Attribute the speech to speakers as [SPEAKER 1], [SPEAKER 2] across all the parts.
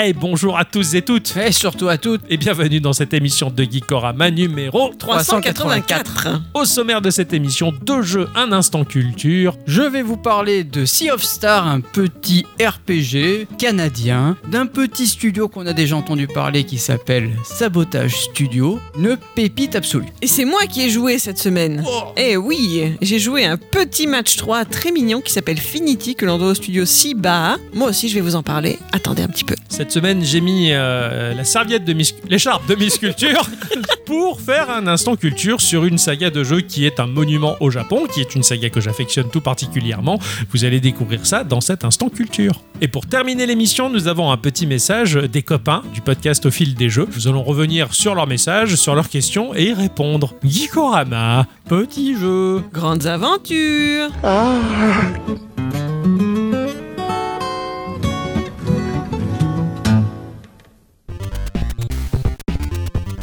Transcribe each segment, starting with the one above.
[SPEAKER 1] Hey, bonjour à tous et toutes
[SPEAKER 2] Et surtout à toutes,
[SPEAKER 1] et bienvenue dans cette émission de Geekorama numéro
[SPEAKER 2] 384.
[SPEAKER 1] Au sommaire de cette émission, deux jeux, un instant culture.
[SPEAKER 2] Je vais vous parler de Sea of Stars, un petit RPG canadien, d'un petit studio qu'on a déjà entendu parler qui s'appelle Sabotage Studio, une pépite absolue.
[SPEAKER 3] Et c'est moi qui ai joué cette semaine.
[SPEAKER 2] Oh,
[SPEAKER 3] Eh oui, j'ai joué un petit match 3 très mignon qui s'appelle Finity que l'on doit au studio Siba. Moi aussi, je vais vous en parler. Attendez un petit peu.
[SPEAKER 1] Cette semaine, j'ai mis euh, la serviette de Miss... l'écharpe de Miss Culture pour faire un instant culture sur une saga de jeux qui est un monument au Japon, qui est une saga que j'affectionne tout particulièrement. Vous allez découvrir ça dans cet instant culture. Et pour terminer l'émission, nous avons un petit message des copains du podcast Au fil des jeux. Nous allons revenir sur leurs messages, sur leurs questions et y répondre. Gikorama, petit jeu.
[SPEAKER 3] Grandes aventures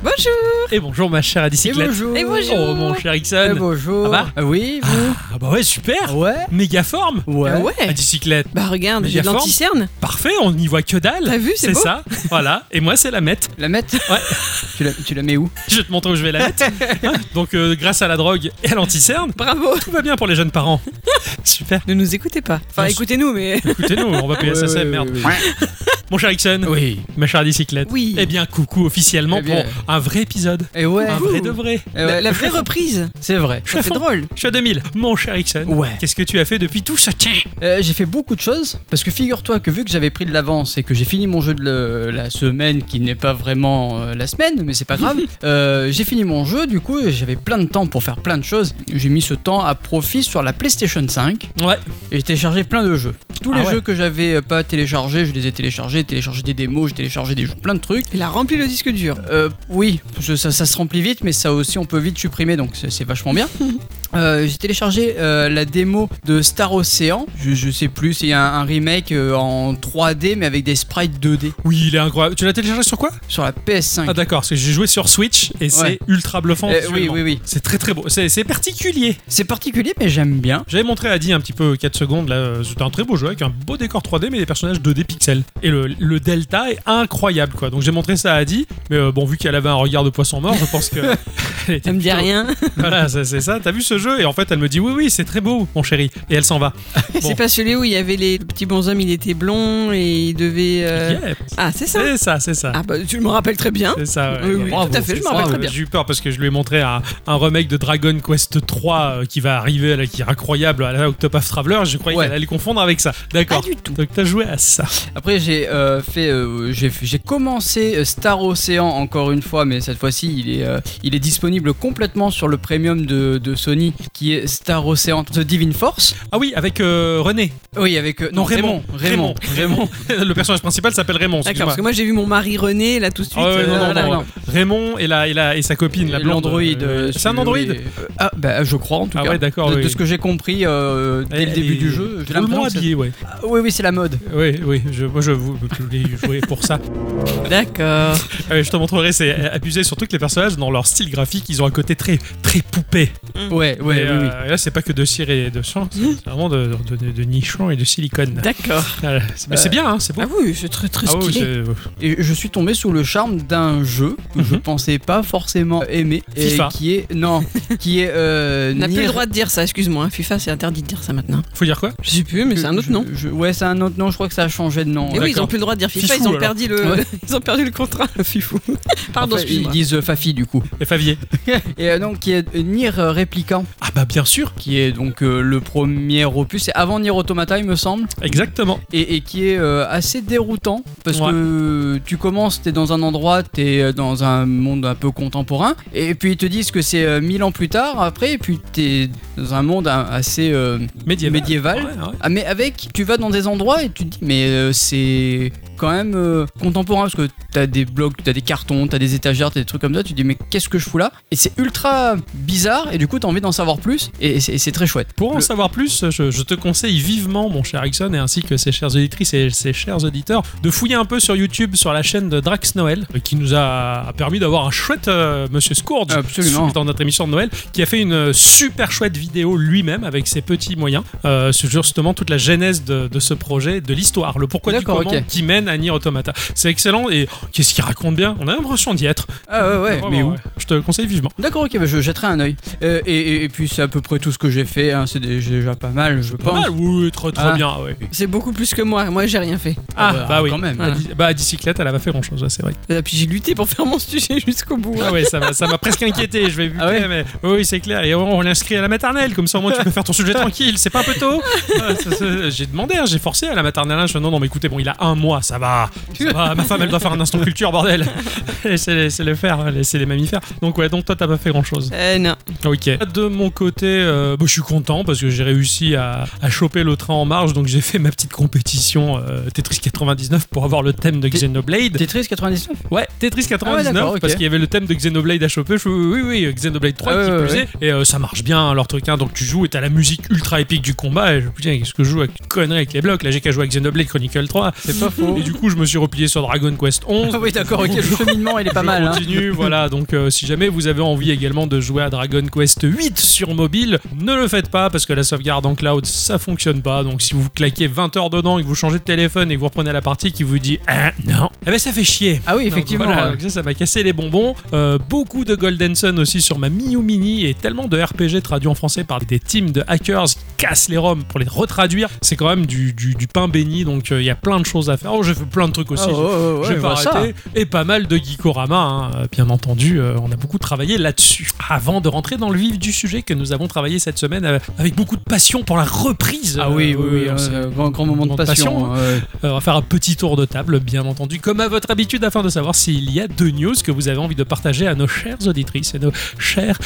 [SPEAKER 3] Bonjour
[SPEAKER 1] Et bonjour ma chère à
[SPEAKER 2] Et bonjour
[SPEAKER 3] Et bonjour.
[SPEAKER 1] Oh mon cher
[SPEAKER 2] Et
[SPEAKER 1] Ixon.
[SPEAKER 2] bonjour.
[SPEAKER 1] Ah
[SPEAKER 2] Oui, vous
[SPEAKER 1] Ah bah ouais, super.
[SPEAKER 2] Ouais
[SPEAKER 1] Méga forme.
[SPEAKER 3] Ah
[SPEAKER 2] Ouais
[SPEAKER 1] La
[SPEAKER 3] Ouais
[SPEAKER 1] bicyclette.
[SPEAKER 3] Bah regarde,
[SPEAKER 1] Mais
[SPEAKER 3] j'ai
[SPEAKER 1] la
[SPEAKER 3] de
[SPEAKER 1] forme.
[SPEAKER 3] l'anticerne.
[SPEAKER 1] Parfait, on n'y voit que dalle.
[SPEAKER 3] T'as vu, c'est
[SPEAKER 1] C'est
[SPEAKER 3] beau.
[SPEAKER 1] ça. voilà. Et moi, c'est la mette.
[SPEAKER 2] La mettre
[SPEAKER 1] Ouais.
[SPEAKER 2] tu la, tu la mets où
[SPEAKER 1] Je vais te montre où je vais la mettre. Hein Donc, euh, grâce à la drogue et à l'anticerne, bah,
[SPEAKER 3] Bravo
[SPEAKER 1] tout va bien pour les jeunes parents. Super.
[SPEAKER 3] Ne nous écoutez pas. Enfin,
[SPEAKER 1] Bien sûr.
[SPEAKER 3] écoutez-nous, mais...
[SPEAKER 1] Écoutez-nous, on va payer
[SPEAKER 2] Ouais,
[SPEAKER 1] SSM,
[SPEAKER 2] ouais,
[SPEAKER 1] merde.
[SPEAKER 2] ouais, ouais.
[SPEAKER 1] Mon cher Ixon,
[SPEAKER 2] Oui.
[SPEAKER 1] ma chère bicyclette.
[SPEAKER 3] Oui.
[SPEAKER 1] Eh bien, coucou officiellement
[SPEAKER 2] Eh bien.
[SPEAKER 1] pour un vrai épisode.
[SPEAKER 2] Et ouais,
[SPEAKER 1] Un vrai de vrai.
[SPEAKER 2] Eh ouais,
[SPEAKER 3] La, la vraie reprise.
[SPEAKER 2] c'est vrai.
[SPEAKER 1] Je suis à
[SPEAKER 3] Ça fait
[SPEAKER 1] euh, fond.
[SPEAKER 3] drôle.
[SPEAKER 1] Je suis à 2000. Mon cher Ixon,
[SPEAKER 2] Ouais.
[SPEAKER 1] qu'est-ce que tu as fait depuis tout ce temps
[SPEAKER 2] Euh, j'ai fait beaucoup de choses parce que figure-toi que vu que j'avais pris de l'avance et que j'ai fini mon jeu de le- la semaine qui n'est pas vraiment euh, la semaine mais c'est pas grave euh, j'ai fini mon jeu du coup et j'avais plein de temps pour faire plein de choses j'ai mis ce temps à profit sur la PlayStation 5
[SPEAKER 1] Ouais.
[SPEAKER 2] et j'ai téléchargé plein de jeux tous
[SPEAKER 1] Ah
[SPEAKER 2] les
[SPEAKER 1] ouais.
[SPEAKER 2] jeux que j'avais euh, pas téléchargés je les ai téléchargés j'ai téléchargé des démos j'ai téléchargé des jeux plein de trucs
[SPEAKER 3] Il a rempli le disque dur.
[SPEAKER 2] euh, oui, je- ça, ça se remplit vite, mais ça aussi on peut vite supprimer, donc c'est c'est vachement bien. Euh, J'ai téléchargé euh, la démo de Star Ocean. Je, je sais plus, c'est un, un remake euh, en 3D mais avec des sprites 2D
[SPEAKER 1] Oui, il est incroyable. Tu l'as téléchargé sur quoi
[SPEAKER 2] sur la PS5.
[SPEAKER 1] Ah d'accord, parce que j'ai joué sur Switch et c'est
[SPEAKER 2] Ouais.
[SPEAKER 1] ultra bluffant.
[SPEAKER 3] Eh,
[SPEAKER 2] Euh, oui,
[SPEAKER 1] visuellement.
[SPEAKER 2] oui, oui.
[SPEAKER 1] C'est très très beau. C'est c'est particulier.
[SPEAKER 2] C'est particulier, mais j'aime bien.
[SPEAKER 1] J'avais montré à Adi un petit peu 4 secondes là, euh, c'était un très beau jeu avec un beau décor 3D mais des personnages 2D pixels. Et le, le delta est incroyable quoi. Donc j'ai montré ça à Adi, mais euh, bon vu qu'elle avait un regard de poisson mort, je pense que elle était
[SPEAKER 3] Ça me dit
[SPEAKER 1] plutôt-
[SPEAKER 3] rien.
[SPEAKER 1] Voilà, ça- c'est ça. T'as vu ce jeu et en fait elle me dit oui oui, c'est très beau mon chéri et elle s'en va. Bon.
[SPEAKER 3] C'est pas celui où il y avait les petits bonshommes, il était blond et il devait... euh,
[SPEAKER 1] Yeah,
[SPEAKER 3] Ah, c'est ça
[SPEAKER 1] c'est ça, c'est ça.
[SPEAKER 3] Ah bah tu me rappelles très bien.
[SPEAKER 1] C'est ça,
[SPEAKER 3] Oui, oui, tout à fait,
[SPEAKER 1] c'est
[SPEAKER 3] je m'en
[SPEAKER 1] ça.
[SPEAKER 3] rappelle très bien.
[SPEAKER 1] J'ai eu peur parce que je lui ai montré un, un remake de Dragon Quest 3 euh, qui va arriver, là, qui est incroyable, à la Octopath Traveler. Je croyais
[SPEAKER 2] Ouais.
[SPEAKER 1] qu'elle allait le confondre avec ça.
[SPEAKER 3] Pas
[SPEAKER 1] D'accord.
[SPEAKER 3] du tout.
[SPEAKER 1] Donc t'as joué à ça.
[SPEAKER 2] Après, j'ai euh, fait, euh, j'ai j'ai commencé euh, Star Ocean encore une fois, mais cette fois-ci, il est, euh, il est disponible complètement sur le premium de, de Sony, qui est Star Ocean The Divine Force.
[SPEAKER 1] Ah oui, avec euh, René.
[SPEAKER 2] Oui, avec euh,
[SPEAKER 1] Non, Raymond.
[SPEAKER 2] Raymond, Raymond.
[SPEAKER 1] le personnage principal s'appelle Raymond.
[SPEAKER 3] D'accord,
[SPEAKER 1] excuse-moi.
[SPEAKER 3] parce que moi j'ai vu mon mari René là tout de suite.
[SPEAKER 1] Ah ouais,
[SPEAKER 3] euh,
[SPEAKER 1] non, non,
[SPEAKER 3] voilà.
[SPEAKER 1] non, Raymond et, la, et, la- et sa copine, la blonde.
[SPEAKER 2] L'Android.
[SPEAKER 1] euh,
[SPEAKER 2] euh,
[SPEAKER 1] c'est un
[SPEAKER 2] celui-
[SPEAKER 1] Android
[SPEAKER 2] Euh, Ah, bah je crois en tout
[SPEAKER 1] Ah
[SPEAKER 2] cas.
[SPEAKER 1] ouais, d'accord,
[SPEAKER 2] De, de
[SPEAKER 1] oui.
[SPEAKER 2] ce que j'ai compris euh, dès
[SPEAKER 1] Elle
[SPEAKER 2] le début
[SPEAKER 1] est
[SPEAKER 2] du jeu. j'ai
[SPEAKER 1] drôlement
[SPEAKER 2] l'impression que
[SPEAKER 1] habillé, ouais.
[SPEAKER 2] c'est- Ah, Oui, oui, c'est la mode.
[SPEAKER 1] Oui, oui, je, moi je vous je voulais jouer pour ça.
[SPEAKER 3] D'accord.
[SPEAKER 1] Ah ouais, je te montrerai, c'est abusé surtout que les personnages, dans leur style graphique, ils ont un côté très, très poupée.
[SPEAKER 2] Ouais, ouais,
[SPEAKER 1] Et,
[SPEAKER 2] oui, oui.
[SPEAKER 1] euh, et là, c'est pas que de cire et de sang, c'est c'est vraiment de, de, de- de nichon et de silicone.
[SPEAKER 3] D'accord.
[SPEAKER 2] Ah,
[SPEAKER 1] Voilà. C'est- Mais c'est bien, hein, c'est beau.
[SPEAKER 3] Ah oui, c'est très très
[SPEAKER 1] Ah oui,
[SPEAKER 3] stylé.
[SPEAKER 1] c'est-
[SPEAKER 2] Et je suis tombé sous le charme d'un jeu que je
[SPEAKER 1] Mhm.
[SPEAKER 2] pensais pas forcément aimer. et
[SPEAKER 1] FIFA.
[SPEAKER 2] qui est. Non, qui est. euh,
[SPEAKER 3] On n'a plus
[SPEAKER 2] Nier-
[SPEAKER 3] le droit de dire ça, excuse-moi. hein. FIFA, c'est interdit de dire ça maintenant.
[SPEAKER 1] faut dire quoi
[SPEAKER 3] Je sais plus, mais c'est un autre
[SPEAKER 2] je-
[SPEAKER 3] nom.
[SPEAKER 2] je- Ouais, c'est un autre nom, je crois que ça a changé de nom.
[SPEAKER 3] Et oui, ils
[SPEAKER 1] d'accord.
[SPEAKER 3] ont plus le droit de dire FIFA,
[SPEAKER 1] Fifou,
[SPEAKER 3] ils ont
[SPEAKER 1] alors.
[SPEAKER 3] perdu le,
[SPEAKER 2] Ouais.
[SPEAKER 3] ils ont perdu le contrat. Fifou. Pardon,
[SPEAKER 2] Enfin, ils
[SPEAKER 3] excuse-moi.
[SPEAKER 2] disent euh, Fafi du coup.
[SPEAKER 1] Et Favier.
[SPEAKER 2] Et euh, donc qui est Nier euh, Replicant,
[SPEAKER 1] Ah bah bien sûr,
[SPEAKER 2] qui est donc euh, le premier opus, c'est avant Nier Automata il me semble.
[SPEAKER 1] exactement.
[SPEAKER 2] et, et qui est euh, assez déroutant parce
[SPEAKER 1] Ouais.
[SPEAKER 2] que tu commences, t'es dans un endroit, t'es euh, dans un monde un peu contemporain, et puis ils te disent que c'est euh, mille ans plus tard après, et puis t'es dans un monde euh, assez euh,
[SPEAKER 1] Médiéval.
[SPEAKER 2] médiéval.
[SPEAKER 1] Ouais, hein. ouais.
[SPEAKER 2] Ah, mais avec, tu vas dans des endroits et tu te dis, mais euh, c'est quand même euh, contemporain parce que t'as des blocs, t'as des cartons, t'as des étagères, t'as des trucs comme ça. Tu te dis, mais qu'est-ce que je fous là Et c'est ultra bizarre et du coup t'as envie d'en savoir plus et, et c'est et c'est très chouette.
[SPEAKER 1] Pour en
[SPEAKER 2] Le-
[SPEAKER 1] savoir plus, je, je te conseille vivement, mon cher Ixon, et ainsi que ses chères auditrices et ses chers auditeurs, de fouiller un peu sur YouTube, sur la chaîne de Drax Noël, euh, qui nous a permis d'avoir un chouette euh, Monsieur Scourge
[SPEAKER 2] Absolument.
[SPEAKER 1] dans notre émission de Noël, qui a fait une euh, super chouette vidéo lui-même avec ses petits moyens, euh, sur justement toute la genèse de, de ce projet, de l'histoire, le pourquoi du
[SPEAKER 2] D'accord,
[SPEAKER 1] comment,
[SPEAKER 2] ok.
[SPEAKER 1] qui mène à à Nier Automata. C'est excellent et oh, qu'est-ce qu'il raconte bien On a l'impression d'y être.
[SPEAKER 2] Ah ouais, ouais,
[SPEAKER 1] Vraiment,
[SPEAKER 2] mais où
[SPEAKER 1] ouais. Je te le conseille vivement.
[SPEAKER 2] D'accord, ok, bah, je jetterai un œil. Euh, et, et- et puis c'est à peu près tout ce que j'ai fait, hein, c'est dé- déjà pas mal, je
[SPEAKER 1] Pas
[SPEAKER 2] pense.
[SPEAKER 1] mal, oui, oui, trop, trop
[SPEAKER 2] Ah.
[SPEAKER 1] bien. ah ouais.
[SPEAKER 3] C'est beaucoup plus que moi. Moi, j'ai rien fait.
[SPEAKER 1] Ah,
[SPEAKER 2] bah,
[SPEAKER 1] bah, oui.
[SPEAKER 2] quand même.
[SPEAKER 1] À di- Bah, à bicyclette, elle a pas fait grand chose, c'est vrai.
[SPEAKER 3] Et Euh, puis j'ai lutté pour faire mon sujet jusqu'au bout. hein.
[SPEAKER 1] Ah ouais, ça m'a ça m'a presque inquiété, je vais buter,
[SPEAKER 2] Ah ouais
[SPEAKER 1] mais oui, oui, c'est clair. Et on l'inscrit à la maternelle, comme ça au moins tu peux faire ton sujet tranquille, c'est pas un peu tôt Ah, ça, ça, J'ai demandé, hein, j'ai forcé à la maternelle, hein. je fais non, non, mais écoutez, bon, il a un mois, ça va, ça va, ma femme elle doit faire un instant culture, bordel. Laissez-les laissez-les faire, laissez les mammifères. Donc ouais, donc toi t'as pas fait grand chose.
[SPEAKER 3] Euh, non.
[SPEAKER 1] Ok. De mon côté, euh, bah, je suis content parce que j'ai réussi à, à choper le train en marche, donc j'ai fait ma petite compétition euh, Tetris 99 pour avoir le thème de
[SPEAKER 2] Té-
[SPEAKER 1] Xenoblade.
[SPEAKER 2] Tetris 99
[SPEAKER 1] Ouais, Tetris 99,
[SPEAKER 2] Ah ouais, d'accord,
[SPEAKER 1] parce
[SPEAKER 2] ok.
[SPEAKER 1] qu'il y avait le thème de Xenoblade à choper. Je- Oui, oui, oui, Xenoblade 3
[SPEAKER 2] Ah ouais,
[SPEAKER 1] qui
[SPEAKER 2] ouais,
[SPEAKER 1] plus
[SPEAKER 2] ouais.
[SPEAKER 1] est. Et euh, ça marche bien, hein, leur truc. hein. donc tu joues et t'as la musique ultra épique du combat. Et je putain, qu'est-ce que je joue avec une connerie avec les blocs Là, j'ai qu'à jouer avec Xenoblade Chronicle 3.
[SPEAKER 2] C'est pas faux.
[SPEAKER 1] Et du coup, je me suis replié sur Dragon Quest 11.
[SPEAKER 2] Ah oui, d'accord, ok, le cheminement il est pas
[SPEAKER 1] Je
[SPEAKER 2] mal. hein.
[SPEAKER 1] continue, voilà. Donc, euh, si jamais vous avez envie également de jouer à Dragon Quest 8 sur mobile, ne le faites pas parce que la sauvegarde en cloud ça fonctionne pas. Donc, si vous claquez 20 heures dedans et que vous changez de téléphone et que vous reprenez la partie qui vous dit ah, non, eh ben ça fait chier.
[SPEAKER 2] Ah oui, effectivement.
[SPEAKER 1] Donc voilà,
[SPEAKER 2] ouais.
[SPEAKER 1] donc euh, ça, ça m'a cassé les bonbons. Euh, beaucoup de Golden Sun aussi sur ma Miu Mini et tellement de RPG traduits en français par des teams de hackers qui cassent les ROM pour les retraduire. C'est quand même du, du- du pain béni, donc euh, il y a plein de choses à faire. Oh, j'ai fait plein de trucs aussi.
[SPEAKER 2] Ah, ouais, ouais, ouais,
[SPEAKER 1] J'ai
[SPEAKER 2] bah,
[SPEAKER 1] pas
[SPEAKER 2] ça.
[SPEAKER 1] arrêté. Et pas mal de Geekorama, hein. Euh, bien entendu. euh, on a beaucoup travaillé là-dessus. Avant de rentrer dans le vif du sujet que nous avons travaillé cette semaine euh, avec beaucoup de passion pour la reprise.
[SPEAKER 2] Ah oui,
[SPEAKER 1] Euh,
[SPEAKER 2] oui, oui,
[SPEAKER 1] on
[SPEAKER 2] un
[SPEAKER 1] s'est-
[SPEAKER 2] grand, grand moment de
[SPEAKER 1] moment de passion,
[SPEAKER 2] passion. hein, ouais.
[SPEAKER 1] euh, on va faire un petit tour de table, bien entendu, comme à votre habitude, afin de savoir s'il y a deux news que vous avez envie de partager à nos chères auditrices et nos chers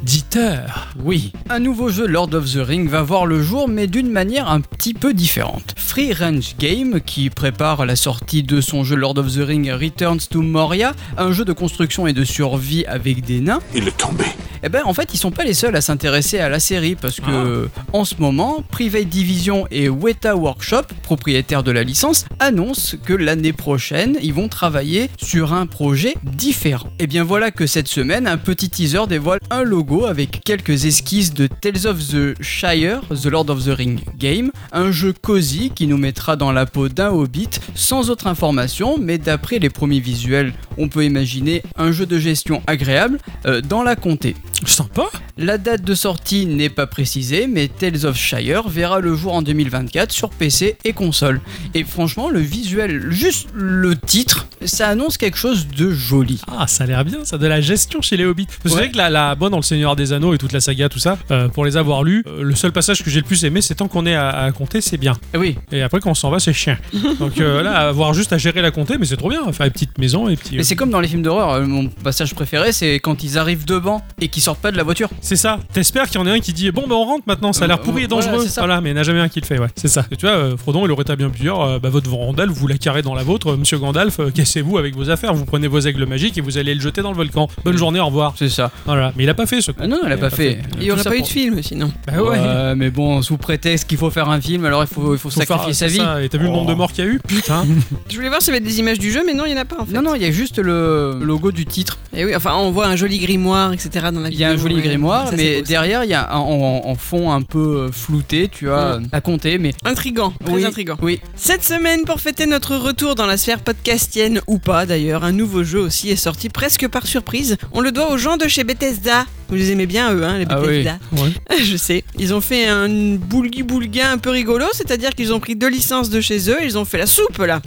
[SPEAKER 1] auditeurs.
[SPEAKER 2] Oui. Un nouveau jeu Lord of the Ring va voir le jour, mais d'une manière un petit peu différente. Free Range Game, qui prépare la sortie de son jeu Lord of the Ring Returns to Moria, un jeu de construction et de survie avec des nains,
[SPEAKER 4] Il est tombé.
[SPEAKER 2] eh ben en fait ils sont pas les seuls à s'intéresser à la série parce que en ce moment Private Division et Weta Workshop, propriétaires de la licence, annoncent que l'année prochaine ils vont travailler sur un projet différent. Et bien voilà que cette semaine un petit teaser dévoile un logo avec quelques esquisses de Tales of the Shire, The Lord of the Ring Game, un jeu cosy qui nous mettra dans la peau d'un hobbit sans autre information mais d'après les premiers visuels on peut imaginer un jeu de gestion agréable euh, dans la comté.
[SPEAKER 1] Sympa
[SPEAKER 2] La date de sortie n'est pas précisée, mais Tales of Shire verra le jour en 2024 sur PC et console. Et franchement, le visuel, juste le titre, ça annonce quelque chose de joli.
[SPEAKER 1] Ah, ça a l'air bien, ça, de la gestion chez les hobbits. Parce que c'est
[SPEAKER 2] Ouais.
[SPEAKER 1] vrai que la, la bonne dans Le Seigneur des Anneaux et toute la saga, tout ça, euh, pour les avoir lus, euh, le seul passage que j'ai le plus aimé, c'est tant qu'on est à, à compter, c'est bien.
[SPEAKER 2] Eh oui,
[SPEAKER 1] Et après, quand on s'en va, c'est chien. Donc euh, là, avoir juste à gérer la comté, mais c'est trop bien, faire les petites maisons et petits.
[SPEAKER 2] mais c'est comme dans les films d'horreur, euh, mon passage préféré c'est quand ils arrivent devant et qu'ils sortent pas de la voiture.
[SPEAKER 1] C'est ça. T'espères qu'il y en a un qui dit bon bah on rentre maintenant, ça a l'air
[SPEAKER 2] Euh,
[SPEAKER 1] pourri et
[SPEAKER 2] voilà,
[SPEAKER 1] dangereux. Voilà,
[SPEAKER 2] c'est ça.
[SPEAKER 1] mais il n'y en a jamais un qui le fait, ouais. C'est ça. Et tu vois, euh, Frodon, il aurait très bien pu dire euh, bah votre vandale, vous la carrez dans la vôtre, euh, Monsieur Gandalf, euh, cassez-vous avec vos affaires, vous prenez vos aigles magiques et vous allez le jeter dans le volcan.
[SPEAKER 2] Mm.
[SPEAKER 1] Bonne journée, au revoir.
[SPEAKER 2] C'est ça.
[SPEAKER 1] Voilà. Mais il a pas fait ce. coup.
[SPEAKER 2] Ah non, elle a pas fait.
[SPEAKER 3] Il y
[SPEAKER 2] Tout
[SPEAKER 3] aurait
[SPEAKER 2] ça
[SPEAKER 3] pas eu
[SPEAKER 2] pour-
[SPEAKER 3] de film sinon.
[SPEAKER 1] Bah
[SPEAKER 2] Ouais. mais bon, sous prétexte qu'il faut faire un film, alors il faut, il faut,
[SPEAKER 1] Faut
[SPEAKER 2] sacrifier
[SPEAKER 1] faire-
[SPEAKER 2] sa
[SPEAKER 1] c'est
[SPEAKER 2] vie.
[SPEAKER 1] ça. Et t'as vu le
[SPEAKER 2] Oh.
[SPEAKER 1] nombre de morts qu'il y a eu Putain.
[SPEAKER 3] Je voulais voir si y avait des images du jeu, mais non, il y en a pas en fait.
[SPEAKER 2] Non, non, il y a juste le logo du titre.
[SPEAKER 3] Et oui, enfin, on voit un joli grimoire, etc. dans la
[SPEAKER 2] Il y a un
[SPEAKER 3] vidéo,
[SPEAKER 2] joli
[SPEAKER 3] ouais.
[SPEAKER 2] grimoire,
[SPEAKER 3] Ça, c'est
[SPEAKER 2] mais
[SPEAKER 3] beau, ça.
[SPEAKER 2] derrière, il y a un, en, en fond un peu euh, flouté, tu vois,
[SPEAKER 3] Mm.
[SPEAKER 2] à compter, mais.
[SPEAKER 3] Intrigant, très
[SPEAKER 2] oui,
[SPEAKER 3] intrigant.
[SPEAKER 2] Oui.
[SPEAKER 3] Cette semaine, pour fêter notre retour dans la sphère podcastienne, ou pas d'ailleurs, un nouveau jeu aussi est sorti presque par surprise. On le doit aux gens de chez Bethesda. Vous les aimez bien eux, hein, les
[SPEAKER 2] Ah oui.
[SPEAKER 3] Bethesda.
[SPEAKER 1] Ouais.
[SPEAKER 3] Je sais. Ils ont fait un boulgui-boulga un peu rigolo, c'est-à-dire qu'ils ont pris deux licences de chez eux, ils ont fait la soupe là.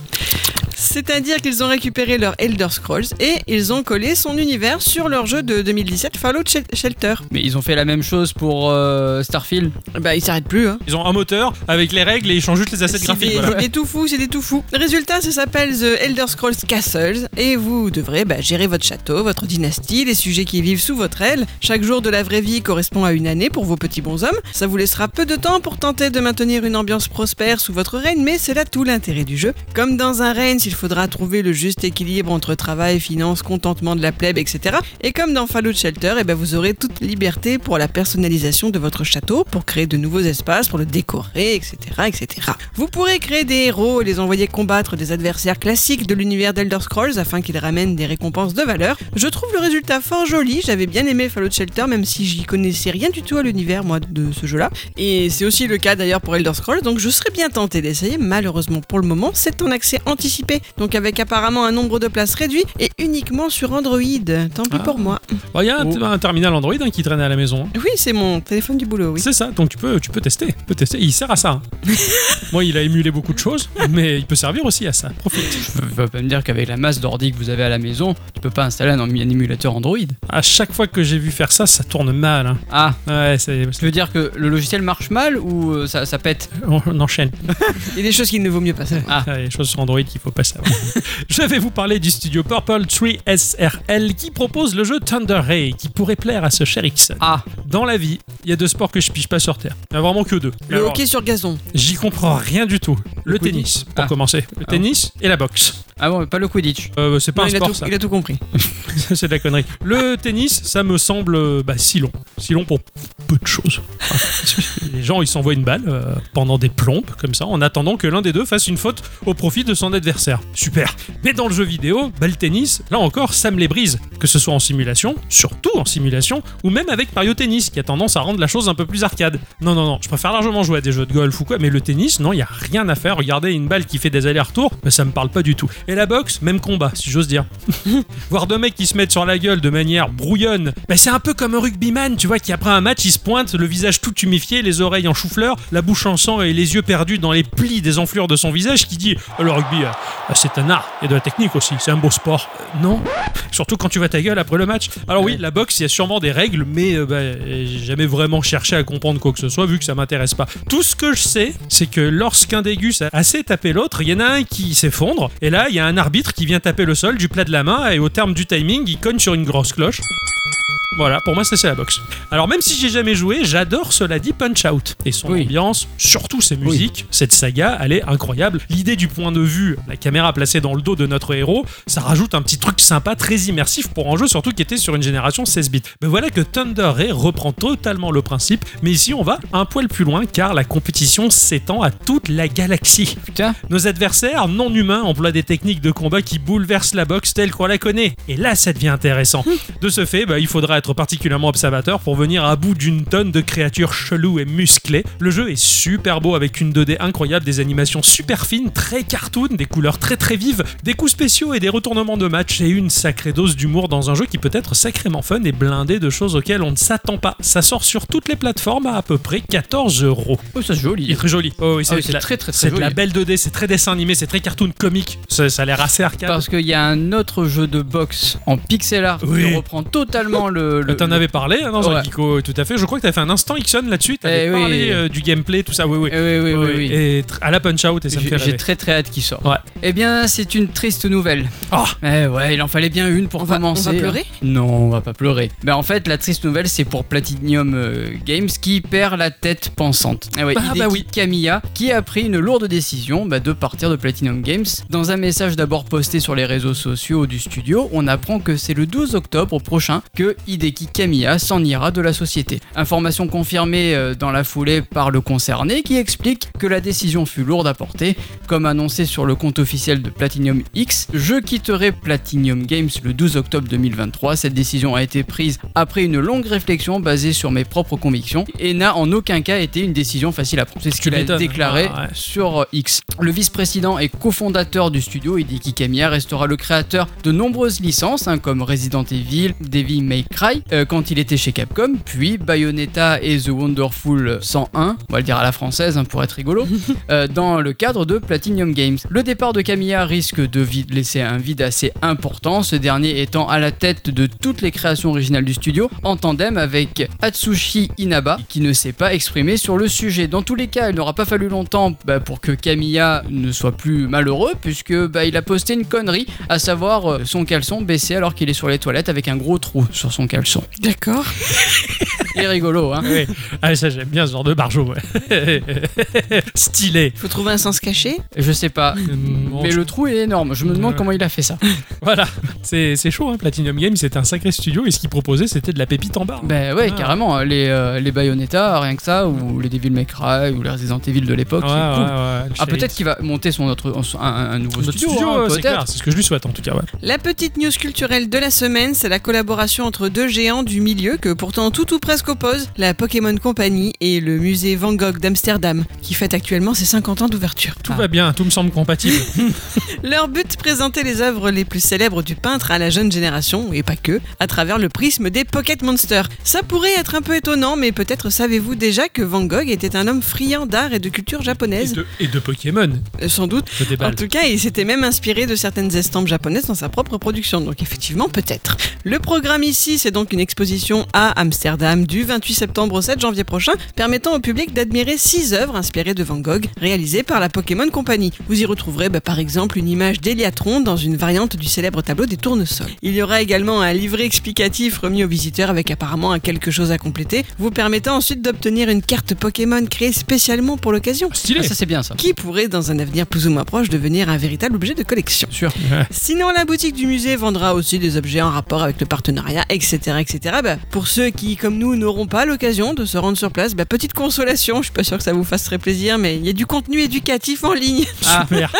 [SPEAKER 3] C'est-à-dire qu'ils ont récupéré leur Elder Scrolls et ils ont collé son univers sur leur jeu de 2017 Fallout Shel- Shelter.
[SPEAKER 2] Mais ils ont fait la même chose pour euh, Starfield.
[SPEAKER 3] Bah ils s'arrêtent plus hein.
[SPEAKER 1] Ils ont un moteur avec les règles et ils changent juste les assets
[SPEAKER 3] C'est
[SPEAKER 1] graphiques.
[SPEAKER 3] des,
[SPEAKER 1] voilà.
[SPEAKER 3] c'est des tout fous, c'est des tout fous. Résultat, ça s'appelle The Elder Scrolls Castles et vous devrez bah, gérer votre château, votre dynastie, les sujets qui vivent sous votre aile. Chaque jour de la vraie vie correspond à une année pour vos petits bonshommes. Ça vous laissera peu de temps pour tenter de maintenir une ambiance prospère sous votre règne, mais c'est là tout l'intérêt du jeu. Comme dans un règne, s'il il faudra trouver le juste équilibre entre travail, finances, contentement de la plèbe, etc. Et comme dans Fallout Shelter, eh ben, vous aurez toute liberté pour la personnalisation de votre château, pour créer de nouveaux espaces, pour le décorer, etc., etc. Vous pourrez créer des héros et les envoyer combattre des adversaires classiques de l'univers d'Elder Scrolls afin qu'ils ramènent des récompenses de valeur. Je trouve le résultat fort joli, j'avais bien aimé Fallout Shelter même si j'y connaissais rien du tout à l'univers moi de ce jeu-là. Et c'est aussi le cas d'ailleurs pour Elder Scrolls, donc je serais bien tenté d'essayer. Malheureusement pour le moment, c'est en accès anticipé, donc avec apparemment un nombre de places réduit et uniquement sur Android. Tant pis
[SPEAKER 1] Ah.
[SPEAKER 3] pour moi.
[SPEAKER 1] Bon, Il y a
[SPEAKER 2] Oh.
[SPEAKER 1] un, un terminal Android hein, qui traîne à la maison. hein.
[SPEAKER 3] Oui, c'est mon téléphone du boulot, oui.
[SPEAKER 1] C'est ça, donc tu peux, tu peux tester. tu peux tester. Il sert à ça. hein. Moi, il a émulé beaucoup de choses, mais il peut servir aussi à ça. Profite.
[SPEAKER 2] Tu peux pas me dire qu'avec la masse d'ordi que vous avez à la maison, tu peux pas installer un, ami- un émulateur Android.
[SPEAKER 1] À chaque fois que j'ai vu faire ça, ça tourne mal. hein.
[SPEAKER 2] Ah,
[SPEAKER 1] Ouais, c'est-
[SPEAKER 2] tu veux dire que le logiciel marche mal ou euh, ça, ça pète
[SPEAKER 1] on on enchaîne.
[SPEAKER 3] Il y a des choses qu'il ne vaut mieux pas savoir.
[SPEAKER 1] Ah, les choses sur Android qu'il faut pas savoir. Je vais vous parler du studio Purple Tree SRL qui propose le jeu Thunder Ray qui pourrait plaire à ce cher Ixon.
[SPEAKER 2] Ah,
[SPEAKER 1] Dans la vie, il y a deux sports que je pige pas sur Terre. Il y en a vraiment que deux.
[SPEAKER 3] Le
[SPEAKER 1] Alors,
[SPEAKER 3] hockey sur gazon.
[SPEAKER 1] J'y comprends rien du tout. Le,
[SPEAKER 2] Le Quidditch.
[SPEAKER 1] tennis, pour
[SPEAKER 2] Ah.
[SPEAKER 1] commencer. Le
[SPEAKER 2] Ah.
[SPEAKER 1] tennis et la boxe.
[SPEAKER 2] ah bon, mais pas le Quidditch.
[SPEAKER 1] Euh, c'est pas
[SPEAKER 3] Non,
[SPEAKER 1] un
[SPEAKER 3] il, a
[SPEAKER 1] sport,
[SPEAKER 3] tout,
[SPEAKER 1] ça.
[SPEAKER 3] il a tout compris.
[SPEAKER 1] c'est de la connerie. Le tennis, ça me semble euh, bah, si long. Si long pour peu de choses. Les gens, ils s'envoient une balle euh, pendant des plombes, comme ça, en attendant que l'un des deux fasse une faute au profit de son adversaire. Super. Mais dans le jeu vidéo, bah, le tennis, là encore, ça me les brise. Que ce soit en simulation, surtout en simulation, ou même avec Mario Tennis, qui a tendance à rendre la chose un peu plus arcade. Non, non, non, je préfère largement jouer à des jeux de golf ou quoi, mais le tennis, non, il n'y a rien à faire. Regardez une balle qui fait des allers-retours, mais ça me parle pas du tout. Et la boxe, même combat, si j'ose dire voir deux mecs qui se mettent sur la gueule de manière brouillonne, bah c'est un peu comme un rugbyman, tu vois, qui après un match, il se pointe, le visage tout humifié, les oreilles en chou-fleur, la bouche en sang et les yeux perdus dans les plis des enflures de son visage, qui dit Ah, Le rugby, euh, ah, c'est un art, et de la technique aussi, c'est un beau sport. Euh, non Surtout quand tu vas ta gueule après le match. Alors oui, la boxe, il y a sûrement des règles, mais euh, bah, j'ai jamais vraiment cherché à comprendre quoi que ce soit, vu que ça m'intéresse pas. Tout ce que je sais, c'est que lorsqu'un dégus a assez tapé l'autre, il y en a un qui s'effondre, et là, il y a un arbitre qui vient taper le sol du plat de la main, et au terme du timing, il cogne sur une grosse cloche. Voilà, pour moi, ça c'est la boxe. Alors, même si j'ai jamais joué, j'adore cela dit Punch Out. Et son
[SPEAKER 2] Oui.
[SPEAKER 1] ambiance, surtout ses musiques, cette saga, elle est incroyable. L'idée du point de vue, la caméra placée dans le dos de notre héros, ça rajoute un petit truc sympa, très immersif pour un jeu, surtout qui était sur une génération 16 bits. Mais voilà que Thunder Ray reprend totalement le principe, mais ici on va un poil plus loin car la compétition s'étend à toute la galaxie.
[SPEAKER 2] Putain,
[SPEAKER 1] Nos adversaires non humains emploient des techniques de combat qui bouleversent la boxe telle qu'on la connaît. Et là, ça devient intéressant. De ce fait, bah, il faudra être particulièrement observateur pour venir à bout d'une tonne de créatures cheloues et musclées. Le jeu est super beau avec une 2D incroyable, des animations super fines, très cartoon, des couleurs très très vives, des coups spéciaux et des retournements de match et une sacrée dose d'humour dans un jeu qui peut être sacrément fun et blindé de choses auxquelles on ne s'attend pas. Ça sort sur toutes les plateformes à à peu près 14 euros.
[SPEAKER 2] oh, ça c'est
[SPEAKER 1] Il est
[SPEAKER 2] joli.
[SPEAKER 1] très joli. Oh, oui,
[SPEAKER 2] Ah oui,
[SPEAKER 1] de
[SPEAKER 2] c'est
[SPEAKER 1] la-
[SPEAKER 2] très très très
[SPEAKER 1] c'est de la
[SPEAKER 2] joli.
[SPEAKER 1] belle 2D, c'est très dessin animé, c'est très cartoon comique. Ça, ça a l'air assez arcade.
[SPEAKER 2] Parce qu'il y a un autre jeu de boxe en pixel art
[SPEAKER 1] Oui.
[SPEAKER 2] qui reprend totalement le.
[SPEAKER 1] Euh,
[SPEAKER 2] le
[SPEAKER 1] T'en
[SPEAKER 2] le-
[SPEAKER 1] avais parlé hein, dans un
[SPEAKER 2] Ouais.
[SPEAKER 1] Geeko, tout à fait. Je crois que t'avais fait un instant Ixon là-dessus. T'avais
[SPEAKER 2] Eh oui.
[SPEAKER 1] parlé euh, du gameplay, tout ça. Oui, oui.
[SPEAKER 2] Eh oui, oui, oui, oui.
[SPEAKER 1] Et tr- à la punch out et ça me fait
[SPEAKER 2] J'ai j'ai
[SPEAKER 1] rêver.
[SPEAKER 2] très très hâte qu'il sorte.
[SPEAKER 1] Ouais.
[SPEAKER 2] Eh bien, c'est une triste nouvelle.
[SPEAKER 1] Ah,
[SPEAKER 2] Eh ouais, il en fallait bien une pour
[SPEAKER 3] On va, on
[SPEAKER 2] commencer. hein.
[SPEAKER 1] hein.
[SPEAKER 3] va pleurer
[SPEAKER 2] Non, on va pas pleurer. Ben en fait, la triste nouvelle, c'est pour Platinum euh, Games qui perd la tête pensante. Ah ouais,
[SPEAKER 1] Bah,
[SPEAKER 2] Hideki
[SPEAKER 1] bah oui.
[SPEAKER 2] Kamiya qui a pris une lourde décision bah, de partir de Platinum Games. Dans un message d'abord posté sur les réseaux sociaux du studio, on apprend que c'est le 12 octobre prochain que Hideki Kamiya s'en ira de la société. Information confirmée euh, dans la foulée par le concerné qui explique que la décision fut lourde à porter comme annoncé sur le compte officiel de Platinum X, je quitterai Platinum Games le 12 octobre 2023. Cette décision a été prise après une longue réflexion basée sur mes propres convictions et n'a en aucun cas été une décision facile à prendre. C'est ce
[SPEAKER 1] Tu
[SPEAKER 2] qu'il a
[SPEAKER 1] m'étonnes.
[SPEAKER 2] déclaré
[SPEAKER 1] Ah ouais.
[SPEAKER 2] sur euh, X. Le vice-président et cofondateur du studio, Hideki Kamiya, restera le créateur de nombreuses licences hein, comme Resident Evil, Devil May Cry euh, quand il était chez Capcom, puis Bayonetta et The Wonderful 101, on va le dire à la française hein, pour être rigolo euh, dans le cadre de Platinum Games. Le départ de Camilla risque de vide- laisser un vide assez important, ce dernier étant à la tête de toutes les créations originales du studio, en tandem avec Atsushi Inaba, qui ne s'est pas exprimé sur le sujet. Dans tous les cas, il n'aura pas fallu longtemps bah, pour que Camilla ne soit plus malheureux, puisque bah, il a posté une connerie, à savoir euh, son caleçon baissé alors qu'il est sur les toilettes avec un gros trou sur son caleçon.
[SPEAKER 3] D'accord.
[SPEAKER 2] et rigolo. Hein.
[SPEAKER 1] Oui. Ah, ça, j'aime bien ce genre de barjot. ouais. Stylé.
[SPEAKER 3] Faut trouver un sens caché.
[SPEAKER 2] Je sais pas.
[SPEAKER 1] Hum, on-
[SPEAKER 2] Mais le trou est énorme. Je me demande
[SPEAKER 1] Ouais.
[SPEAKER 2] comment il a fait ça.
[SPEAKER 1] Voilà. C'est c'est chaud, hein. Platinum Games, c'était un sacré studio et ce qu'ils proposaient, c'était de la pépite en barre.
[SPEAKER 2] Ben ouais,
[SPEAKER 1] Ah.
[SPEAKER 2] carrément. Les, euh, les Bayonetta, rien que ça, ou les Devil May Cry, ou les Resident Evil de l'époque,
[SPEAKER 1] Ouais,
[SPEAKER 2] c'est
[SPEAKER 1] ouais,
[SPEAKER 2] cool.
[SPEAKER 1] ouais, le
[SPEAKER 2] Ah,
[SPEAKER 1] chéri.
[SPEAKER 2] peut-être qu'il va monter son autre, un, un nouveau
[SPEAKER 1] Notre
[SPEAKER 2] studio,
[SPEAKER 1] studio,
[SPEAKER 2] hein,
[SPEAKER 1] euh, c'est clair,
[SPEAKER 2] peut-être.
[SPEAKER 1] c'est ce que je lui souhaite en tout cas. ouais.
[SPEAKER 3] La petite news culturelle de la semaine, c'est la collaboration entre deux géants du milieu que pourtant tout ou presque opposent, la Pokémon Company et le musée Van Gogh d'Amsterdam, qui fête actuellement ses 50 ans d'ouverture.
[SPEAKER 2] Ah.
[SPEAKER 1] Tout va bien, tout me semble compatible.
[SPEAKER 3] Leur but, présenter les œuvres les plus célèbres du peintre à la jeune génération, et pas que, à travers le prisme des Pocket Monsters. Ça pourrait être un peu étonnant, mais peut-être savez-vous déjà que Van Gogh était un homme friand d'art et de culture
[SPEAKER 1] et,
[SPEAKER 3] japonaise
[SPEAKER 1] de, et de Pokémon,
[SPEAKER 3] Euh, Sans doute.
[SPEAKER 1] je
[SPEAKER 2] Ah,
[SPEAKER 1] déballe.
[SPEAKER 3] En tout cas, il s'était même inspiré de certaines estampes japonaises dans sa propre production, donc effectivement, peut-être. Le programme ici, c'est donc une exposition à Amsterdam du 28 septembre au 7 janvier prochain, permettant au public d'admirer six œuvres inspirées de Van Gogh, réalisées par la Pokémon Company. Vous y retrouverez bah, par exemple une image d'Héliatron dans une variante du célèbre tableau des tournesols. Il y aura également un livret explicatif remis aux visiteurs avec apparemment un quelque chose à compléter, vous permettant ensuite d'obtenir une carte Pokémon créée spécialement pour l'occasion
[SPEAKER 1] Stylé.
[SPEAKER 2] Ah, ça, c'est bien ça.
[SPEAKER 3] qui pourrait dans un avenir plus ou moins proche devenir un véritable objet de collection.
[SPEAKER 2] Sûr.
[SPEAKER 3] Sinon, la boutique du musée vendra aussi des objets en rapport avec le partenariat, etc. etc. Bah, pour ceux qui, comme nous, n'auront pas l'occasion de se rendre sur place, bah, petite consolation, je suis pas sûr que ça vous fasse très plaisir, mais il y a du contenu éducatif en ligne.
[SPEAKER 2] Ah.
[SPEAKER 1] Super.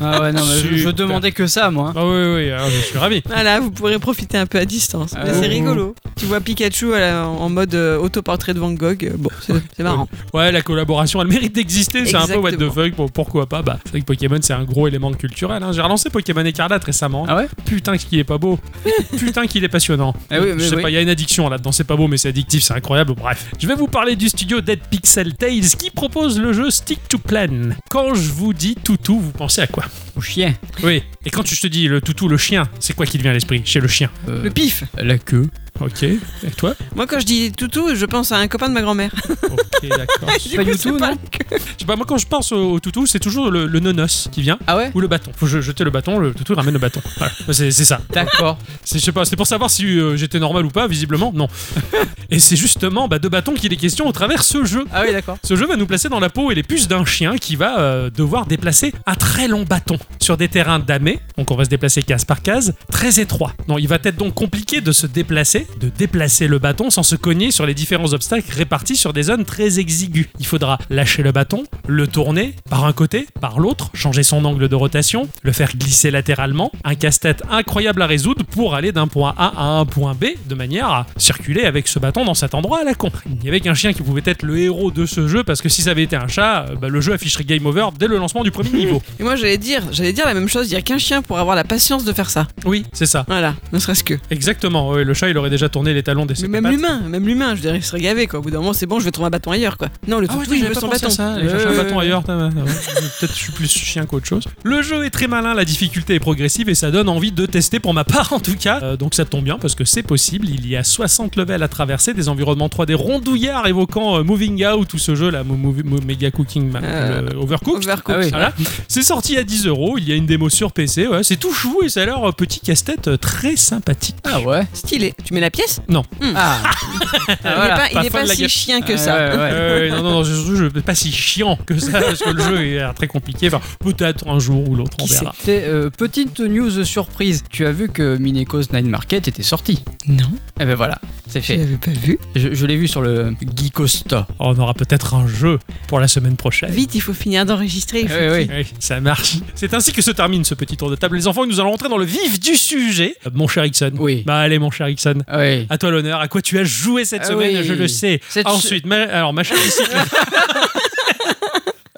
[SPEAKER 2] Ah ouais, non, mais je, je
[SPEAKER 1] Super.
[SPEAKER 2] demandais que ça, moi.
[SPEAKER 1] Ah oui, oui, alors je suis ravi.
[SPEAKER 3] Voilà, vous pourrez profiter un peu à distance. Mais
[SPEAKER 2] Euh.
[SPEAKER 3] c'est rigolo. Tu vois Pikachu à la- en mode euh, autoportrait de Van Gogh, euh, bon, c'est c'est marrant.
[SPEAKER 1] Ouais, la collaboration, elle mérite d'exister. C'est un peu what the
[SPEAKER 3] Exactement.
[SPEAKER 1] fuck. bon, pourquoi pas Bah, c'est vrai que Pokémon, c'est un gros élément culturel. hein. J'ai relancé Pokémon Écarlate récemment.
[SPEAKER 2] Ah ouais
[SPEAKER 1] Putain, qu'il est pas beau. Putain, qu'il est passionnant.
[SPEAKER 2] Eh oui,
[SPEAKER 1] je
[SPEAKER 2] mais
[SPEAKER 1] sais
[SPEAKER 2] oui.
[SPEAKER 1] pas, il y a une addiction là-dedans. C'est pas beau, mais c'est addictif, c'est incroyable. Bref, je vais vous parler du studio Dead Pixel Tales qui propose le jeu Stick to Plan. Quand je vous dis toutou, vous pensez à quoi
[SPEAKER 2] Au chien.
[SPEAKER 1] Oui. Et quand je te dis le toutou, le chien, c'est quoi qui te vient à l'esprit chez le chien
[SPEAKER 2] Euh,
[SPEAKER 3] Le pif.
[SPEAKER 2] la queue.
[SPEAKER 1] Ok. Et toi
[SPEAKER 3] Moi, quand je dis toutou, je pense à un copain de ma grand-mère.
[SPEAKER 1] Ok, d'accord.
[SPEAKER 3] Du
[SPEAKER 2] Pas
[SPEAKER 3] coup,
[SPEAKER 2] du
[SPEAKER 3] c'est
[SPEAKER 2] tout,
[SPEAKER 3] pas
[SPEAKER 2] non
[SPEAKER 3] la queue.
[SPEAKER 1] Je sais pas, moi quand je pense au, au toutou, c'est toujours le, le nonos qui vient.
[SPEAKER 2] Ah ouais
[SPEAKER 1] Ou le bâton. Faut je- jeter le bâton, le toutou ramène le bâton. Voilà. C'est c'est ça.
[SPEAKER 2] D'accord.
[SPEAKER 1] C'est- Je sais pas, c'était pour savoir si euh, j'étais normal ou pas, visiblement, non. Et c'est justement bah, de bâton qu'il est question au travers ce jeu.
[SPEAKER 2] Ah oui, d'accord.
[SPEAKER 1] Ce jeu va nous placer dans la peau et les puces d'un chien qui va euh, devoir déplacer un très long bâton sur des terrains damés, donc on va se déplacer case par case, très étroits. Non, il va être donc compliqué de se déplacer, de déplacer le bâton sans se cogner sur les différents obstacles répartis sur des zones très exiguës. Il faudra lâcher le bâton, le tourner par un côté, par l'autre, changer son angle de rotation, le faire glisser latéralement, un casse-tête incroyable à résoudre pour aller d'un point A à un point B de manière à circuler avec ce bâton dans cet endroit à la con. Il n'y avait qu'un chien qui pouvait être le héros de ce jeu parce que si ça avait été un chat, euh, bah, le jeu afficherait game over dès le lancement du premier niveau.
[SPEAKER 3] Et moi, j'allais dire, j'allais dire la même chose. Il y a qu'un chien pour avoir la patience de faire ça.
[SPEAKER 1] Oui, c'est ça.
[SPEAKER 3] Voilà, ne serait-ce que.
[SPEAKER 1] Exactement. ouais, le chat, il aurait déjà tourné les talons des
[SPEAKER 3] Mais
[SPEAKER 1] ses
[SPEAKER 3] même
[SPEAKER 1] pattes.
[SPEAKER 3] l'humain, même l'humain, je dirais, il serait gavé quoi. Au bout d'un moment, c'est bon, je vais trouver un bâton ailleurs quoi. Non, le
[SPEAKER 1] Ah ouais,
[SPEAKER 3] toutou, il
[SPEAKER 1] j'avais
[SPEAKER 3] veut
[SPEAKER 1] pas
[SPEAKER 3] son
[SPEAKER 1] pensé à
[SPEAKER 3] bâton.
[SPEAKER 1] ça, aller chercher un
[SPEAKER 2] Euh,
[SPEAKER 1] bâton ailleurs. t'as- ouais, ouais. Peut-être je suis plus chien qu'autre chose. Le jeu est très malin, la difficulté est progressive et ça donne envie de tester pour ma part en tout cas. Euh, donc ça tombe bien parce que c'est possible. Il y a 60 levels à traverser, des environnements 3D rondouillards évoquant euh, Moving Out ou ce jeu là, Mo- Mo- Mo- Mega Cooking Ma-
[SPEAKER 3] Euh,
[SPEAKER 1] le Overcooked.
[SPEAKER 3] Overcooked.
[SPEAKER 2] Ah oui.
[SPEAKER 1] Voilà. C'est sorti à 10 euros. Il y a une démo sur PC. ouais, c'est tout chou et ça a l'air euh, petit casse-tête euh, très sympathique.
[SPEAKER 2] Ah ouais.
[SPEAKER 3] Stylé. Tu mets la pièce
[SPEAKER 2] Ah. Ah,
[SPEAKER 3] Il
[SPEAKER 2] voilà.
[SPEAKER 3] est pas, il
[SPEAKER 1] Pas
[SPEAKER 3] est
[SPEAKER 1] fan
[SPEAKER 3] pas
[SPEAKER 1] de la
[SPEAKER 3] si
[SPEAKER 1] guerre.
[SPEAKER 3] chien que
[SPEAKER 2] Ah,
[SPEAKER 3] ça.
[SPEAKER 2] ouais, ouais.
[SPEAKER 1] Euh, non, non, non, ce jeu n'est pas si chiant que ça parce que le jeu est euh, très compliqué. Enfin, peut-être un jour ou l'autre, on
[SPEAKER 2] Qui
[SPEAKER 1] verra.
[SPEAKER 2] c'était euh, Petite news surprise. Tu as vu que Mineco's Nine Market était sorti.
[SPEAKER 3] Non,
[SPEAKER 2] Eh ben voilà, c'est
[SPEAKER 3] je
[SPEAKER 2] fait.
[SPEAKER 3] l'avais pas vu.
[SPEAKER 1] Ah
[SPEAKER 2] Je, je l'ai vu sur le Geekosta.
[SPEAKER 1] On aura peut-être un jeu pour la semaine prochaine.
[SPEAKER 3] Vite, il faut finir d'enregistrer. il faut
[SPEAKER 2] Oui, oui.
[SPEAKER 3] qu'il-
[SPEAKER 1] Ah Oui, ça marche. C'est ainsi que se termine ce petit tour de table. Les enfants, et nous allons rentrer dans le vif du sujet. Euh, Mon cher Ixon.
[SPEAKER 2] Oui.
[SPEAKER 1] Bah allez, mon cher Ixon.
[SPEAKER 2] Oui.
[SPEAKER 1] À toi l'honneur. À quoi tu as joué cette
[SPEAKER 2] Ah
[SPEAKER 1] semaine
[SPEAKER 2] oui.
[SPEAKER 1] Je le sais.
[SPEAKER 2] Cette
[SPEAKER 1] Ensuite, ma- alors ma chère Ixon,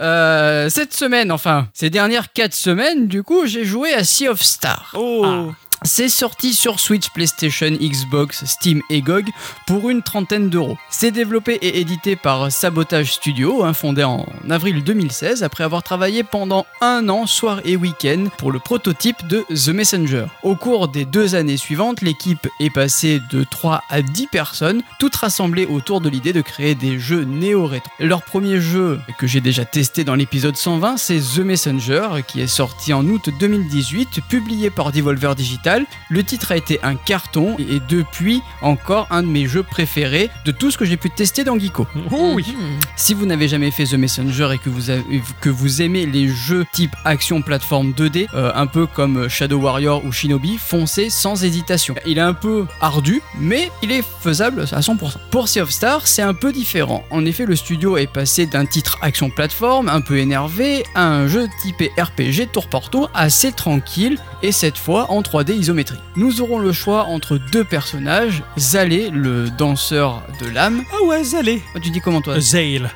[SPEAKER 2] Euh, cette semaine, enfin, ces dernières 4 semaines, du coup, j'ai joué à Sea of Stars.
[SPEAKER 3] Oh,
[SPEAKER 2] C'est sorti sur Switch, PlayStation, Xbox, Steam et GOG pour une trentaine d'euros. C'est développé et édité par Sabotage Studio, hein, fondé en avril 2016 après avoir travaillé pendant un an, soir et week-end, pour le prototype de The Messenger. Au cours des deux années suivantes, l'équipe est passée de 3 à 10 personnes, toutes rassemblées autour de l'idée de créer des jeux néo-rétro. Leur premier jeu, que j'ai déjà testé dans l'épisode 120, c'est The Messenger, qui est sorti en août 2018, publié par Devolver Digital Capital. Le titre a été un carton et est depuis encore un de mes jeux préférés de tout ce que j'ai pu tester dans Geeko.
[SPEAKER 1] Oh oui.
[SPEAKER 3] Mhm.
[SPEAKER 2] Si vous n'avez jamais fait The Messenger et que vous, avez- que vous aimez les jeux type action plateforme 2D, euh, un peu comme Shadow Warrior ou Shinobi, foncez sans hésitation. Il est un peu ardu, mais il est faisable à 100%. Pour Sea of Stars, c'est un peu différent. En effet, le studio est passé d'un titre action plateforme un peu énervé à un jeu typé RPG tour par tour assez tranquille et cette fois en 3D isométrique. Nous aurons le choix entre deux personnages, Zalé, le danseur de l'âme.
[SPEAKER 1] Ah ouais, Zale.
[SPEAKER 2] Oh, tu dis comment toi
[SPEAKER 1] Euh, Zale.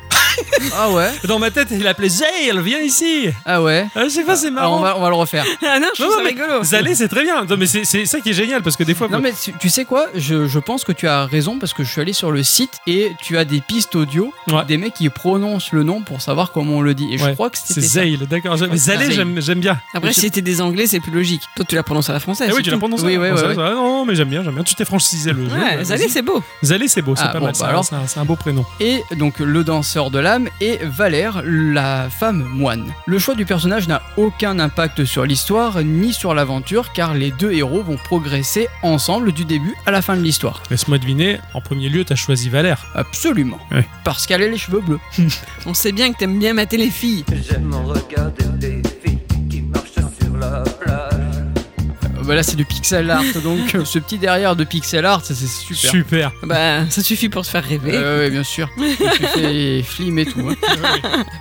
[SPEAKER 2] Ah ouais
[SPEAKER 1] Dans ma tête, il appelait Zale, viens ici.
[SPEAKER 2] Ah ouais
[SPEAKER 1] Ah, je sais pas, c'est
[SPEAKER 2] Alors,
[SPEAKER 1] marrant.
[SPEAKER 2] on, va, on va le refaire.
[SPEAKER 3] Ah non, je
[SPEAKER 1] Non,
[SPEAKER 3] trouve
[SPEAKER 1] non,
[SPEAKER 3] ça
[SPEAKER 1] Oh, mais
[SPEAKER 3] rigolo.
[SPEAKER 1] Zalé, c'est très bien. Non, mais c'est- c'est ça qui est génial parce que des fois,
[SPEAKER 2] Non mais tu, tu sais quoi je, je pense que tu as raison parce que je suis allé sur le site et tu as des pistes audio
[SPEAKER 1] Ouais.
[SPEAKER 2] des mecs qui prononcent le nom pour savoir comment on le dit. Et je
[SPEAKER 1] Ouais,
[SPEAKER 2] crois que c'était
[SPEAKER 1] c'est
[SPEAKER 2] ça.
[SPEAKER 1] Zale, d'accord. Mais
[SPEAKER 2] Ouais,
[SPEAKER 1] Zalé,
[SPEAKER 2] Zale.
[SPEAKER 1] j'aime j'aime bien.
[SPEAKER 3] Après,
[SPEAKER 2] Je-
[SPEAKER 3] si c'était des anglais, c'est plus logique. Toi, tu la prononces à la française.
[SPEAKER 1] Ah oui,
[SPEAKER 3] c'est
[SPEAKER 1] tu l'as
[SPEAKER 3] tout.
[SPEAKER 1] prononcé.
[SPEAKER 2] Oui, oui,
[SPEAKER 1] prononcé,
[SPEAKER 2] oui,
[SPEAKER 1] ça, ça, Non, mais j'aime bien, j'aime bien. Tu t'es francisé le jeu.
[SPEAKER 3] Ouais, Zalé, c'est beau.
[SPEAKER 1] Zalé, c'est beau, c'est
[SPEAKER 2] Ah,
[SPEAKER 1] pas
[SPEAKER 2] bon,
[SPEAKER 1] mal.
[SPEAKER 2] bah
[SPEAKER 1] ça,
[SPEAKER 2] alors.
[SPEAKER 1] c'est un- c'est un beau prénom.
[SPEAKER 2] Et donc le danseur de l'âme et Valère, la femme moine. Le choix du personnage n'a aucun impact sur l'histoire ni sur l'aventure car les deux héros vont progresser ensemble du début à la fin de l'histoire.
[SPEAKER 1] Laisse-moi deviner, en premier lieu, t'as choisi Valère.
[SPEAKER 2] Absolument.
[SPEAKER 1] Ouais.
[SPEAKER 2] Parce qu'elle a les cheveux bleus.
[SPEAKER 3] On sait bien que t'aimes bien mater les filles.
[SPEAKER 4] J'aime regarder des filles qui marchent sur la plage.
[SPEAKER 2] Euh, bah là c'est du pixel art donc euh, ce petit derrière de pixel art ça, c'est super.
[SPEAKER 1] Super.
[SPEAKER 3] Bah, ça suffit pour te faire rêver.
[SPEAKER 2] Euh, ouais, bien sûr. tu fais flim et tout. hein.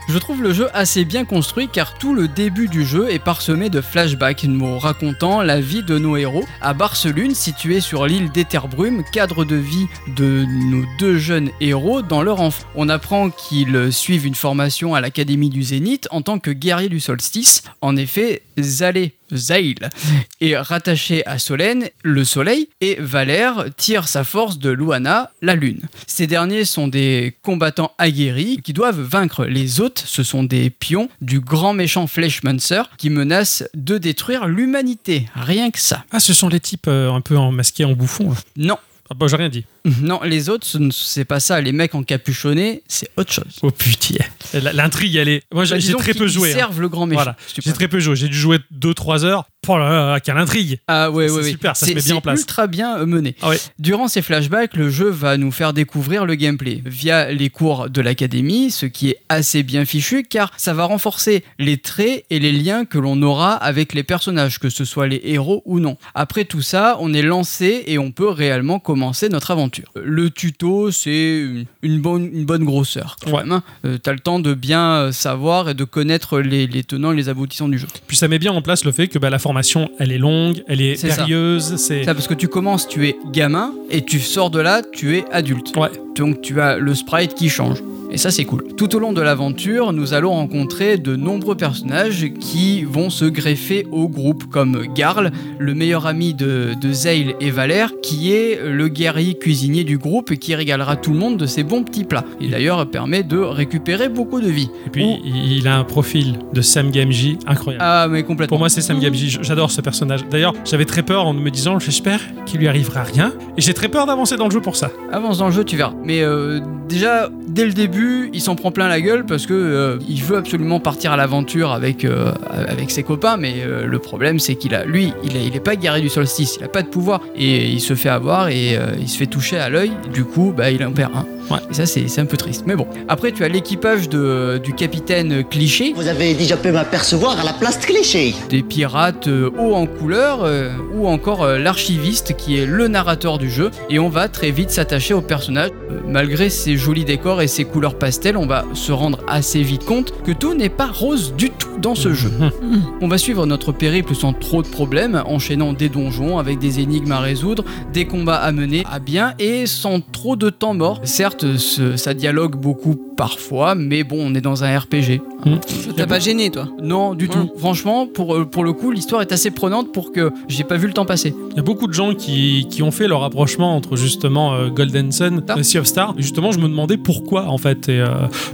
[SPEAKER 2] Je trouve le jeu assez bien construit car tout le début du jeu est parsemé de flashbacks nous racontant la vie de nos héros à Barcelone, située sur l'île d'Etherbrume, cadre de vie de nos deux jeunes héros dans leur enfance. On apprend qu'ils suivent une formation à l'Académie du Zénith en tant que guerrier du solstice. En effet, Zalé, Zail, est rattaché à Solène, le soleil, et Valère tire sa force de Luana, la lune. Ces derniers sont des combattants aguerris qui doivent vaincre les hôtes, ce sont des pions du grand méchant Fleshmancer qui menace de détruire l'humanité, rien que ça.
[SPEAKER 1] Ah, ce sont les types euh, un peu en masqués en bouffon. là.
[SPEAKER 2] Non,
[SPEAKER 1] Ah, bah, j'ai rien dit.
[SPEAKER 2] non, les hôtes, ce ne- c'est pas ça, les mecs encapuchonnés, c'est autre chose.
[SPEAKER 1] Oh putain. L- L'intrigue, elle est. Moi, j'ai
[SPEAKER 2] Bah,
[SPEAKER 1] j'ai
[SPEAKER 2] disons
[SPEAKER 1] très peu
[SPEAKER 2] qu'ils
[SPEAKER 1] joué. hein.
[SPEAKER 2] servent le grand méchant.
[SPEAKER 1] Voilà.
[SPEAKER 2] si tu
[SPEAKER 1] J'ai
[SPEAKER 2] préfères.
[SPEAKER 1] très peu joué. J'ai dû jouer 2-3 heures. Oh là là, quelle intrigue.
[SPEAKER 2] Ah ouais,
[SPEAKER 1] C'est
[SPEAKER 2] ouais, ouais.
[SPEAKER 1] super, ça se
[SPEAKER 2] C'est-
[SPEAKER 1] met bien en place.
[SPEAKER 2] C'est ultra bien euh, mené.
[SPEAKER 1] Ah ouais.
[SPEAKER 2] Durant ces flashbacks, le jeu va nous faire découvrir le gameplay via les cours de l'académie, ce qui est assez bien fichu car ça va renforcer les traits et les liens que l'on aura avec les personnages, que ce soit les héros ou non. Après tout ça, on est lancé et on peut réellement commencer notre aventure. Le tuto, c'est une- une bonne, une bonne grosseur quand
[SPEAKER 1] Ouais.
[SPEAKER 2] même. hein. Euh, T'as le temps de bien euh, savoir et de connaître les, les tenants et les aboutissants du jeu.
[SPEAKER 1] Puis ça met bien en place le fait que bah, la formation, elle est longue, elle est
[SPEAKER 2] C'est ça.
[SPEAKER 1] périlleuse. C'est.
[SPEAKER 2] Ça parce que tu commences, tu es gamin, et tu sors de là, tu es adulte.
[SPEAKER 1] Ouais.
[SPEAKER 2] Donc tu as le sprite qui change. Et ça c'est cool. Tout au long de l'aventure, nous allons rencontrer de nombreux personnages qui vont se greffer au groupe, comme Garl, le meilleur ami de, de Zale et Valère, qui est le guerrier cuisinier du groupe et qui régalera tout le monde de ses bons petits plats. Et d'ailleurs permet de récupérer beaucoup de vie.
[SPEAKER 1] Et puis, il il a un profil de Sam Gamji incroyable.
[SPEAKER 2] Ah mais complètement.
[SPEAKER 1] Pour moi, c'est Sam Gamji. J- J'adore ce personnage. D'ailleurs, j'avais très peur en me disant, j'espère qu'il lui arrivera rien. Et j'ai très peur d'avancer dans le jeu pour ça.
[SPEAKER 2] Avance dans le jeu, tu verras. Mais euh, déjà, dès le début, il s'en prend plein la gueule parce que euh, il veut absolument partir à l'aventure avec, euh, avec ses copains. Mais euh, le problème, c'est qu'il a, lui, il, a- il est pas guerrier du solstice, il a pas de pouvoir et il se fait avoir et euh, il se fait toucher à l'œil. Du coup, bah, il en perd un.
[SPEAKER 1] Ouais.
[SPEAKER 2] Et ça, c'est c'est un peu triste. Mais bon. Après, tu as l'équipage de- du capitaine cliché,
[SPEAKER 5] Vous avez déjà pu m'apercevoir à la place de cliché.
[SPEAKER 2] des pirates euh, hauts en couleur euh, ou encore euh, l'archiviste qui est le narrateur du jeu et on va très vite s'attacher au personnage. Euh, malgré ses jolis décors et ses couleurs pastel, on va se rendre assez vite compte que tout n'est pas rose du tout dans ce jeu.
[SPEAKER 1] Mhm.
[SPEAKER 2] On va suivre notre périple sans trop de problèmes, enchaînant des donjons avec des énigmes à résoudre, des combats à mener à bien et sans trop de temps mort. Certes, ce- ça dialogue beaucoup parfois, mais bon, on est dans un RPG.
[SPEAKER 3] T'as pas gêné, toi.
[SPEAKER 2] Non, du
[SPEAKER 1] Mmh.
[SPEAKER 3] Ouais.
[SPEAKER 2] tout. Franchement, pour, euh, pour le coup, l'histoire est assez prenante pour que j'ai pas vu le temps passer.
[SPEAKER 1] Il y a beaucoup de gens qui, qui ont fait leur rapprochement entre justement euh, Golden Sun
[SPEAKER 2] Star.
[SPEAKER 1] et Sea of Star. Et justement, je me demandais pourquoi en fait. Et, euh,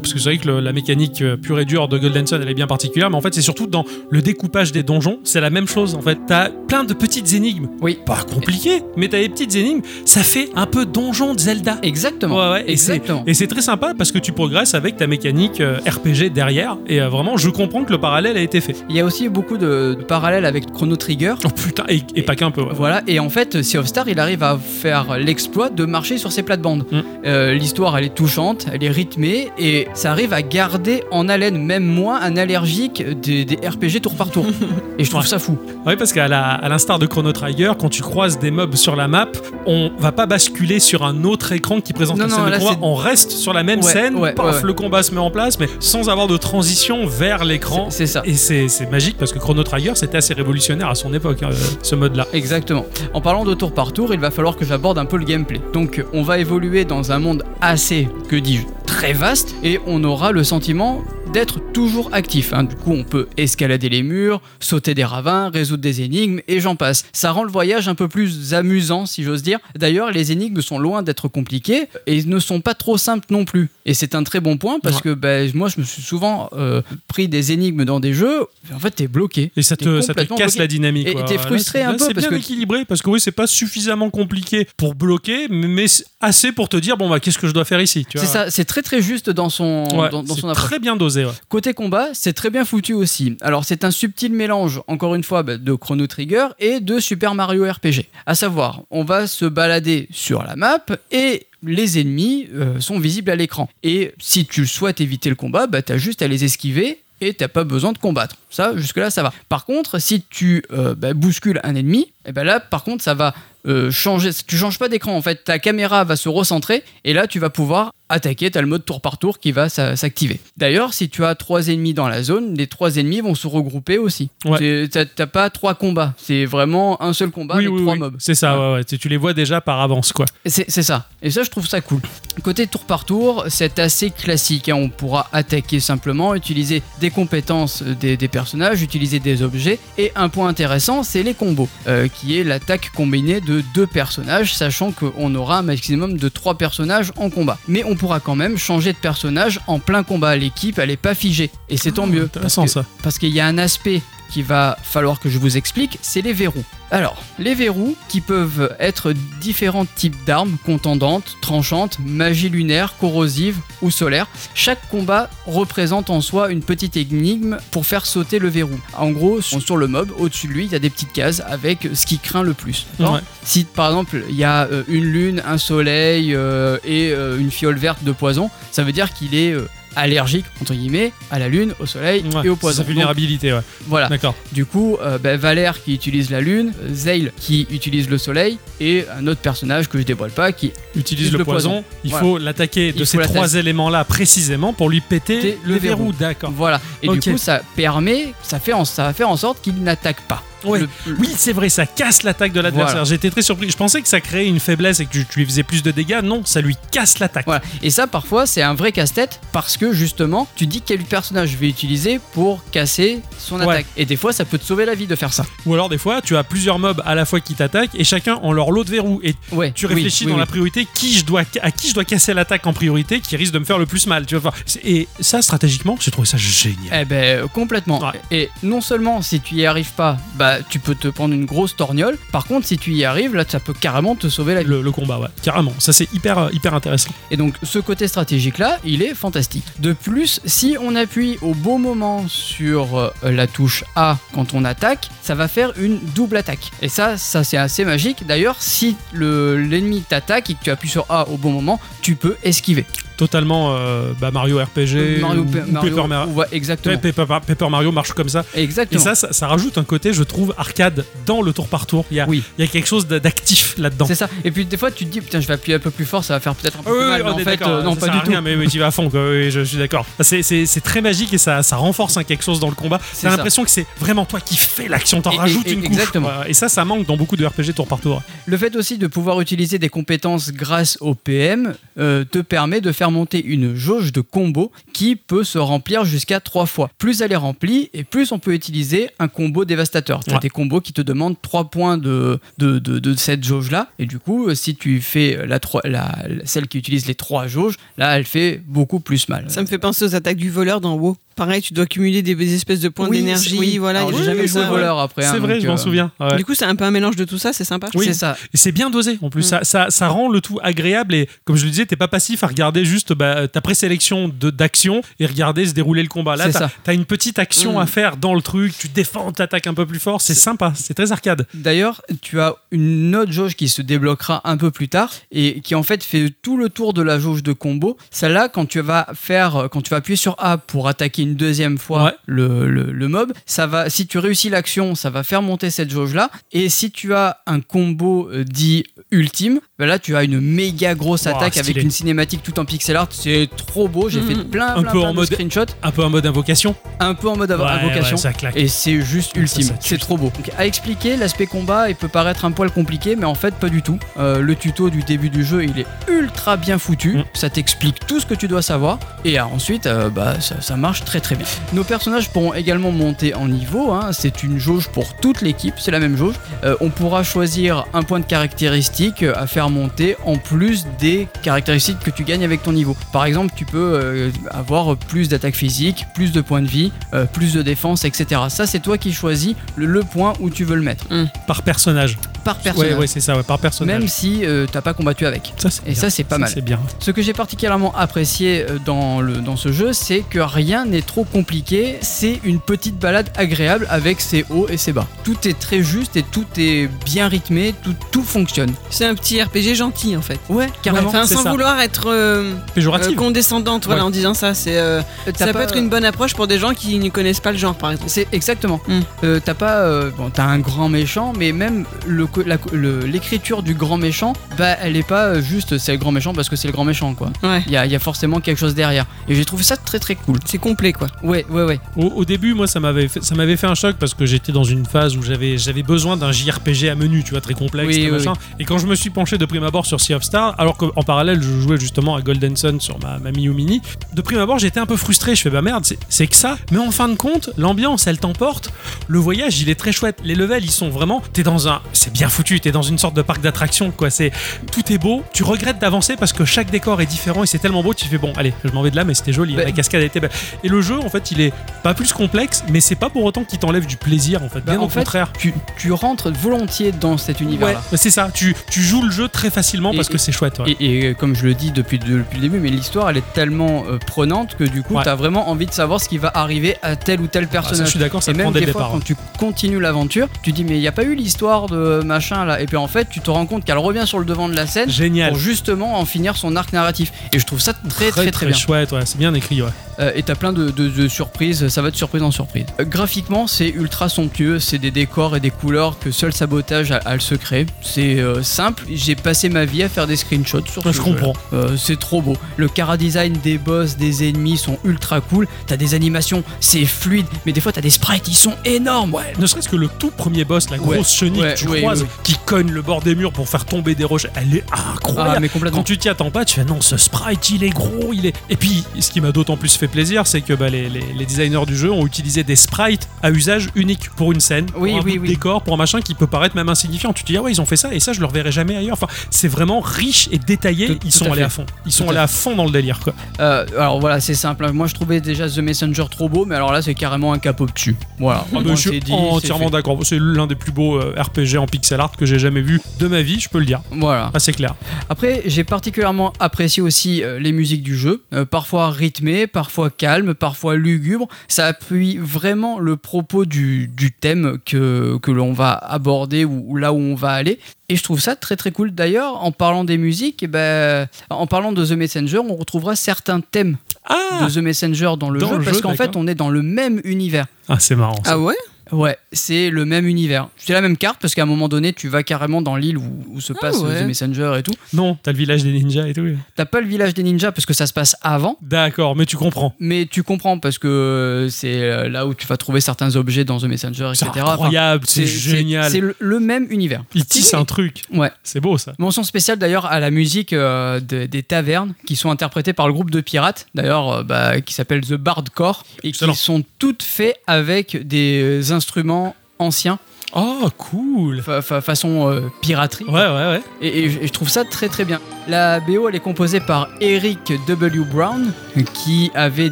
[SPEAKER 1] parce que c'est vrai que le- la mécanique euh, pure et dure de Golden Sun, elle est bien particulière, mais en fait, c'est surtout dans le découpage des donjons, c'est la même chose en fait. T'as plein de petites énigmes.
[SPEAKER 2] Oui.
[SPEAKER 1] Pas compliquées, mais t'as des petites énigmes. Ça fait un peu donjon de Zelda.
[SPEAKER 2] Exactement.
[SPEAKER 1] Ouais, ouais, et c'est-
[SPEAKER 2] Exactement.
[SPEAKER 1] Et c'est très sympa parce que tu progresses avec ta mécanique euh, RPG derrière. Et euh, vraiment, je comprends que le parallèle a été fait.
[SPEAKER 2] Il y a aussi beaucoup de, de parallèles avec Chrono Trigger.
[SPEAKER 1] Oh putain, et, et pas qu'un peu. ouais.
[SPEAKER 2] Voilà, et en fait, Sea of Star, il arrive à faire l'exploit de marcher sur ses plates-bandes.
[SPEAKER 1] Mm.
[SPEAKER 2] Euh, L'histoire, elle est touchante, elle est rythmée, et ça arrive à garder en haleine, même moi, un allergique des, des RPG tour par tour. et je trouve
[SPEAKER 1] Ouais.
[SPEAKER 2] ça fou.
[SPEAKER 1] Oui, parce qu'à la- à l'instar de Chrono Trigger, quand tu croises des mobs sur la map, on va pas basculer sur un autre écran qui présente
[SPEAKER 2] Non,
[SPEAKER 1] la
[SPEAKER 2] non,
[SPEAKER 1] scène de
[SPEAKER 2] là,
[SPEAKER 1] combat.
[SPEAKER 2] c'est-
[SPEAKER 1] On reste sur la même
[SPEAKER 2] Ouais,
[SPEAKER 1] scène,
[SPEAKER 2] ouais,
[SPEAKER 1] paf,
[SPEAKER 2] ouais, ouais.
[SPEAKER 1] le combat se met en place, mais sans avoir de transition vers l'écran.
[SPEAKER 2] C'est c'est ça.
[SPEAKER 1] Et c'est c'est magique parce que Chrono Trigger, c'était assez révolutionnaire à son époque, hein, ce mode-là.
[SPEAKER 2] Exactement. En parlant de tour par tour, il va falloir que j'aborde un peu le gameplay. Donc on va évoluer dans un monde assez, que dis-je, très vaste, et on aura le sentiment d'être toujours actif. hein. Du coup, on peut escalader les murs, sauter des ravins, résoudre des énigmes, et j'en passe. Ça rend le voyage un peu plus amusant, si j'ose dire. D'ailleurs, les énigmes sont loin d'être compliquées, et ne sont pas trop simples non plus. Et c'est un très bon point, parce
[SPEAKER 1] Ouais.
[SPEAKER 2] que ben, moi, je me suis souvent euh, pris des énigmes dans des jeux, en fait, t'es bloqué.
[SPEAKER 1] Et ça
[SPEAKER 2] T'es
[SPEAKER 1] te, ça te
[SPEAKER 2] complètement
[SPEAKER 1] casse
[SPEAKER 2] bloqué.
[SPEAKER 1] la dynamique.
[SPEAKER 2] Et
[SPEAKER 1] quoi.
[SPEAKER 2] t'es
[SPEAKER 1] Là,
[SPEAKER 2] frustré
[SPEAKER 1] c'est-
[SPEAKER 2] un
[SPEAKER 1] là,
[SPEAKER 2] peu
[SPEAKER 1] C'est
[SPEAKER 2] parce
[SPEAKER 1] bien
[SPEAKER 2] que-
[SPEAKER 1] équilibré parce que oui, c'est pas suffisamment compliqué pour bloquer, mais- mais c'est assez pour te dire bon, bah, qu'est-ce que je dois faire ici tu
[SPEAKER 2] C'est
[SPEAKER 1] vois.
[SPEAKER 2] ça, c'est très très juste dans son,
[SPEAKER 1] Ouais,
[SPEAKER 2] dans, dans
[SPEAKER 1] c'est
[SPEAKER 2] son approche.
[SPEAKER 1] très bien dosé. ouais.
[SPEAKER 2] Côté combat, c'est très bien foutu aussi. Alors c'est un subtil mélange, encore une fois, bah, de Chrono Trigger et de Super Mario RPG. À savoir, on va se balader sur la map et les ennemis euh, sont visibles à l'écran. Et si tu souhaites éviter le combat, bah, t'as juste à les esquiver et t'as pas besoin de combattre. Ça, jusque-là, ça va. Par contre, si tu euh, bah, bouscules un ennemi, et ben là, par contre, ça va euh, changer. Tu changes pas d'écran, en fait. Ta caméra va se recentrer, et là, tu vas pouvoir attaquer. T'as le mode tour par tour qui va s'a- s'activer. D'ailleurs, si tu as trois ennemis dans la zone, les trois ennemis vont se regrouper aussi.
[SPEAKER 1] Ouais.
[SPEAKER 2] C'est- t'as- T'as pas trois combats. C'est vraiment un seul combat avec trois mobs.
[SPEAKER 1] C'est ça, ouais, ouais, tu tu les vois déjà par avance, quoi.
[SPEAKER 2] Et C'est c'est ça. Et ça, je trouve ça cool. Côté tour par tour, c'est assez classique. hein. On pourra attaquer simplement, utiliser des compétences des, des personnages, utiliser des objets. Et un point intéressant, c'est les combos, euh, qui est l'attaque combinée de deux personnages, sachant qu'on aura un maximum de trois personnages en combat. Mais on pourra quand même changer de personnage en plein combat. L'équipe, elle est pas figée. Et c'est tant mieux. parce
[SPEAKER 1] Ah, Intéressant,
[SPEAKER 2] que-
[SPEAKER 1] ça.
[SPEAKER 2] parce qu'il y a un aspect qu'il va falloir que je vous explique, c'est les verrous. Alors, les verrous qui peuvent être différents types d'armes, contendantes, tranchantes, magie lunaire, corrosive ou solaire. Chaque combat représente en soi une petite énigme pour faire sauter le verrou. En gros, sur sur le mob, au-dessus de lui, il y a des petites cases avec ce qui craint le plus. d'accord
[SPEAKER 1] Ouais.
[SPEAKER 2] Si par exemple il y a euh, une lune, un soleil euh, et euh, une fiole verte de poison, ça veut dire qu'il est euh, allergique entre guillemets à la lune, au soleil
[SPEAKER 1] Ouais,
[SPEAKER 2] et au
[SPEAKER 1] c'est
[SPEAKER 2] poison.
[SPEAKER 1] Sa vulnérabilité, ouais.
[SPEAKER 2] Donc, voilà.
[SPEAKER 1] D'accord.
[SPEAKER 2] Du coup, euh, bah, Valère qui utilise la lune, euh, Zale qui utilise le soleil et un autre personnage que je dévoile pas qui
[SPEAKER 1] Utilise le,
[SPEAKER 2] le
[SPEAKER 1] poison,
[SPEAKER 2] poison.
[SPEAKER 1] il
[SPEAKER 2] Voilà.
[SPEAKER 1] faut l'attaquer de
[SPEAKER 2] Il
[SPEAKER 1] ces
[SPEAKER 2] faut
[SPEAKER 1] trois
[SPEAKER 2] l'attaquer.
[SPEAKER 1] éléments-là précisément pour lui péter
[SPEAKER 2] Péter
[SPEAKER 1] le
[SPEAKER 2] le
[SPEAKER 1] verrou.
[SPEAKER 2] verrou.
[SPEAKER 1] D'accord.
[SPEAKER 2] voilà et
[SPEAKER 1] Ok.
[SPEAKER 2] du coup ça permet ça fait en, ça va faire en sorte qu'il n'attaque pas.
[SPEAKER 1] Ouais.
[SPEAKER 2] Le-
[SPEAKER 1] Oui, c'est vrai, ça casse l'attaque de l'adversaire.
[SPEAKER 2] Voilà.
[SPEAKER 1] J'étais très surpris. Je pensais que ça créait une faiblesse et que tu, tu lui faisais plus de dégâts. Non, ça lui casse l'attaque.
[SPEAKER 2] Voilà. Et ça, parfois, c'est un vrai casse-tête parce que justement, tu dis quel personnage je vais utiliser pour casser son
[SPEAKER 1] Ouais.
[SPEAKER 2] attaque. Et des fois, ça peut te sauver la vie de faire ça.
[SPEAKER 1] Ou alors, des fois, tu as plusieurs mobs à la fois qui t'attaquent et chacun en leur lot de verrou. Et
[SPEAKER 2] Ouais.
[SPEAKER 1] tu réfléchis dans la priorité qui je dois, à qui je dois casser l'attaque en priorité qui risque de me faire le plus mal. Tu vois. Enfin, c'est- Et ça, stratégiquement, j'ai trouvé ça génial.
[SPEAKER 2] Eh ben euh, complètement.
[SPEAKER 1] Ouais.
[SPEAKER 2] Et non seulement si tu y arrives pas, bah tu peux te prendre une grosse torgnole. Par contre, si tu y arrives, là ça peut carrément te sauver la vie.
[SPEAKER 1] Le, le combat, ouais, carrément. Ça, c'est hyper, euh, hyper intéressant.
[SPEAKER 2] Et donc ce côté stratégique là, il est fantastique. De plus, si on appuie au bon moment sur euh, la touche A quand on attaque, ça va faire une double attaque. Et ça, ça c'est assez magique. D'ailleurs, si le- l'ennemi t'attaque et que tu appuies sur A au bon moment, tu peux esquiver.
[SPEAKER 1] Totalement euh, bah, Mario RPG, ou,
[SPEAKER 2] Pa-
[SPEAKER 1] ou Paper Mario.
[SPEAKER 2] ouais, exactement.
[SPEAKER 1] Ouais, Paper- Paper Mario marche comme ça. Et
[SPEAKER 2] Exactement.
[SPEAKER 1] ça, ça, ça rajoute un côté, je trouve, arcade dans le tour par tour. Il y a,
[SPEAKER 2] Oui.
[SPEAKER 1] il y a quelque chose d'a- d'actif là-dedans.
[SPEAKER 2] C'est ça. Et puis des fois, tu te dis putain, je vais appuyer un peu plus fort, ça va faire peut-être un peu
[SPEAKER 1] Ah oui,
[SPEAKER 2] plus
[SPEAKER 1] oui,
[SPEAKER 2] mal.
[SPEAKER 1] on
[SPEAKER 2] mais
[SPEAKER 1] est
[SPEAKER 2] en fait,
[SPEAKER 1] d'accord,
[SPEAKER 2] euh, non,
[SPEAKER 1] ça
[SPEAKER 2] pas
[SPEAKER 1] sert
[SPEAKER 2] du
[SPEAKER 1] à
[SPEAKER 2] tout.
[SPEAKER 1] rien, mais oui, tu vas à fond, quoi. Oui, je, je suis d'accord. C'est- C'est c'est très magique et ça, ça renforce hein, quelque chose dans le combat.
[SPEAKER 2] C'est
[SPEAKER 1] T'as
[SPEAKER 2] ça.
[SPEAKER 1] l'impression que c'est vraiment toi qui fais l'action, t'en
[SPEAKER 2] Et- et-
[SPEAKER 1] rajoutes
[SPEAKER 2] et-
[SPEAKER 1] une couche.
[SPEAKER 2] exactement.
[SPEAKER 1] Ouais, Et ça, ça manque dans beaucoup de RPG tour par tour.
[SPEAKER 2] Le fait aussi de pouvoir utiliser des compétences grâce au PM euh, te permet de faire monter une jauge de combo qui peut se remplir jusqu'à 3 fois. Plus elle est remplie et plus on peut utiliser un combo dévastateur. Tu as
[SPEAKER 1] Ouais.
[SPEAKER 2] des combos qui te demandent 3 points de, de, de- de cette jauge-là. Et du coup, euh, si tu fais la, trois- la- la- celle qui utilise les 3 jauges, là, elle fait beaucoup plus mal.
[SPEAKER 3] Ça me fait penser aux attaques du voleur dans WoW. Pareil, tu dois cumuler des, des espèces de points
[SPEAKER 2] Oui,
[SPEAKER 3] d'énergie.
[SPEAKER 2] c'est- oui.
[SPEAKER 3] Voilà,
[SPEAKER 2] Alors,
[SPEAKER 3] il y a
[SPEAKER 2] j'ai
[SPEAKER 3] des
[SPEAKER 2] jamais
[SPEAKER 3] trucs
[SPEAKER 2] joué
[SPEAKER 3] comme
[SPEAKER 2] au
[SPEAKER 3] ça,
[SPEAKER 2] voleur après. hein,
[SPEAKER 1] C'est vrai,
[SPEAKER 2] donc,
[SPEAKER 1] je m'en
[SPEAKER 2] euh,
[SPEAKER 1] souviens. ouais.
[SPEAKER 3] ouais. Du coup, c'est un peu un mélange de tout ça, c'est sympa.
[SPEAKER 1] Oui.
[SPEAKER 2] C'est ça.
[SPEAKER 1] Et c'est bien dosé en plus.
[SPEAKER 3] Mm.
[SPEAKER 1] Ça, ça, ça rend le tout agréable et comme je le disais, t'es pas passif à regarder juste bah, ta présélection de- d'action et regarder se dérouler le combat. Là,
[SPEAKER 2] C'est
[SPEAKER 1] t'as
[SPEAKER 2] ça.
[SPEAKER 1] as une petite action
[SPEAKER 2] Mm.
[SPEAKER 1] à faire dans le truc, tu te défends, t'attaques un peu plus fort, c'est sympa, c'est très arcade.
[SPEAKER 2] D'ailleurs, tu as une autre jauge qui se débloquera un peu plus tard et qui en fait fait tout le tour de la jauge de combo. Celle-là, quand tu vas faire, quand tu vas appuyer sur A pour attaquer une deuxième fois
[SPEAKER 1] Ouais.
[SPEAKER 2] le, le- le mob, ça va. Si tu réussis l'action, ça va faire monter cette jauge-là. Et si tu as un combo euh, dit ultime, ben là tu as une méga grosse
[SPEAKER 1] Ouah,
[SPEAKER 2] attaque avec
[SPEAKER 1] stylé.
[SPEAKER 2] une cinématique tout en pixel art. C'est trop beau. J'ai
[SPEAKER 3] Mhm.
[SPEAKER 2] fait plein,
[SPEAKER 1] Un
[SPEAKER 2] plein,
[SPEAKER 1] peu
[SPEAKER 2] plein
[SPEAKER 1] en
[SPEAKER 2] de
[SPEAKER 1] mode-
[SPEAKER 2] screenshots,
[SPEAKER 1] Un peu en mode invocation.
[SPEAKER 2] un peu en mode av-
[SPEAKER 1] Ouais,
[SPEAKER 2] Ah, bah, invocation.
[SPEAKER 1] ouais, ça claque.
[SPEAKER 2] Et c'est juste
[SPEAKER 1] Ça,
[SPEAKER 2] ultime,
[SPEAKER 1] ça tue,
[SPEAKER 2] c'est
[SPEAKER 1] ça.
[SPEAKER 2] trop beau. Donc, à expliquer, l'aspect combat il peut paraître un poil compliqué, mais en fait pas du tout. Euh, le tuto du début du jeu il est ultra bien foutu,
[SPEAKER 1] Mm.
[SPEAKER 2] ça t'explique tout ce que tu dois savoir, et euh, ensuite euh, bah, ça, ça marche très très bien. Nos personnages pourront également monter en niveau, hein. c'est une jauge pour toute l'équipe, c'est la même jauge. Euh, on pourra choisir un point de caractéristique euh, à faire monter en plus des caractéristiques que tu gagnes avec ton niveau. Par exemple, tu peux euh, avoir plus d'attaque physique, plus de points de vie, euh, plus de défense, etc. Ça, c'est toi qui choisis le, le point où tu veux le mettre.
[SPEAKER 1] Par personnage.
[SPEAKER 2] Par personnage.
[SPEAKER 1] Ouais, ouais, c'est ça, ouais, par personnage.
[SPEAKER 2] Même si euh, t'as pas combattu avec.
[SPEAKER 1] ça, c'est
[SPEAKER 2] Et
[SPEAKER 1] bien.
[SPEAKER 2] ça, c'est pas mal.
[SPEAKER 1] C'est bien.
[SPEAKER 2] Ce que j'ai particulièrement apprécié euh, dans, le, dans ce jeu, c'est que rien n'est trop compliqué. C'est une petite balade agréable avec ses hauts et ses bas. Tout est très juste et tout est bien rythmé, tout, tout fonctionne.
[SPEAKER 3] C'est un petit RPG gentil en fait.
[SPEAKER 2] Ouais, carrément.
[SPEAKER 3] Enfin,
[SPEAKER 1] c'est
[SPEAKER 3] sans
[SPEAKER 1] ça.
[SPEAKER 3] vouloir être euh, euh,
[SPEAKER 1] Péjorative.
[SPEAKER 3] condescendante voilà,
[SPEAKER 2] Ouais.
[SPEAKER 3] en disant ça. C'est, euh,
[SPEAKER 2] Euh, t'as
[SPEAKER 3] ça peut
[SPEAKER 2] pas-
[SPEAKER 3] être une bonne approche pour des gens qui ne connaissent pas le genre, par exemple.
[SPEAKER 2] C'est exactement.
[SPEAKER 3] Mm.
[SPEAKER 2] Euh, t'as pas, euh, bon, t'as un grand méchant, mais même le co- la co- le- l'écriture du grand méchant, bah, elle est pas euh, juste c'est le grand méchant parce que c'est le grand méchant quoi.
[SPEAKER 3] Ouais.
[SPEAKER 2] Il y a, il y a forcément quelque chose derrière. Et j'ai trouvé ça très très cool.
[SPEAKER 3] C'est complet quoi.
[SPEAKER 2] Ouais, ouais, ouais.
[SPEAKER 1] Au, au début, moi, ça m'avait fait, ça m'avait fait un choc parce que j'étais dans une phase où j'avais, j'avais besoin d'un JRPG à menu, tu vois, très complexe,
[SPEAKER 2] Oui,
[SPEAKER 1] très
[SPEAKER 2] oui,
[SPEAKER 1] machin. Et quand je me suis penché de prime abord sur Sea of Stars, alors qu'en parallèle, je jouais justement à Golden Sun sur ma, ma Miu Mini, de prime abord, j'étais un peu frustré. Je fais, bah merde, c'est, c'est que ça. Mais en fin de compte, l'ambiance, elle t'emporte. Le voyage, il est très chouette. Les levels, ils sont vraiment. T'es dans un. C'est bien foutu. T'es dans une sorte de parc d'attractions, quoi. C'est tout est beau. Tu regrettes d'avancer parce que chaque décor est différent et c'est tellement beau. Tu fais bon, allez, je m'en vais de là, mais c'était joli. hein,
[SPEAKER 2] Ben-
[SPEAKER 1] La cascade était belle. Et le jeu, en fait, il est pas plus complexe, mais c'est pas pour autant qu'il t'enlève du plaisir, en fait. Bien
[SPEAKER 2] Bah, en
[SPEAKER 1] au
[SPEAKER 2] fait,
[SPEAKER 1] contraire.
[SPEAKER 2] Tu, tu rentres volontiers dans cet univers.
[SPEAKER 1] Ouais, bah, c'est ça. Tu, tu joues le jeu très facilement
[SPEAKER 2] Et-
[SPEAKER 1] parce que c'est chouette. ouais.
[SPEAKER 2] Et, et, euh, comme je le dis depuis, depuis le début, mais l'histoire elle est tellement euh, prenante que du coup
[SPEAKER 1] Ouais.
[SPEAKER 2] t'as vraiment envie de savoir ce qui va arriver à tel ou tel
[SPEAKER 1] Ah, ça, je
[SPEAKER 2] personnage.
[SPEAKER 1] suis d'accord, ça
[SPEAKER 2] et
[SPEAKER 1] te prend
[SPEAKER 2] même
[SPEAKER 1] dès le
[SPEAKER 2] des fois,
[SPEAKER 1] départ. hein.
[SPEAKER 2] quand tu continues l'aventure, tu dis mais il n'y a pas eu l'histoire de machin là. Et puis en fait, tu te rends compte qu'elle revient sur le devant de la scène
[SPEAKER 1] Génial.
[SPEAKER 2] pour justement en finir son arc narratif. Et je trouve ça très très très, bien.
[SPEAKER 1] chouette, ouais, c'est bien écrit. Ouais.
[SPEAKER 2] Euh, et t'as plein de, de- de surprises, ça va de surprise en surprise. Euh, graphiquement, c'est ultra somptueux, c'est des décors et des couleurs que seul Sabotage a, a le secret. C'est euh, simple, j'ai passé ma vie à faire des screenshots sur
[SPEAKER 1] Ouais,
[SPEAKER 2] ce
[SPEAKER 1] je
[SPEAKER 2] jeu-là.
[SPEAKER 1] comprends.
[SPEAKER 2] Euh, c'est trop beau. Le chara-design des boss, des ennemis sont ultra cool. T'as des animations, c'est fluide, mais des fois t'as des sprites, ils sont énormes. Ouais,
[SPEAKER 1] Ne serait-ce que le tout premier boss, la
[SPEAKER 2] Ouais.
[SPEAKER 1] grosse chenille
[SPEAKER 2] Ouais,
[SPEAKER 1] que tu
[SPEAKER 2] ouais,
[SPEAKER 1] croises,
[SPEAKER 2] ouais.
[SPEAKER 1] qui cogne le bord des murs pour faire tomber des roches, elle est incroyable.
[SPEAKER 2] Ah, mais complètement.
[SPEAKER 1] Quand tu t'y attends pas, tu fais non, ce sprite il est gros, il est. Et puis, ce qui m'a d'autant plus fait plaisir, c'est que bah, les, les- les designers du jeu ont utilisé des sprites à usage unique pour une scène,
[SPEAKER 2] Oui,
[SPEAKER 1] pour un
[SPEAKER 2] oui,
[SPEAKER 1] bout de
[SPEAKER 2] oui.
[SPEAKER 1] décor, pour un machin qui peut paraître même insignifiant. Tu te dis ah ouais, ils ont fait ça et ça, je le reverrai jamais ailleurs. Enfin, c'est vraiment riche et détaillé.
[SPEAKER 2] Tout-
[SPEAKER 1] ils
[SPEAKER 2] tout
[SPEAKER 1] sont
[SPEAKER 2] à
[SPEAKER 1] allés
[SPEAKER 2] fait.
[SPEAKER 1] à fond. Ils sont
[SPEAKER 2] à
[SPEAKER 1] allés
[SPEAKER 2] fait.
[SPEAKER 1] à fond dans le délire quoi.
[SPEAKER 2] Euh, alors voilà, c'est simple. hein. Moi, je trouvais déjà The Messenger trop beau, mais alors là, c'est carrément un capot dessus. Voilà.
[SPEAKER 1] Ah, mais
[SPEAKER 2] Moi,
[SPEAKER 1] je
[SPEAKER 2] c'est
[SPEAKER 1] suis
[SPEAKER 2] dit,
[SPEAKER 1] entièrement
[SPEAKER 2] c'est
[SPEAKER 1] d'accord. C'est l'un des plus beaux euh, RPG en pixel art que j'ai jamais vu de ma vie, je peux le dire.
[SPEAKER 2] fait. Voilà.
[SPEAKER 1] Ah, c'est clair.
[SPEAKER 2] Après, j'ai particulièrement apprécié aussi euh, les musiques du jeu, euh, parfois rythmées, parfois calmes, parfois lugubres. Ça appuie vraiment le propos du, du thème que, que l'on va aborder ou, ou là où on va aller. Et je trouve ça très très cool. D'ailleurs, en parlant des musiques, eh ben, en parlant de The Messenger, on retrouvera certains thèmes
[SPEAKER 1] Ah,
[SPEAKER 2] de The Messenger dans le
[SPEAKER 1] Dans
[SPEAKER 2] jeu,
[SPEAKER 1] le
[SPEAKER 2] parce
[SPEAKER 1] jeu,
[SPEAKER 2] qu'en fait,
[SPEAKER 1] d'accord.
[SPEAKER 2] on est dans le même univers.
[SPEAKER 1] ah c'est marrant. ça.
[SPEAKER 3] Ah ouais
[SPEAKER 2] Ouais, c'est le même univers. C'est la même carte parce qu'à un moment donné, tu vas carrément dans l'île où, où
[SPEAKER 1] Ah
[SPEAKER 2] se passe euh,
[SPEAKER 3] ouais.
[SPEAKER 2] The Messenger et tout.
[SPEAKER 1] Non, t'as le village des ninjas et tout.
[SPEAKER 2] T'as pas le village des ninjas parce que ça se passe avant,
[SPEAKER 1] D'accord, mais tu comprends.
[SPEAKER 2] mais tu comprends parce que euh, c'est euh, là où tu vas trouver certains objets dans The Messenger,
[SPEAKER 1] C'est
[SPEAKER 2] etc. Enfin,
[SPEAKER 1] incroyable, c'est génial.
[SPEAKER 2] C'est le, le même univers.
[SPEAKER 1] Il tisse un truc.
[SPEAKER 2] Ouais.
[SPEAKER 1] C'est beau ça.
[SPEAKER 2] Mention spéciale d'ailleurs à la musique euh, de- des tavernes qui sont interprétées par le groupe de pirates, d'ailleurs euh, bah, qui s'appelle The Bardcore et
[SPEAKER 1] Excellent.
[SPEAKER 2] qui sont toutes faites avec des instruments anciens.
[SPEAKER 1] Oh, cool.
[SPEAKER 2] fa- fa- façon euh, piraterie.
[SPEAKER 1] Ouais, ouais, ouais.
[SPEAKER 2] Et, et je- et je trouve ça très très bien. La BO elle est composée par Eric W. Brown qui avait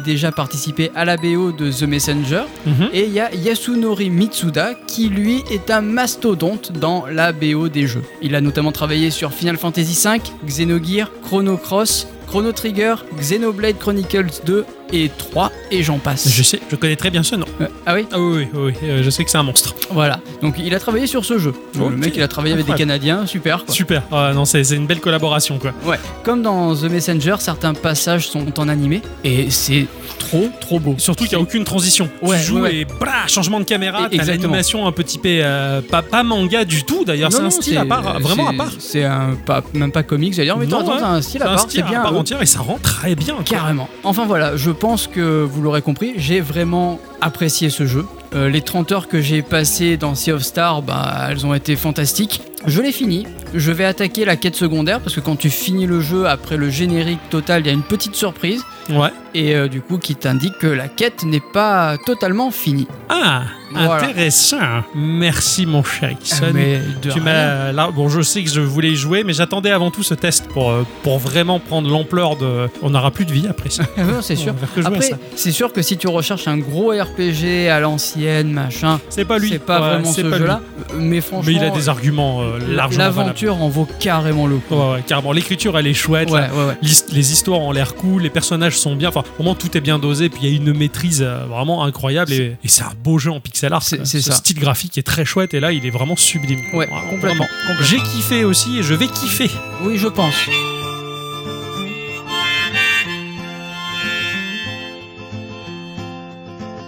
[SPEAKER 2] déjà participé à la BO de The Messenger.
[SPEAKER 1] Mhm.
[SPEAKER 2] Et il y a Yasunori Mitsuda qui lui est un mastodonte dans la BO des jeux. Il a notamment travaillé sur Final Fantasy V, Xenogear, Chrono Cross, Chrono Trigger, Xenoblade Chronicles 2 et 3 et j'en passe.
[SPEAKER 1] Je sais, je connais très bien ce nom.
[SPEAKER 2] Euh, ah oui
[SPEAKER 1] Ah oui, oui, oui, oui, euh, je sais que c'est un monstre.
[SPEAKER 2] Voilà. Donc il a travaillé sur ce jeu.
[SPEAKER 1] Ok.
[SPEAKER 2] Le mec il a travaillé avec des
[SPEAKER 1] Incroyable.
[SPEAKER 2] Canadiens, super quoi.
[SPEAKER 1] Super. Ah non, c'est c'est une belle collaboration, quoi.
[SPEAKER 2] Ouais. Comme dans The Messenger, certains passages sont en animé et c'est trop trop beau.
[SPEAKER 1] Surtout qu'il n'y a aucune transition.
[SPEAKER 2] Ouais,
[SPEAKER 1] tu joues
[SPEAKER 2] ouais, ouais.
[SPEAKER 1] et brah, changement de caméra,
[SPEAKER 2] Et-
[SPEAKER 1] t'as
[SPEAKER 2] exactement.
[SPEAKER 1] l'animation un peu typée, euh, pas, pas manga du tout d'ailleurs, c'est
[SPEAKER 2] Non,
[SPEAKER 1] un
[SPEAKER 2] non,
[SPEAKER 1] style à part,
[SPEAKER 2] c'est-
[SPEAKER 1] vraiment à
[SPEAKER 2] c'est-
[SPEAKER 1] part.
[SPEAKER 2] C'est un pas même pas comique, j'allais dire mais
[SPEAKER 1] Non,
[SPEAKER 2] t'entends,
[SPEAKER 1] ouais.
[SPEAKER 2] c'est un style
[SPEAKER 1] C'est
[SPEAKER 2] à
[SPEAKER 1] un
[SPEAKER 2] part,
[SPEAKER 1] style
[SPEAKER 2] c'est
[SPEAKER 1] à
[SPEAKER 2] bien.
[SPEAKER 1] part
[SPEAKER 2] euh,
[SPEAKER 1] entière et ça rend très bien. quoi.
[SPEAKER 2] Carrément. Enfin voilà, je pense que vous l'aurez compris, j'ai vraiment apprécié ce jeu. Euh, les 30 heures que j'ai passées dans Sea of Stars, bah, elles ont été fantastiques. Je l'ai fini, je vais attaquer la quête secondaire parce que quand tu finis le jeu après le générique total, il y a une petite surprise
[SPEAKER 1] Ouais.
[SPEAKER 2] et euh, du coup qui t'indique que la quête n'est pas totalement finie.
[SPEAKER 1] Ah,
[SPEAKER 2] Voilà.
[SPEAKER 1] intéressant. Merci mon cher Ixon.
[SPEAKER 2] Mais de
[SPEAKER 1] Tu
[SPEAKER 2] rien.
[SPEAKER 1] m'as là, bon, je sais que je voulais y jouer, mais j'attendais avant tout ce test pour, euh, pour vraiment prendre l'ampleur de. On n'aura plus de vie après ça.
[SPEAKER 2] Ouais, Ah c'est
[SPEAKER 1] On
[SPEAKER 2] sûr.
[SPEAKER 1] va faire que jouer à
[SPEAKER 2] Après,
[SPEAKER 1] ça.
[SPEAKER 2] c'est sûr que si tu recherches un gros RPG à l'ancienne, machin,
[SPEAKER 1] c'est pas lui.
[SPEAKER 2] c'est pas
[SPEAKER 1] Ouais,
[SPEAKER 2] vraiment
[SPEAKER 1] c'est
[SPEAKER 2] ce
[SPEAKER 1] pas lui.
[SPEAKER 2] jeu-là. Mais franchement,
[SPEAKER 1] Mais il a des arguments euh, largement. valables.
[SPEAKER 2] l'aventure en vaut carrément le coup.
[SPEAKER 1] Ouais, ouais, carrément. L'écriture, elle est chouette.
[SPEAKER 2] Ouais,
[SPEAKER 1] la-
[SPEAKER 2] ouais, ouais.
[SPEAKER 1] l'his- Les histoires ont l'air cool, les personnages sont bien, enfin vraiment tout est bien dosé, puis il y a une maîtrise euh, vraiment incroyable et, et c'est un beau jeu en pixel art.
[SPEAKER 2] C'est-
[SPEAKER 1] quoi.
[SPEAKER 2] c'est
[SPEAKER 1] Ce
[SPEAKER 2] ça.
[SPEAKER 1] style graphique est très chouette et là il est vraiment sublime.
[SPEAKER 2] Ouais,
[SPEAKER 1] Vraiment,
[SPEAKER 2] complètement.
[SPEAKER 1] vraiment. J'ai kiffé aussi et je vais kiffer.
[SPEAKER 2] Oui, je pense.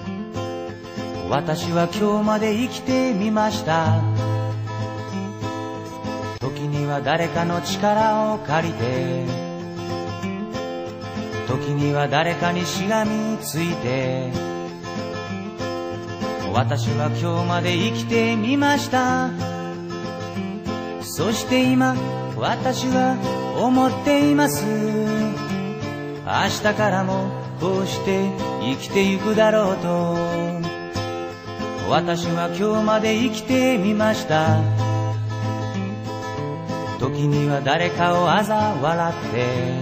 [SPEAKER 6] 「私は今日まで生きてみました」「時には誰かの力を借りて」「時には誰かにしがみついて」「私は今日まで生きてみました」「そして今私は思っています」「明日からもこうして生きてゆくだろうと」私は今日まで生きてみました時には誰かを嘲笑って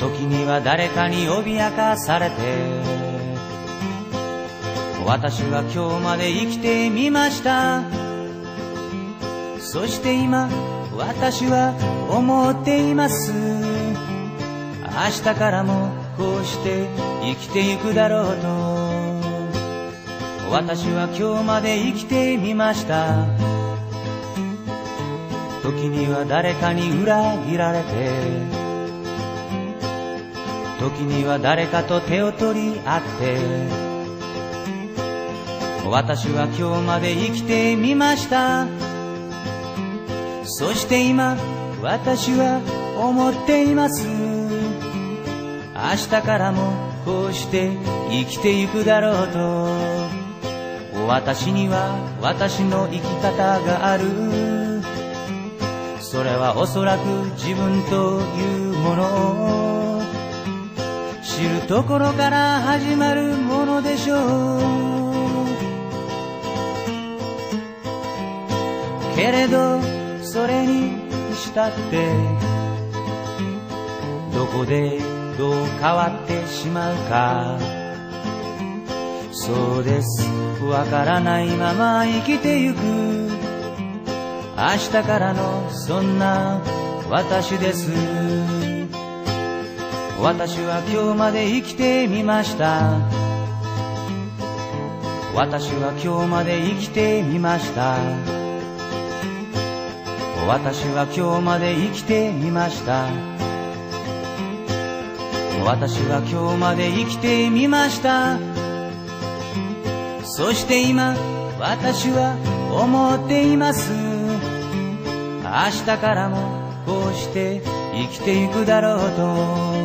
[SPEAKER 6] 時には誰かに脅かされて私は今日まで生きてみましたそして今私は思っています明日からもこうして生きていくだろうと私は今日まで生きてみました時には誰かに裏切られて時には誰かと手を取り合って私は今日まで生きてみましたそして今私は思っています明日からもこうして生きてゆくだろうと私には私の生き方があるそれはおそらく自分というものを知るところから始まるものでしょうけれどそれにしたってどこでどう変わってしまうかそうですわからないまま生きてゆく明日からのそんな私です私は今日まで生きてみました私は今日まで生きてみました私は今日まで生きてみました私は今日まで生きてみましたそして今私は思っています明日からもこうして生きていくだろうと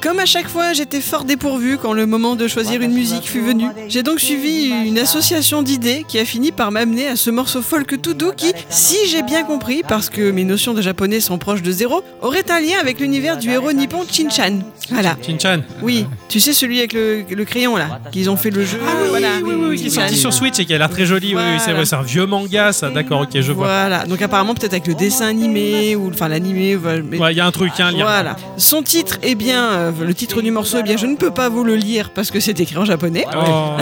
[SPEAKER 3] Comme à chaque fois, j'étais fort dépourvue quand le moment de choisir une musique fut venu. J'ai donc suivi une association d'idées qui a fini par m'amener à ce morceau folk tout doux qui, si j'ai bien compris, parce que mes notions de japonais sont proches de zéro, aurait un lien avec l'univers du héros nippon Chin-chan. Voilà.
[SPEAKER 1] Chin-chan.
[SPEAKER 3] Oui, tu sais celui avec le, le crayon là, qu'ils ont fait le
[SPEAKER 1] Ah
[SPEAKER 3] jeu. voilà.
[SPEAKER 1] Qui est
[SPEAKER 3] Chin-chan.
[SPEAKER 1] sorti sur Switch et qui a l'air très joli. Oui, oui, c'est
[SPEAKER 3] Voilà.
[SPEAKER 1] vrai, c'est un vieux manga, ça. D'accord, ok, je vois.
[SPEAKER 3] Voilà, donc apparemment peut-être avec le dessin animé ou enfin l'animé. voilà, mais-
[SPEAKER 1] Ouais, Il y a un truc, il y a un lien.
[SPEAKER 3] Voilà. Son titre, eh bien, euh, le titre du morceau, eh bien, je ne peux pas vous le lire parce que c'est écrit en japonais.
[SPEAKER 1] Oh,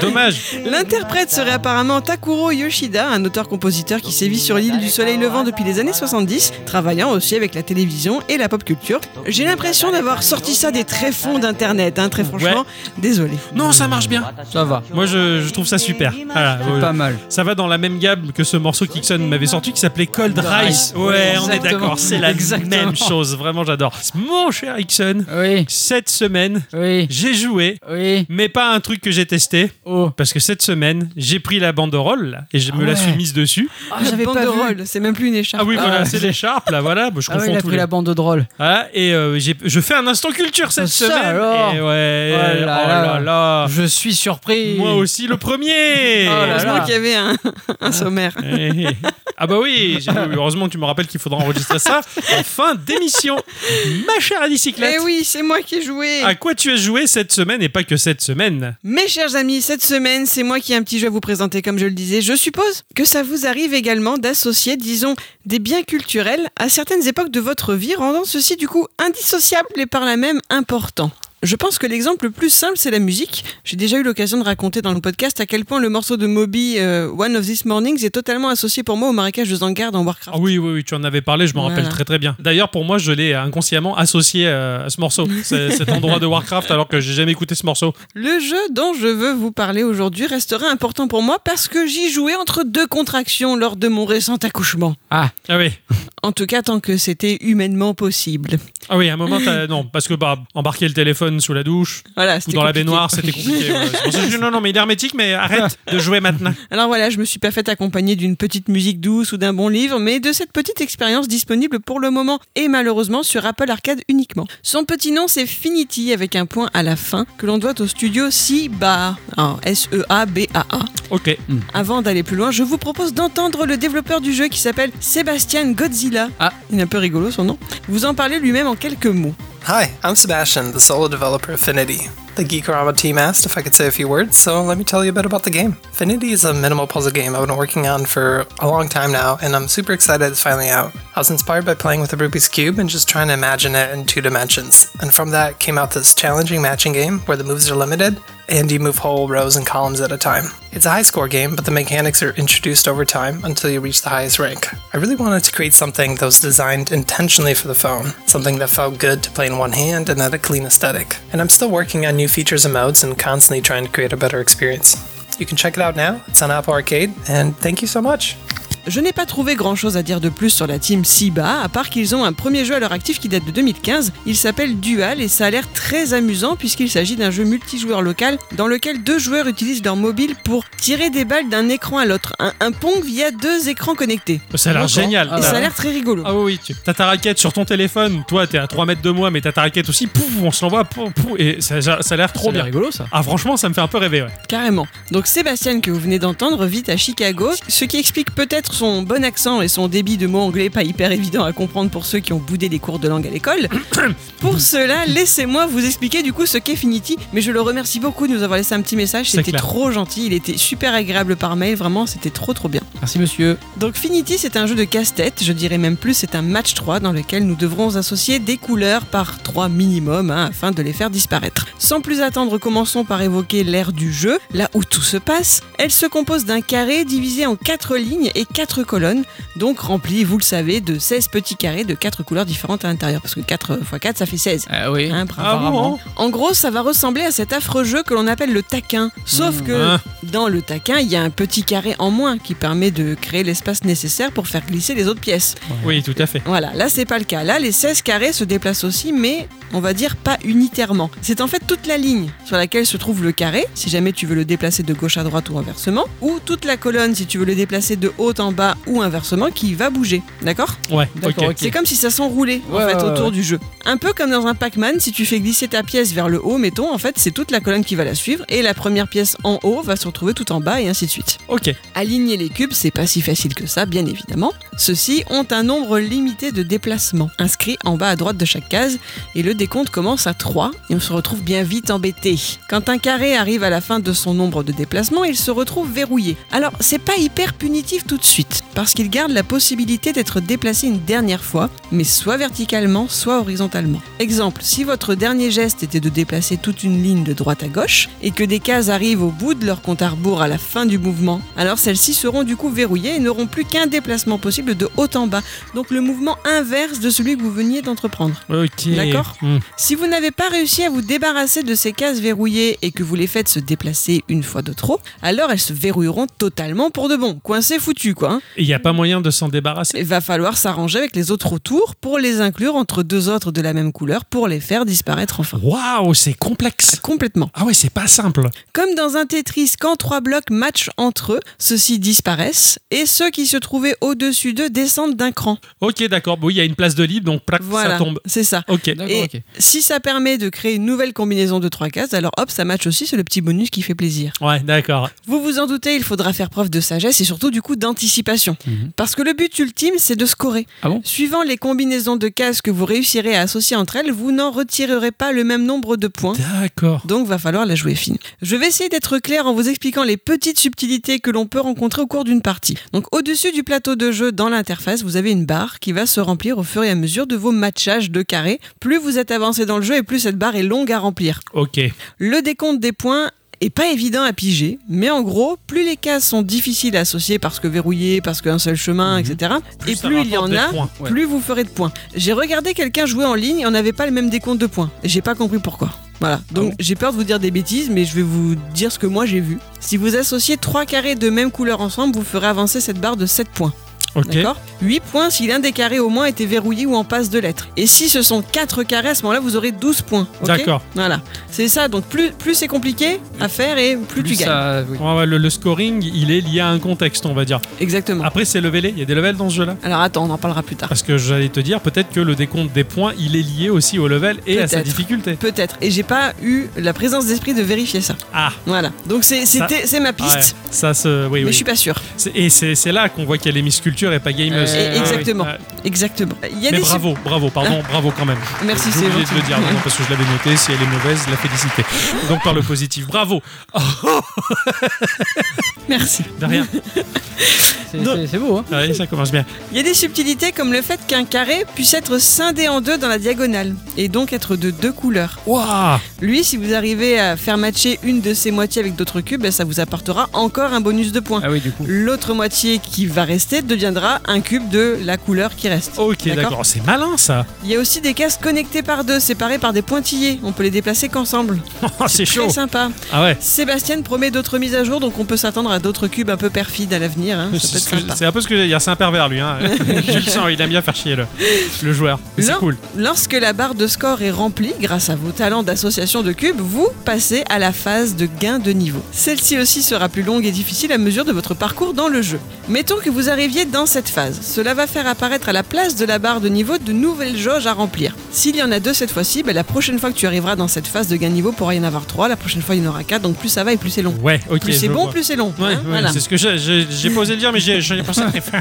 [SPEAKER 1] dommage.
[SPEAKER 3] L'interprète serait apparemment Takuro Yoshida, un auteur-compositeur qui sévit sur l'île du Soleil Levant depuis les années 70, travaillant aussi avec la télévision et la pop culture. J'ai l'impression d'avoir sorti ça des tréfonds d'Internet, hein, très franchement. Désolé.
[SPEAKER 1] Non, ça marche bien.
[SPEAKER 2] Ça va.
[SPEAKER 1] Moi, je, je trouve ça super. Voilà,
[SPEAKER 2] C'est
[SPEAKER 1] ouais.
[SPEAKER 2] pas mal.
[SPEAKER 1] Ça va dans la même gamme que ce morceau qu'Ixon m'avait sorti qui s'appelait Cold
[SPEAKER 2] Cold
[SPEAKER 1] Rice.
[SPEAKER 2] Rice.
[SPEAKER 1] Ouais, on est
[SPEAKER 2] Exactement.
[SPEAKER 1] d'accord, c'est la
[SPEAKER 2] Exactement.
[SPEAKER 1] même chose. Vraiment, j'adore. Mon cher Ixon,
[SPEAKER 2] Oui,
[SPEAKER 1] cette semaine,
[SPEAKER 2] oui,
[SPEAKER 1] j'ai joué,
[SPEAKER 2] oui.
[SPEAKER 1] mais pas un truc que j'ai testé.
[SPEAKER 2] Oh.
[SPEAKER 1] Parce que cette semaine, j'ai pris la banderole là, et je me
[SPEAKER 2] Ah
[SPEAKER 1] la suis
[SPEAKER 2] ouais.
[SPEAKER 1] mise dessus.
[SPEAKER 2] Ah,
[SPEAKER 3] La banderole, c'est même plus une écharpe.
[SPEAKER 1] Ah oui, voilà,
[SPEAKER 2] ouais.
[SPEAKER 1] c'est l'écharpe là, voilà. Bon, je
[SPEAKER 2] Ah oui,
[SPEAKER 1] confonds
[SPEAKER 2] il a
[SPEAKER 1] tous
[SPEAKER 2] pris
[SPEAKER 1] les-
[SPEAKER 2] la bande de drôle.
[SPEAKER 1] Voilà, et euh, j'ai- je fais un instant culture cette
[SPEAKER 2] Ça
[SPEAKER 1] semaine.
[SPEAKER 2] alors.
[SPEAKER 1] Et ouais,
[SPEAKER 2] Oh là
[SPEAKER 1] oh là
[SPEAKER 2] là.
[SPEAKER 1] là.
[SPEAKER 2] Je suis surpris.
[SPEAKER 1] Moi aussi le
[SPEAKER 2] Oh là
[SPEAKER 1] premier.
[SPEAKER 2] là.
[SPEAKER 3] Heureusement qu'il y avait un, un sommaire.
[SPEAKER 1] Eh, eh. Ah bah oui, j'ai- heureusement que tu me rappelles qu'il faudra enregistrer ça en fin d'émission. Ma chère Alice Cyclette,
[SPEAKER 3] Eh oui, c'est moi qui ai joué.
[SPEAKER 1] à quoi tu as joué cette semaine et pas que cette semaine
[SPEAKER 3] Mes chers amis, cette semaine, c'est moi qui ai un petit jeu à vous présenter, comme je le disais. Je suppose que ça vous arrive également d'associer, disons, des biens culturels à certaines époques de votre vie, rendant ceci du coup indissociable et par là même important. Je pense que l'exemple le plus simple, c'est la musique. J'ai déjà eu l'occasion de raconter dans le podcast à quel point le morceau de Moby, euh, One of These Mornings, est totalement associé pour moi au marécage de Zangar dans Warcraft.
[SPEAKER 1] Ah oui, oui, oui, tu en avais parlé, je m'en rappelle
[SPEAKER 3] Voilà.
[SPEAKER 1] très très bien. D'ailleurs, pour moi, je l'ai inconsciemment associé euh, à ce morceau, c'est- cet endroit de Warcraft, alors que j'ai jamais écouté ce morceau.
[SPEAKER 3] Le jeu dont je veux vous parler aujourd'hui restera important pour moi parce que j'y jouais entre deux contractions lors de mon récent accouchement.
[SPEAKER 2] Ah,
[SPEAKER 1] Ah oui,
[SPEAKER 3] En tout cas, tant que c'était humainement possible.
[SPEAKER 1] ah oui, à un moment, t'as- non, parce que bah, embarquer le téléphone sous la douche
[SPEAKER 3] Voilà,
[SPEAKER 1] ou
[SPEAKER 3] c'était
[SPEAKER 1] dans la
[SPEAKER 3] compliqué.
[SPEAKER 1] baignoire, c'était compliqué. ouais. C'est pour ça que je dis, non, non, mais il est hermétique, mais arrête de jouer maintenant.
[SPEAKER 3] Alors voilà, je me suis pas faite accompagner d'une petite musique douce ou d'un bon livre, mais de cette petite expérience disponible pour le moment et malheureusement sur Apple Arcade uniquement. Son petit nom c'est Finity avec un point à la fin que l'on doit au studio Seaba, en S-E-A-B-A-A.
[SPEAKER 1] Ok,
[SPEAKER 3] Avant d'aller plus loin, je vous propose d'entendre le développeur du jeu qui s'appelle Sébastien Godzilla.
[SPEAKER 2] Ah.
[SPEAKER 3] il est un peu rigolo son nom. Vous en parlez lui-même en quelques mots.
[SPEAKER 7] Hi, I'm Sebastian, the solo developer of Finity. The Geekorama team asked if I could say a few words, so let me tell you a bit about the game. Finity is a minimal puzzle game I've been working on for a long time now, and I'm super excited it's finally out. I was inspired by playing with a Rubik's Cube and just trying to imagine it in two dimensions, and from that came out this challenging matching game where the moves are limited and you move whole rows and columns at a time. It's a high score game, but the mechanics are introduced over time until you reach the highest rank. I really wanted to create something that was designed intentionally for the phone, something that felt good to play in one hand and had a clean aesthetic. And I'm still working on new features and modes and constantly trying to create a better experience. You can check it out now. It's on Apple Arcade, and thank you so much.
[SPEAKER 3] Je n'ai pas trouvé grand chose à dire de plus sur la team SIBA, à part qu'ils ont un premier jeu à leur actif qui date de 2015. Il s'appelle Dual et ça a l'air très amusant puisqu'il s'agit d'un jeu multijoueur local dans lequel deux joueurs utilisent leur mobile pour tirer des balles d'un écran à l'autre. Un, un pong via deux écrans connectés.
[SPEAKER 1] ça a l'air
[SPEAKER 2] D'accord.
[SPEAKER 1] génial.
[SPEAKER 2] Ah
[SPEAKER 3] et
[SPEAKER 2] bah.
[SPEAKER 3] ça a l'air très rigolo.
[SPEAKER 1] Ah oui, oui, tu- t'as ta raquette sur ton téléphone, toi t'es à 3 mètres de moi, mais t'as ta raquette aussi, pouf, on se l'envoie, pouf, pouf, et ça, ça- ça a l'air trop
[SPEAKER 2] c'est
[SPEAKER 1] bien.
[SPEAKER 2] rigolo ça.
[SPEAKER 1] Ah franchement, ça me fait un peu rêver, ouais.
[SPEAKER 3] Carrément. Donc Sébastien que vous venez d'entendre vit à Chicago, ce qui explique peut-être son bon accent et son débit de mots anglais pas hyper évident à comprendre pour ceux qui ont boudé les cours de langue à l'école. pour cela, laissez-moi vous expliquer du coup ce qu'est Finity, mais je le remercie beaucoup de nous avoir laissé un petit message,
[SPEAKER 1] C'est
[SPEAKER 3] c'était
[SPEAKER 1] clair.
[SPEAKER 3] trop gentil, il était super agréable par mail, vraiment c'était trop trop bien.
[SPEAKER 2] Merci monsieur.
[SPEAKER 3] Donc Finity, c'est un jeu de casse-tête, je dirais même plus, c'est un match 3 dans lequel nous devrons associer des couleurs par 3 minimum hein, afin de les faire disparaître. Sans plus attendre, commençons par évoquer l'ère du jeu, là où tout se passe. Elle se compose d'un carré divisé en 4 lignes et 4 colonnes, donc rempli, vous le savez, de 16 petits carrés de 4 couleurs différentes à l'intérieur, parce que 4 x 4 ça fait 16.
[SPEAKER 2] Ah oui.
[SPEAKER 3] Hein,
[SPEAKER 2] apparemment.
[SPEAKER 3] en gros, ça va ressembler à cet affreux jeu que l'on appelle le taquin. Sauf que
[SPEAKER 1] Hein
[SPEAKER 3] dans le taquin, il y a un petit carré en moins qui permet permet de créer l'espace nécessaire pour faire glisser les autres pièces.
[SPEAKER 1] Oui, tout à fait.
[SPEAKER 3] Voilà, là c'est pas le cas. Là les 16 carrés se déplacent aussi, mais on va dire pas unitairement. C'est en fait toute la ligne sur laquelle se trouve le carré, si jamais tu veux le déplacer de gauche à droite ou inversement, ou toute la colonne si tu veux le déplacer de haut en bas ou inversement qui va bouger. D'accord
[SPEAKER 1] Ouais, ok.
[SPEAKER 2] D'accord, ok.
[SPEAKER 3] C'est comme si ça s'enroulait en
[SPEAKER 2] Ouais,
[SPEAKER 3] fait
[SPEAKER 2] ouais, ouais,
[SPEAKER 3] autour
[SPEAKER 2] ouais.
[SPEAKER 3] du jeu. Un peu comme dans un Pac-Man, si tu fais glisser ta pièce vers le haut, mettons, en fait c'est toute la colonne qui va la suivre et la première pièce en haut va se retrouver tout en bas et ainsi de suite.
[SPEAKER 1] Ok.
[SPEAKER 3] Aligner les cubes, c'est pas si facile que ça, bien évidemment. Ceux-ci ont un nombre limité de déplacements, inscrits en bas à droite de chaque case, et le décompte commence à 3, et on se retrouve bien vite embêté. Quand un carré arrive à la fin de son nombre de déplacements, il se retrouve verrouillé. Alors, c'est pas hyper punitif tout de suite, parce qu'il garde la possibilité d'être déplacé une dernière fois, mais soit verticalement, soit horizontalement. Exemple, si votre dernier geste était de déplacer toute une ligne de droite à gauche, et que des cases arrivent au bout de leur compte à rebours à la fin du mouvement, alors celles-ci seront du coup verrouillées et n'auront plus qu'un déplacement possible de haut en bas, donc le mouvement inverse de celui que vous veniez d'entreprendre.
[SPEAKER 1] Ok.
[SPEAKER 3] D'accord.
[SPEAKER 1] Hmm.
[SPEAKER 3] Si vous n'avez pas réussi à vous débarrasser de ces cases verrouillées et que vous les faites se déplacer une fois de trop, alors elles se verrouilleront totalement pour de bon. Coincé foutu quoi. hein.
[SPEAKER 1] Il n'y a pas moyen de s'en débarrasser.
[SPEAKER 3] Il va falloir s'arranger avec les autres autour pour les inclure entre deux autres de la même couleur pour les faire disparaître enfin.
[SPEAKER 1] Waouh, c'est complexe.
[SPEAKER 3] Complètement.
[SPEAKER 1] Ah ouais, c'est pas simple.
[SPEAKER 3] Comme dans un Tetris, quand trois blocs matchent entre eux, ceux-ci disparaissent et ceux qui se trouvaient au-dessus d'eux descendent d'un cran.
[SPEAKER 1] Ok, d'accord. Bon, il y a une place de libre, donc plac,
[SPEAKER 3] Voilà,
[SPEAKER 1] ça tombe.
[SPEAKER 3] c'est ça.
[SPEAKER 1] Ok.
[SPEAKER 2] D'accord,
[SPEAKER 3] Et
[SPEAKER 2] ok.
[SPEAKER 3] si ça permet de créer une nouvelle combinaison de trois cases, alors hop, ça match aussi, c'est le petit bonus qui fait plaisir.
[SPEAKER 1] Ouais, d'accord.
[SPEAKER 3] Vous vous en doutez, il faudra faire preuve de sagesse et surtout du coup d'anticipation.
[SPEAKER 2] Mhm.
[SPEAKER 3] Parce que le but ultime, c'est de scorer.
[SPEAKER 2] Ah bon
[SPEAKER 3] Suivant les combinaisons de cases que vous réussirez à associer entre elles, vous n'en retirerez pas le même nombre de points.
[SPEAKER 1] D'accord.
[SPEAKER 3] Donc va falloir la jouer fine. Je vais essayer d'être clair en vous expliquant les petites subtilités que l'on peut rencontrer au cours d'une partie. Donc au-dessus du plateau de jeu dans l'interface, vous avez une barre qui va se remplir au fur et à mesure de vos matchages de carrés. Plus vous êtes avancé dans le jeu et plus cette barre est longue à remplir.
[SPEAKER 1] Ok.
[SPEAKER 3] Le décompte des points est pas évident à piger, mais en gros, plus les cases sont difficiles à associer parce que verrouillées, parce qu'un seul chemin, etc., et
[SPEAKER 1] Mhm. ça
[SPEAKER 3] plus il y
[SPEAKER 1] rapporte
[SPEAKER 3] en
[SPEAKER 1] des
[SPEAKER 3] a,
[SPEAKER 1] points.
[SPEAKER 2] Ouais.
[SPEAKER 3] plus vous ferez de points. J'ai regardé quelqu'un jouer en ligne et on n'avait pas le même décompte de points. J'ai pas compris pourquoi. Voilà,
[SPEAKER 1] Ah
[SPEAKER 3] donc j'ai peur de vous dire des bêtises, mais je vais vous dire ce que moi j'ai vu. Si vous associez trois carrés de même couleur ensemble, vous ferez avancer cette barre de 7 points.
[SPEAKER 1] Ok.
[SPEAKER 3] D'accord 8 points si l'un des carrés au moins était verrouillé ou en passe de lettres. Et si ce sont 4 carrés, à ce moment-là, vous aurez 12 points. ok
[SPEAKER 1] D'accord.
[SPEAKER 3] Voilà. C'est ça, donc plus, plus c'est compliqué à faire et plus, tu gagnes.
[SPEAKER 2] ça- oui.
[SPEAKER 1] Ouais, ouais, le, le scoring, il est lié à un contexte, on va dire.
[SPEAKER 3] Exactement.
[SPEAKER 1] Après, c'est levelé. Il y a des levels dans ce jeu-là.
[SPEAKER 3] Alors attends, on en parlera plus tard.
[SPEAKER 1] Parce que j'allais te dire, peut-être que le décompte des points, il est lié aussi au level et à sa
[SPEAKER 3] Peut-être.
[SPEAKER 1] difficulté.
[SPEAKER 3] Peut-être. Et j'ai pas eu la présence d'esprit de vérifier ça.
[SPEAKER 1] Ah.
[SPEAKER 3] Voilà. Donc c'est c'était- c'est ma piste,
[SPEAKER 1] ouais, ça se. Oui,
[SPEAKER 3] mais
[SPEAKER 1] oui.
[SPEAKER 3] je suis pas sûre.
[SPEAKER 1] C'est- Et c'est c'est là qu'on voit qu'elle est Miss Culture et pas gameuse.
[SPEAKER 2] Euh,
[SPEAKER 1] Ouais,
[SPEAKER 3] exactement.
[SPEAKER 1] ouais.
[SPEAKER 3] Exactement. Il y a
[SPEAKER 1] Mais
[SPEAKER 3] des su-
[SPEAKER 1] bravo, bravo, pardon, bravo quand même.
[SPEAKER 3] Merci,
[SPEAKER 1] J'ai
[SPEAKER 3] c'est
[SPEAKER 1] oublié
[SPEAKER 3] gentil.
[SPEAKER 1] de le dire, non, parce que je l'avais noté. Si elle est mauvaise, la félicité. Donc par le positif, bravo.
[SPEAKER 3] Merci.
[SPEAKER 1] Derrière,
[SPEAKER 2] C'est- c'est- c'est beau, hein
[SPEAKER 1] Allez, Euh, ça commence bien.
[SPEAKER 3] Il y a des subtilités comme le fait qu'un carré puisse être scindé en deux dans la diagonale et donc être de deux couleurs.
[SPEAKER 1] Waouh
[SPEAKER 3] Lui, si vous arrivez à faire matcher une de ses moitiés avec d'autres cubes, ben, ça vous apportera encore un bonus de points.
[SPEAKER 2] Ah oui, du coup.
[SPEAKER 3] L'autre moitié qui va rester deviendra un cube de la couleur qui reste.
[SPEAKER 1] Ok, d'accord, c'est malin ça.
[SPEAKER 3] Il y a aussi des cases connectées par deux, séparées par des pointillés. On peut les déplacer qu'ensemble.
[SPEAKER 1] Oh, c'est chaud.
[SPEAKER 3] Très sympa.
[SPEAKER 1] Ah ouais.
[SPEAKER 3] Sébastien promet d'autres mises à jour, donc on peut s'attendre à d'autres cubes un peu perfides à l'avenir. hein. Ça peut
[SPEAKER 1] C'est
[SPEAKER 3] être
[SPEAKER 1] ce que-
[SPEAKER 3] sympa.
[SPEAKER 1] c'est un peu ce que j'allais dire, c'est un pervers lui. Hein. Je le sens, il aime bien faire chier le, le joueur. Mais c'est
[SPEAKER 3] Non.
[SPEAKER 1] cool.
[SPEAKER 3] Lorsque la barre de score est remplie, grâce à vos talents d'association de cubes, vous passez à la phase de gain de niveau. Celle-ci aussi sera plus longue et difficile à mesure de votre parcours dans le jeu. Mettons que vous arriviez dans cette phase. Cela va faire apparaître à la place de la barre de niveau de nouvelles jauges à remplir. S'il y en a deux cette fois-ci, bah, la prochaine fois que tu arriveras dans cette phase de gain de niveau, pourra y en avoir trois. La prochaine fois, il y en aura quatre. Donc plus ça va et plus c'est long.
[SPEAKER 1] Ouais, ok.
[SPEAKER 3] Plus c'est
[SPEAKER 1] je
[SPEAKER 3] bon,
[SPEAKER 1] vois.
[SPEAKER 3] plus c'est long.
[SPEAKER 1] Ouais,
[SPEAKER 3] hein,
[SPEAKER 1] ouais,
[SPEAKER 3] voilà.
[SPEAKER 1] c'est ce que j'ai- j'ai j'ai posé le dire, mais j'ai j'ai pensé à très fort.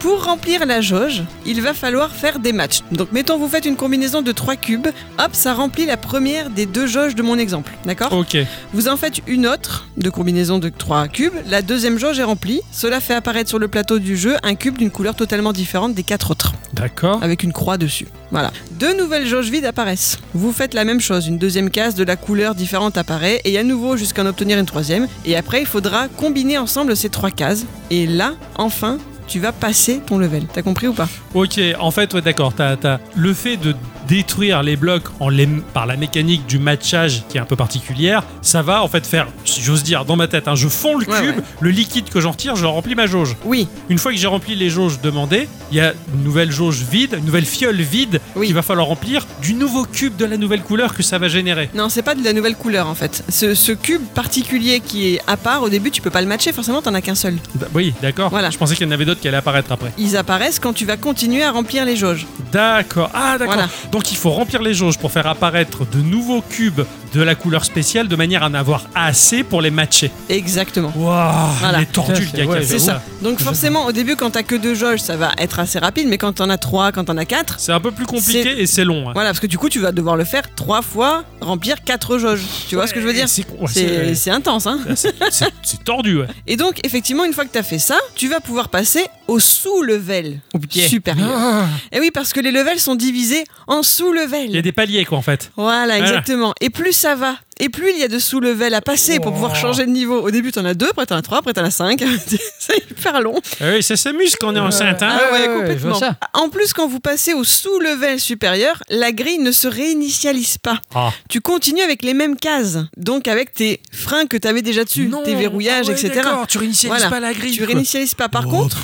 [SPEAKER 3] Pour remplir la jauge, il va falloir faire des matchs. Donc mettons vous faites une combinaison de 3 cubes, hop, ça remplit la première des deux jauges de mon exemple, d'accord
[SPEAKER 1] Ok,
[SPEAKER 3] Vous en faites une autre de combinaison de 3 cubes, la deuxième jauge est remplie, cela fait apparaître sur le plateau du jeu un cube d'une couleur totalement différente des quatre autres,
[SPEAKER 1] d'accord.
[SPEAKER 3] avec une croix dessus. Voilà. Deux nouvelles jauges vides apparaissent. Vous faites la même chose, une deuxième case de la couleur différente apparaît, et à nouveau jusqu'à en obtenir une troisième, et après il faudra combiner ensemble ces trois cases, et là, enfin, tu vas passer ton level. T'as compris ou pas
[SPEAKER 1] Ok, en fait, ouais, d'accord. t'as- t'as- Le fait de détruire les blocs en les- par la mécanique du matchage qui est un peu particulière, ça va en fait faire, si j'ose dire, dans ma tête, hein, je fonds le cube,
[SPEAKER 3] Ouais, ouais.
[SPEAKER 1] le liquide que j'en retire, je remplis ma jauge.
[SPEAKER 3] Oui,
[SPEAKER 1] Une fois que j'ai rempli les jauges demandées, il y a une nouvelle jauge vide, une nouvelle fiole vide
[SPEAKER 3] Oui.
[SPEAKER 1] qu'il va falloir remplir du nouveau cube de la nouvelle couleur que ça va générer.
[SPEAKER 3] non, c'est pas de la nouvelle couleur en fait. Ce, ce cube particulier qui est à part, au début, tu peux pas le matcher, forcément, t'en as qu'un seul.
[SPEAKER 1] Bah oui, d'accord.
[SPEAKER 3] Voilà.
[SPEAKER 1] Je pensais qu'il y en avait d'autres qui allaient apparaître après.
[SPEAKER 3] Ils apparaissent quand tu vas continuer à remplir les jauges.
[SPEAKER 1] D'accord. Ah, d'accord.
[SPEAKER 3] Voilà.
[SPEAKER 1] Donc il faut remplir les jauges pour faire apparaître de nouveaux cubes de la couleur spéciale de manière à en avoir assez pour les matcher.
[SPEAKER 3] Exactement.
[SPEAKER 1] Waouh,
[SPEAKER 3] Voilà.
[SPEAKER 1] il est
[SPEAKER 2] Putain,
[SPEAKER 1] tordu le gars
[SPEAKER 2] c'est-
[SPEAKER 1] qui a
[SPEAKER 2] ouais,
[SPEAKER 1] fait
[SPEAKER 3] C'est ça. Donc forcément, au début, quand t'as que deux jauges, ça va être assez rapide, mais quand t'en as trois, quand t'en as quatre,
[SPEAKER 1] C'est un peu plus compliqué
[SPEAKER 3] C'est-
[SPEAKER 1] et c'est long. hein.
[SPEAKER 3] voilà, parce que du coup, tu vas devoir le faire trois fois, remplir quatre jauges. Tu vois ce que je veux dire
[SPEAKER 1] C'est ouais,
[SPEAKER 3] C'est
[SPEAKER 1] c'est-
[SPEAKER 3] c'est intense, hein
[SPEAKER 1] c'est- c'est- c'est tordu, ouais.
[SPEAKER 3] Et donc, effectivement, une fois que t'as fait ça, tu vas pouvoir passer au sous-level supérieur. Et oui, parce que les levels sont divisés
[SPEAKER 1] Il
[SPEAKER 3] en
[SPEAKER 1] y a
[SPEAKER 3] sous-levels.
[SPEAKER 1] des paliers, quoi, en fait.
[SPEAKER 3] Voilà,
[SPEAKER 1] Voilà.
[SPEAKER 3] exactement. Et plus ça va, et plus il y a de sous-level à passer pour pouvoir changer de niveau. Au début, t'en as deux, après t'en as trois, après t'en as cinq. C'est hyper long.
[SPEAKER 1] Ah oui, ça s'amuse quand on est enceinte, hein.
[SPEAKER 3] Ah
[SPEAKER 2] ouais, ouais,
[SPEAKER 3] ouais,
[SPEAKER 2] je vois
[SPEAKER 3] complètement.
[SPEAKER 2] ça.
[SPEAKER 3] En plus, quand vous passez au sous-level supérieur, la grille ne se réinitialise pas.
[SPEAKER 1] Ah.
[SPEAKER 3] Tu continues avec les mêmes cases, donc avec tes freins que tu avais déjà dessus, tes verrouillages, etc.
[SPEAKER 1] Ah Tu réinitialises
[SPEAKER 3] Voilà.
[SPEAKER 1] pas la grille.
[SPEAKER 3] Tu réinitialises pas. Par contre,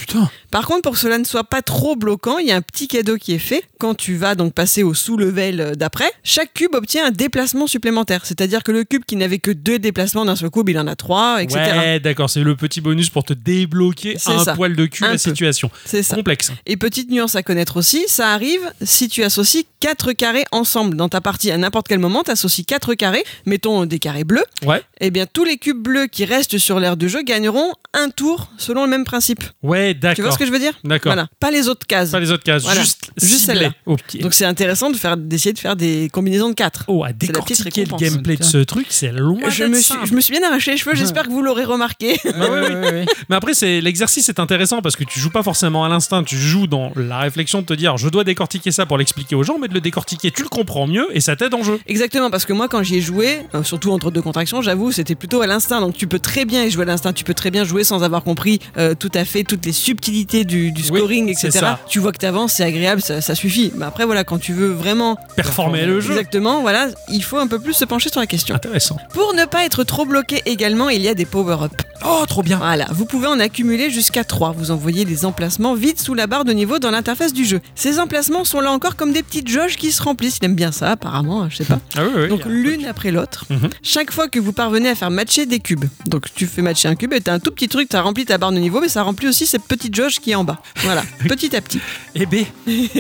[SPEAKER 3] par contre, pour que cela ne soit pas trop bloquant, il y a un petit cadeau qui est fait. Quand tu vas donc passer au sous-level euh, d'après, chaque cube obtient un déplacement supplémentaire. C'est-à-dire que le cube qui n'avait que deux déplacements d'un seul cube, il en a trois, etc.
[SPEAKER 1] Ouais, d'accord, c'est le petit bonus pour te débloquer
[SPEAKER 3] C'est
[SPEAKER 1] un
[SPEAKER 3] ça.
[SPEAKER 1] poil de cul
[SPEAKER 3] Un
[SPEAKER 1] la
[SPEAKER 3] peu.
[SPEAKER 1] situation.
[SPEAKER 3] C'est ça.
[SPEAKER 1] Complexe.
[SPEAKER 3] Et petite nuance à connaître aussi, ça arrive si tu associes quatre carrés ensemble dans ta partie. À n'importe quel moment, tu associes quatre carrés, mettons des carrés bleus.
[SPEAKER 1] Ouais.
[SPEAKER 3] Eh bien, tous les cubes bleus qui restent sur l'aire de jeu gagneront un tour selon le même principe.
[SPEAKER 1] Ouais, d'accord.
[SPEAKER 3] Tu vois ce que je veux dire
[SPEAKER 1] D'accord.
[SPEAKER 3] Voilà, pas les autres cases.
[SPEAKER 1] Pas les autres cases,
[SPEAKER 3] Voilà.
[SPEAKER 1] juste,
[SPEAKER 3] Juste
[SPEAKER 1] ciblé.
[SPEAKER 3] celle-là.
[SPEAKER 1] Ok.
[SPEAKER 3] Donc c'est intéressant de faire d'essayer de faire des combinaisons de quatre.
[SPEAKER 1] oh, à
[SPEAKER 3] c'est la petite
[SPEAKER 1] décortiquer le
[SPEAKER 3] récompense.
[SPEAKER 1] gameplay de ce truc, c'est loin
[SPEAKER 3] Je
[SPEAKER 1] d'être
[SPEAKER 3] me, suis,
[SPEAKER 1] simple.
[SPEAKER 3] je me suis bien arraché les cheveux, j'espère que vous l'aurez remarqué.
[SPEAKER 1] Bah oui, oui. Mais après, c'est l'exercice est intéressant parce que tu joues pas forcément à l'instinct, tu joues dans la réflexion de te dire je dois décortiquer ça pour l'expliquer aux gens, mais de le décortiquer, tu le comprends mieux et ça t'aide en jeu.
[SPEAKER 3] Exactement, parce que moi quand j'y ai joué, euh, surtout entre deux contractions, j'avoue, c'était plutôt à l'instinct. Donc tu peux très bien y jouer à l'instinct, tu peux très bien jouer sans avoir compris euh, tout à fait toutes les subtilités du, du
[SPEAKER 1] Oui,
[SPEAKER 3] scoring,
[SPEAKER 1] c'est
[SPEAKER 3] etc.
[SPEAKER 1] ça.
[SPEAKER 3] Tu vois que t'avances, c'est agréable, ça, ça suffit. Mais après voilà, quand tu veux vraiment
[SPEAKER 1] Performer le jeu.
[SPEAKER 3] exactement, voilà, il faut un peu plus se pencher sur la question.
[SPEAKER 1] Intéressant.
[SPEAKER 3] Pour ne pas être trop bloqué également, il y a des power-up.
[SPEAKER 1] Oh, trop bien.
[SPEAKER 3] Voilà, vous pouvez en accumuler jusqu'à 3. Vous envoyez les emplacements vides sous la barre de niveau dans l'interface du jeu. Ces emplacements sont là encore comme des petites jauges qui se remplissent. Il aime bien ça, apparemment, hein, je sais pas.
[SPEAKER 1] Ah oui, oui.
[SPEAKER 3] Donc l'une après l'autre.
[SPEAKER 1] Mhm.
[SPEAKER 3] Chaque fois que vous parvenez à faire matcher des cubes. Donc tu fais matcher un cube et t'as un tout petit truc, t'as rempli ta barre de niveau, mais ça remplit aussi cette petite jauge qui est en bas. Voilà, petit à petit.
[SPEAKER 1] Eh
[SPEAKER 3] ben,
[SPEAKER 1] B.
[SPEAKER 2] Il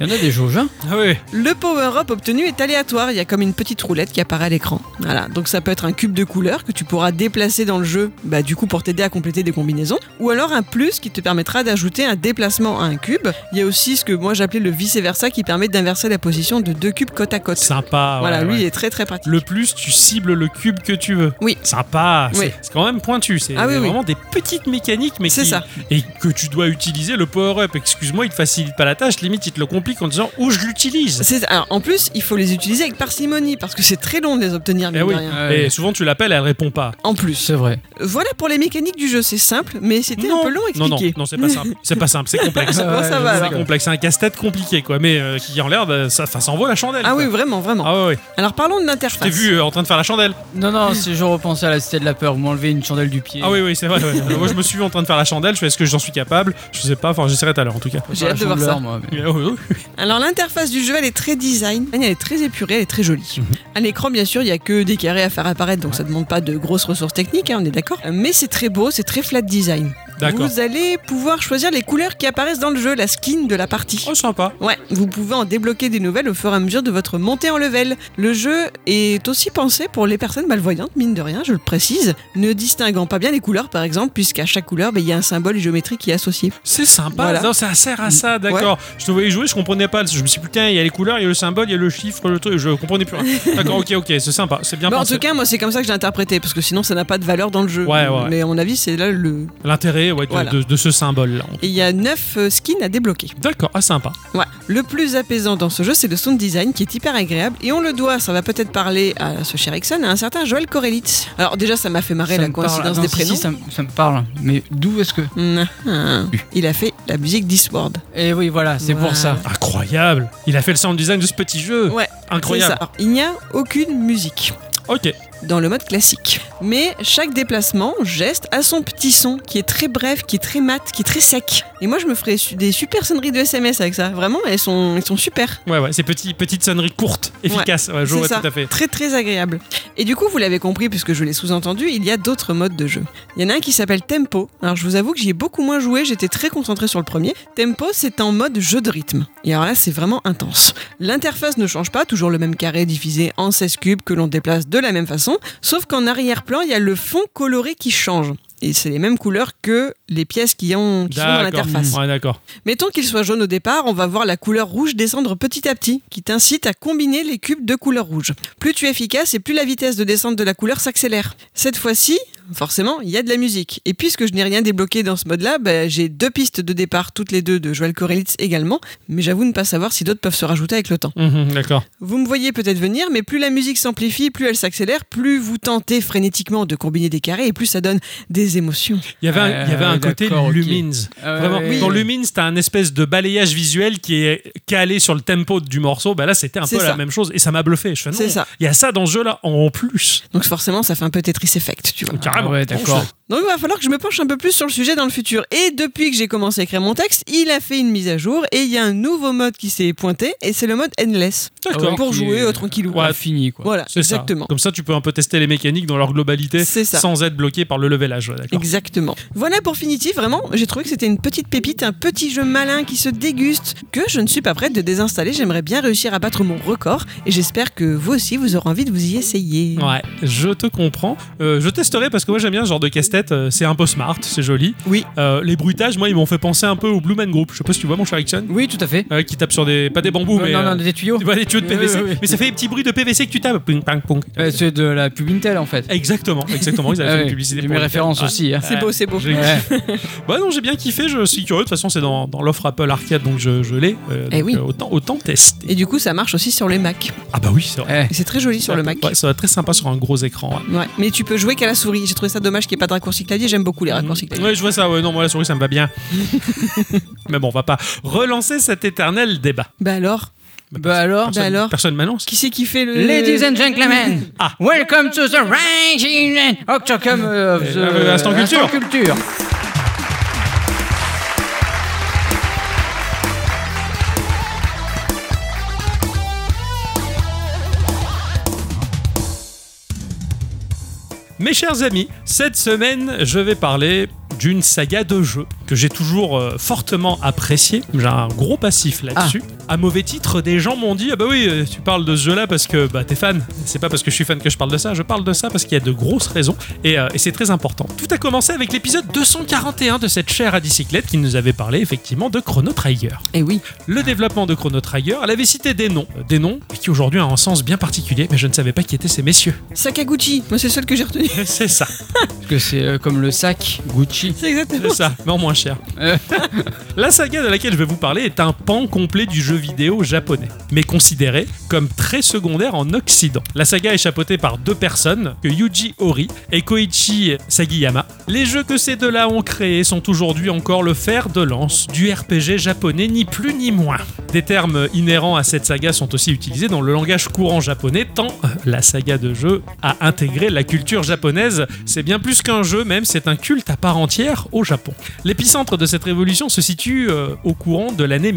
[SPEAKER 2] y en a des jauges, hein
[SPEAKER 1] Ah oui.
[SPEAKER 3] Le power-up obtenu est aléatoire, il y a comme une petite roulette qui apparaît à l'écran. Voilà, donc ça peut être un cube de couleur que tu pourras déplacer dans le jeu, bah du coup pour t'aider à compléter des combinaisons, ou alors un plus qui te permettra d'ajouter un déplacement à un cube. Il y a aussi ce que moi j'appelais le vice-versa qui permet d'inverser la position de deux cubes côte à côte.
[SPEAKER 1] Sympa.
[SPEAKER 3] voilà,
[SPEAKER 1] Ah ouais,
[SPEAKER 3] lui
[SPEAKER 1] ouais.
[SPEAKER 3] il est très très pratique.
[SPEAKER 1] Le plus, tu cibles le cube que tu veux.
[SPEAKER 3] Oui.
[SPEAKER 1] Sympa.
[SPEAKER 3] Oui.
[SPEAKER 1] C'est- C'est quand même pointu. C'est
[SPEAKER 3] Ah oui, oui.
[SPEAKER 1] vraiment des petites mécaniques, mais
[SPEAKER 3] C'est
[SPEAKER 1] qui-
[SPEAKER 3] ça.
[SPEAKER 1] Et que tu dois utiliser le power-up. Excuse-moi, il te facilite pas la tâche. Limite, il te le complique en disant où je l'utilise.
[SPEAKER 3] C'est- alors, en plus, il faut les utiliser avec parcimonie parce que c'est très long de les obtenir, mine
[SPEAKER 1] Eh oui.
[SPEAKER 3] de rien.
[SPEAKER 2] Ouais.
[SPEAKER 1] Et souvent, tu l'appelles, elle répond pas.
[SPEAKER 3] En plus,
[SPEAKER 2] C'est vrai.
[SPEAKER 3] voilà pour les mécaniques du jeu, c'est simple, mais c'était un peu long à
[SPEAKER 1] non, non,
[SPEAKER 3] expliquer.
[SPEAKER 1] non, c'est pas simple. C'est pas simple, c'est complexe.
[SPEAKER 3] Bon, ça va,
[SPEAKER 1] c'est
[SPEAKER 3] alors.
[SPEAKER 1] complexe, c'est un casse-tête compliqué, quoi. Mais euh, qui en l'air, bah, ça, enfin, ça envoie la chandelle.
[SPEAKER 3] Ah
[SPEAKER 1] quoi.
[SPEAKER 3] oui, vraiment, vraiment.
[SPEAKER 1] Ah ouais, ouais.
[SPEAKER 3] Alors parlons de
[SPEAKER 1] Je
[SPEAKER 3] l'interface.
[SPEAKER 1] t'ai vu euh, en train de faire la chandelle.
[SPEAKER 2] Non, non, si je repensais à la cité de la peur, vous m'enlevez une chandelle du pied.
[SPEAKER 1] Ah oui, oui, c'est vrai. ouais. Moi, je me suis vu en train de faire la chandelle. Je fais, est-ce que j'en suis capable Je sais pas. Enfin, j'essaierai tout à l'heure, en tout cas.
[SPEAKER 2] Faut
[SPEAKER 3] J'ai
[SPEAKER 2] faire la
[SPEAKER 3] hâte de voir
[SPEAKER 2] chandeleur,
[SPEAKER 3] ça.
[SPEAKER 2] moi, mais-
[SPEAKER 1] Mais, oh, oh,
[SPEAKER 3] Alors l'interface du jeu, elle est très design, Mhm. elle est très épurée, elle est très jolie. À l'écran, bien sûr, il y a que des carrés à faire apparaître, donc ça demande pas de grosses ressources techniques, hein, on est d'accord. Mais c'est très beau, c'est très flat design.
[SPEAKER 1] D'accord.
[SPEAKER 3] Vous allez pouvoir choisir les couleurs qui apparaissent dans le jeu, la skin de la partie.
[SPEAKER 1] Oh, sympa.
[SPEAKER 3] Ouais, vous pouvez en débloquer des nouvelles au fur et à mesure de votre montée en level. Le jeu est aussi pensé pour les personnes malvoyantes, mine de rien, je le précise, ne distinguant pas bien les couleurs par exemple, puisqu'à chaque couleur, ben, il y a un symbole géométrique qui est associé.
[SPEAKER 1] C'est sympa.
[SPEAKER 3] Voilà. Mm,
[SPEAKER 1] Non, ça sert à ça, d'accord. Je te voyais jouer, je comprenais pas. Je me suis dit, putain, il y a les couleurs, il y a le symbole, il y a le chiffre, le truc. Je comprenais plus rien. D'accord, ok, ok, c'est sympa. C'est bien
[SPEAKER 3] Bon, Bah, en
[SPEAKER 1] pensé.
[SPEAKER 3] tout cas, moi c'est comme ça que j'ai interprété, parce que sinon ça n'a pas de valeur dans le jeu.
[SPEAKER 1] Ouais, ouais, ouais.
[SPEAKER 3] Mais à mon avis, c'est là le,
[SPEAKER 1] L'intérêt, inspiré ouais, de,
[SPEAKER 3] Voilà.
[SPEAKER 1] de- de ce symbole-là.
[SPEAKER 3] Et il y a 9 skins à débloquer.
[SPEAKER 1] D'accord, ah sympa.
[SPEAKER 3] Ouais. Le plus apaisant dans ce jeu, c'est le sound design qui est hyper agréable. Et on le doit, ça va peut-être parler à ce cher Ixon, à un certain Joël Corelitz. Alors déjà, ça m'a fait marrer
[SPEAKER 2] Ça
[SPEAKER 3] la
[SPEAKER 2] me parle.
[SPEAKER 3] coïncidence
[SPEAKER 2] Attends,
[SPEAKER 3] des
[SPEAKER 2] si,
[SPEAKER 3] prénoms.
[SPEAKER 2] si, ça,
[SPEAKER 1] hein.
[SPEAKER 2] me- ça me parle. Mais d'où est-ce que.
[SPEAKER 3] Mhm. Il a fait la musique d'Isword.
[SPEAKER 2] Eh oui, voilà, c'est
[SPEAKER 3] Ouais.
[SPEAKER 2] pour ça.
[SPEAKER 1] Incroyable. Il a fait le sound design de ce petit jeu.
[SPEAKER 3] Ouais,
[SPEAKER 1] Euh, Incroyable.
[SPEAKER 3] c'est ça. Alors, il n'y a aucune musique
[SPEAKER 1] Ok.
[SPEAKER 3] dans le mode classique. Mais chaque déplacement, geste, a son petit son qui est très bref, qui est très mat, qui est très sec. Et moi, je me ferais su- des super sonneries de SMS avec ça. Vraiment, elles sont, elles sont super.
[SPEAKER 1] Ouais, ouais, c'est petit, petite sonnerie courte, efficace. Ouais, je
[SPEAKER 3] C'est
[SPEAKER 1] vois
[SPEAKER 3] ça.
[SPEAKER 1] tout à fait.
[SPEAKER 3] Très, très agréable. Et du coup, vous l'avez compris puisque je l'ai sous-entendu, il y a d'autres modes de jeu. Il y en a un qui s'appelle Tempo. Alors, je vous avoue que j'y ai beaucoup moins joué, j'étais très concentré sur le premier. Tempo, c'est en mode jeu de rythme. Et alors là, c'est vraiment intense. L'interface ne change pas, toujours le même carré divisé en 16 cubes que l'on déplace de la même façon, sauf qu'en arrière-plan, il y a le fond coloré qui change. Et c'est les mêmes couleurs que les pièces qui, ont, qui sont dans
[SPEAKER 1] D'accord.
[SPEAKER 3] l'interface.
[SPEAKER 1] Ouais, d'accord.
[SPEAKER 3] Mettons qu'il soit jaune au départ, on va voir la couleur rouge descendre petit à petit, qui t'incite à combiner les cubes de couleur rouge. Plus tu es efficace et plus la vitesse de descente de la couleur s'accélère. Cette fois-ci, forcément, il y a de la musique. Et puisque je n'ai rien débloqué dans ce mode-là, bah, j'ai deux pistes de départ, toutes les deux de Joël Corelitz également, mais j'avoue ne pas savoir si d'autres peuvent se rajouter avec le temps.
[SPEAKER 1] Mhm, d'accord.
[SPEAKER 3] Vous me voyez peut-être venir, mais plus la musique s'amplifie, plus elle s'accélère, plus vous tentez frénétiquement de combiner des carrés et plus ça donne des émotions.
[SPEAKER 1] Il y avait un, il y avait
[SPEAKER 2] Euh,
[SPEAKER 1] un côté
[SPEAKER 2] d'accord, ok.
[SPEAKER 1] Lumines.
[SPEAKER 2] Euh,
[SPEAKER 1] Vraiment,
[SPEAKER 2] oui.
[SPEAKER 1] dans Lumines, t'as un espèce de balayage visuel qui est calé sur le tempo du morceau. Bah là, c'était un
[SPEAKER 3] C'est
[SPEAKER 1] peu la
[SPEAKER 3] ça.
[SPEAKER 1] même chose et ça m'a bluffé. Je fais
[SPEAKER 3] C'est
[SPEAKER 1] non,
[SPEAKER 3] ça.
[SPEAKER 1] il y a ça dans ce jeu-là en plus.
[SPEAKER 3] Donc forcément, ça fait un peu Tetris Effect, tu vois.
[SPEAKER 1] Carrément.
[SPEAKER 2] Ah ouais, d'accord.
[SPEAKER 3] Donc il va falloir que je me penche un peu plus sur le sujet dans le futur. Et depuis que j'ai commencé à écrire mon texte, il a fait une mise à jour et il y a un nouveau mode qui s'est pointé et c'est le mode endless.
[SPEAKER 1] D'accord.
[SPEAKER 3] Pour
[SPEAKER 2] Ah Qui
[SPEAKER 3] jouer
[SPEAKER 2] est-
[SPEAKER 3] euh, tranquillou.
[SPEAKER 1] Ouais,
[SPEAKER 2] Ouais, fini quoi.
[SPEAKER 3] Voilà,
[SPEAKER 1] C'est ça.
[SPEAKER 3] exactement.
[SPEAKER 1] Comme ça, tu peux un peu tester les mécaniques dans leur globalité
[SPEAKER 3] C'est ça.
[SPEAKER 1] sans être bloqué par le levelage. Ouais, d'accord.
[SPEAKER 3] Exactement. Voilà pour Finity, vraiment, j'ai trouvé que c'était une petite pépite, un petit jeu malin qui se déguste, que je ne suis pas prête de désinstaller, j'aimerais bien réussir à battre mon record, et j'espère que vous aussi, vous aurez envie de vous y essayer.
[SPEAKER 1] Ouais, je te comprends. Euh, je testerai parce que moi j'aime bien ce genre de casse-tête. euh, c'est un peu smart, c'est joli.
[SPEAKER 3] Oui.
[SPEAKER 1] Euh, les bruitages, moi, ils m'ont fait penser un peu au Blue Man Group. Je sais pas si tu vois mon cher Ixon,
[SPEAKER 2] Oui, tout à fait.
[SPEAKER 1] euh, qui tape sur des. pas des bambous,
[SPEAKER 2] Euh,
[SPEAKER 1] mais.
[SPEAKER 2] non,
[SPEAKER 1] euh,
[SPEAKER 2] non, des tuyaux.
[SPEAKER 1] tu vois, des tuyaux de
[SPEAKER 2] Oui,
[SPEAKER 1] PVC.
[SPEAKER 2] oui, oui.
[SPEAKER 1] Mais ça fait des petits bruits de PVC que tu tapes. Ping, pang, pong.
[SPEAKER 2] Ouais, Euh, c'est de la pub Intel en fait.
[SPEAKER 1] Exactement, exactement. Ils avaient
[SPEAKER 2] Ah
[SPEAKER 1] fait une
[SPEAKER 2] ouais,
[SPEAKER 1] publicité
[SPEAKER 2] j'ai
[SPEAKER 1] pour Ah,
[SPEAKER 2] mes
[SPEAKER 1] le
[SPEAKER 2] références
[SPEAKER 1] faire. Ouais.
[SPEAKER 2] aussi. hein.
[SPEAKER 3] C'est beau, c'est beau.
[SPEAKER 1] J'ai-
[SPEAKER 2] Ouais.
[SPEAKER 1] Bah non, j'ai bien kiffé. Je suis curieux. De toute façon, c'est dans, dans l'offre Apple Arcade, donc je, je l'ai. euh,
[SPEAKER 3] Eh
[SPEAKER 1] donc,
[SPEAKER 3] oui.
[SPEAKER 1] euh, autant, autant tester.
[SPEAKER 3] Et du coup, ça marche aussi sur les Mac.
[SPEAKER 1] Ah bah oui, c'est vrai.
[SPEAKER 2] Eh,
[SPEAKER 3] Et c'est très joli sur le Mac.
[SPEAKER 1] Ouais, ça va être très sympa sur un gros écran. ouais.
[SPEAKER 3] Ouais, mais tu peux jouer qu'à la souris. J'ai trouvé ça dommage qu'il n'y ait pas de raccourci clavier. J'aime beaucoup les
[SPEAKER 2] Mhm.
[SPEAKER 3] raccourcis clavier.
[SPEAKER 1] Ouais, Mhm. je vois ça. Ouais, non, moi la souris, ça me va bien. Mais bon, on va pas relancer cet éternel débat.
[SPEAKER 3] Bah alors,
[SPEAKER 2] Bah alors,
[SPEAKER 1] Personne,
[SPEAKER 3] bah alors.
[SPEAKER 1] personne me lance.
[SPEAKER 3] qui c'est qui fait le.
[SPEAKER 2] Ladies and gentlemen,
[SPEAKER 1] Ah.
[SPEAKER 2] welcome to the Ranging Octocom euh, of the
[SPEAKER 1] Euh, Instant Culture.
[SPEAKER 2] Culture.
[SPEAKER 1] Mes chers amis, cette semaine, je vais parler d'une saga de jeux que j'ai toujours euh, fortement appréciée. J'ai un gros passif là-dessus. À mauvais titre, des gens m'ont dit Ah bah oui, euh, tu parles de ce jeu-là parce que bah, t'es fan. C'est pas parce que je suis fan que je parle de ça, je parle de ça parce qu'il y a de grosses raisons et, euh, et c'est très important. Tout a commencé avec l'épisode 241 de cette chère à bicyclette qui nous avait parlé effectivement de Chrono Trigger
[SPEAKER 3] Eh oui.
[SPEAKER 1] le développement de Chrono Trigger, elle avait cité des noms. Euh, Des noms qui aujourd'hui ont un sens bien particulier, mais je ne savais pas qui étaient ces messieurs.
[SPEAKER 3] Sakaguchi. Moi, c'est le seul que j'ai retenu.
[SPEAKER 1] c'est ça,
[SPEAKER 2] Parce que c'est euh, comme le sac Gucci.
[SPEAKER 3] C'est exactement.
[SPEAKER 1] c'est ça, mais en moins cher.
[SPEAKER 2] Euh.
[SPEAKER 1] La saga de laquelle je vais vous parler est un pan complet du jeu vidéo japonais, mais considéré comme très secondaire en Occident. La saga est chapeautée par deux personnes, que Yuji Ori et Koichi Sagiyama. Les jeux que ces deux-là ont créés sont aujourd'hui encore le fer de lance du RPG japonais, ni plus ni moins. Des termes inhérents à cette saga sont aussi utilisés dans le langage courant japonais, tant la saga de jeu a intégré la culture japonaise. C'est bien plus qu'un jeu, même, c'est un culte à part entière au Japon. L'épicentre de cette révolution se situe euh, au courant de l'année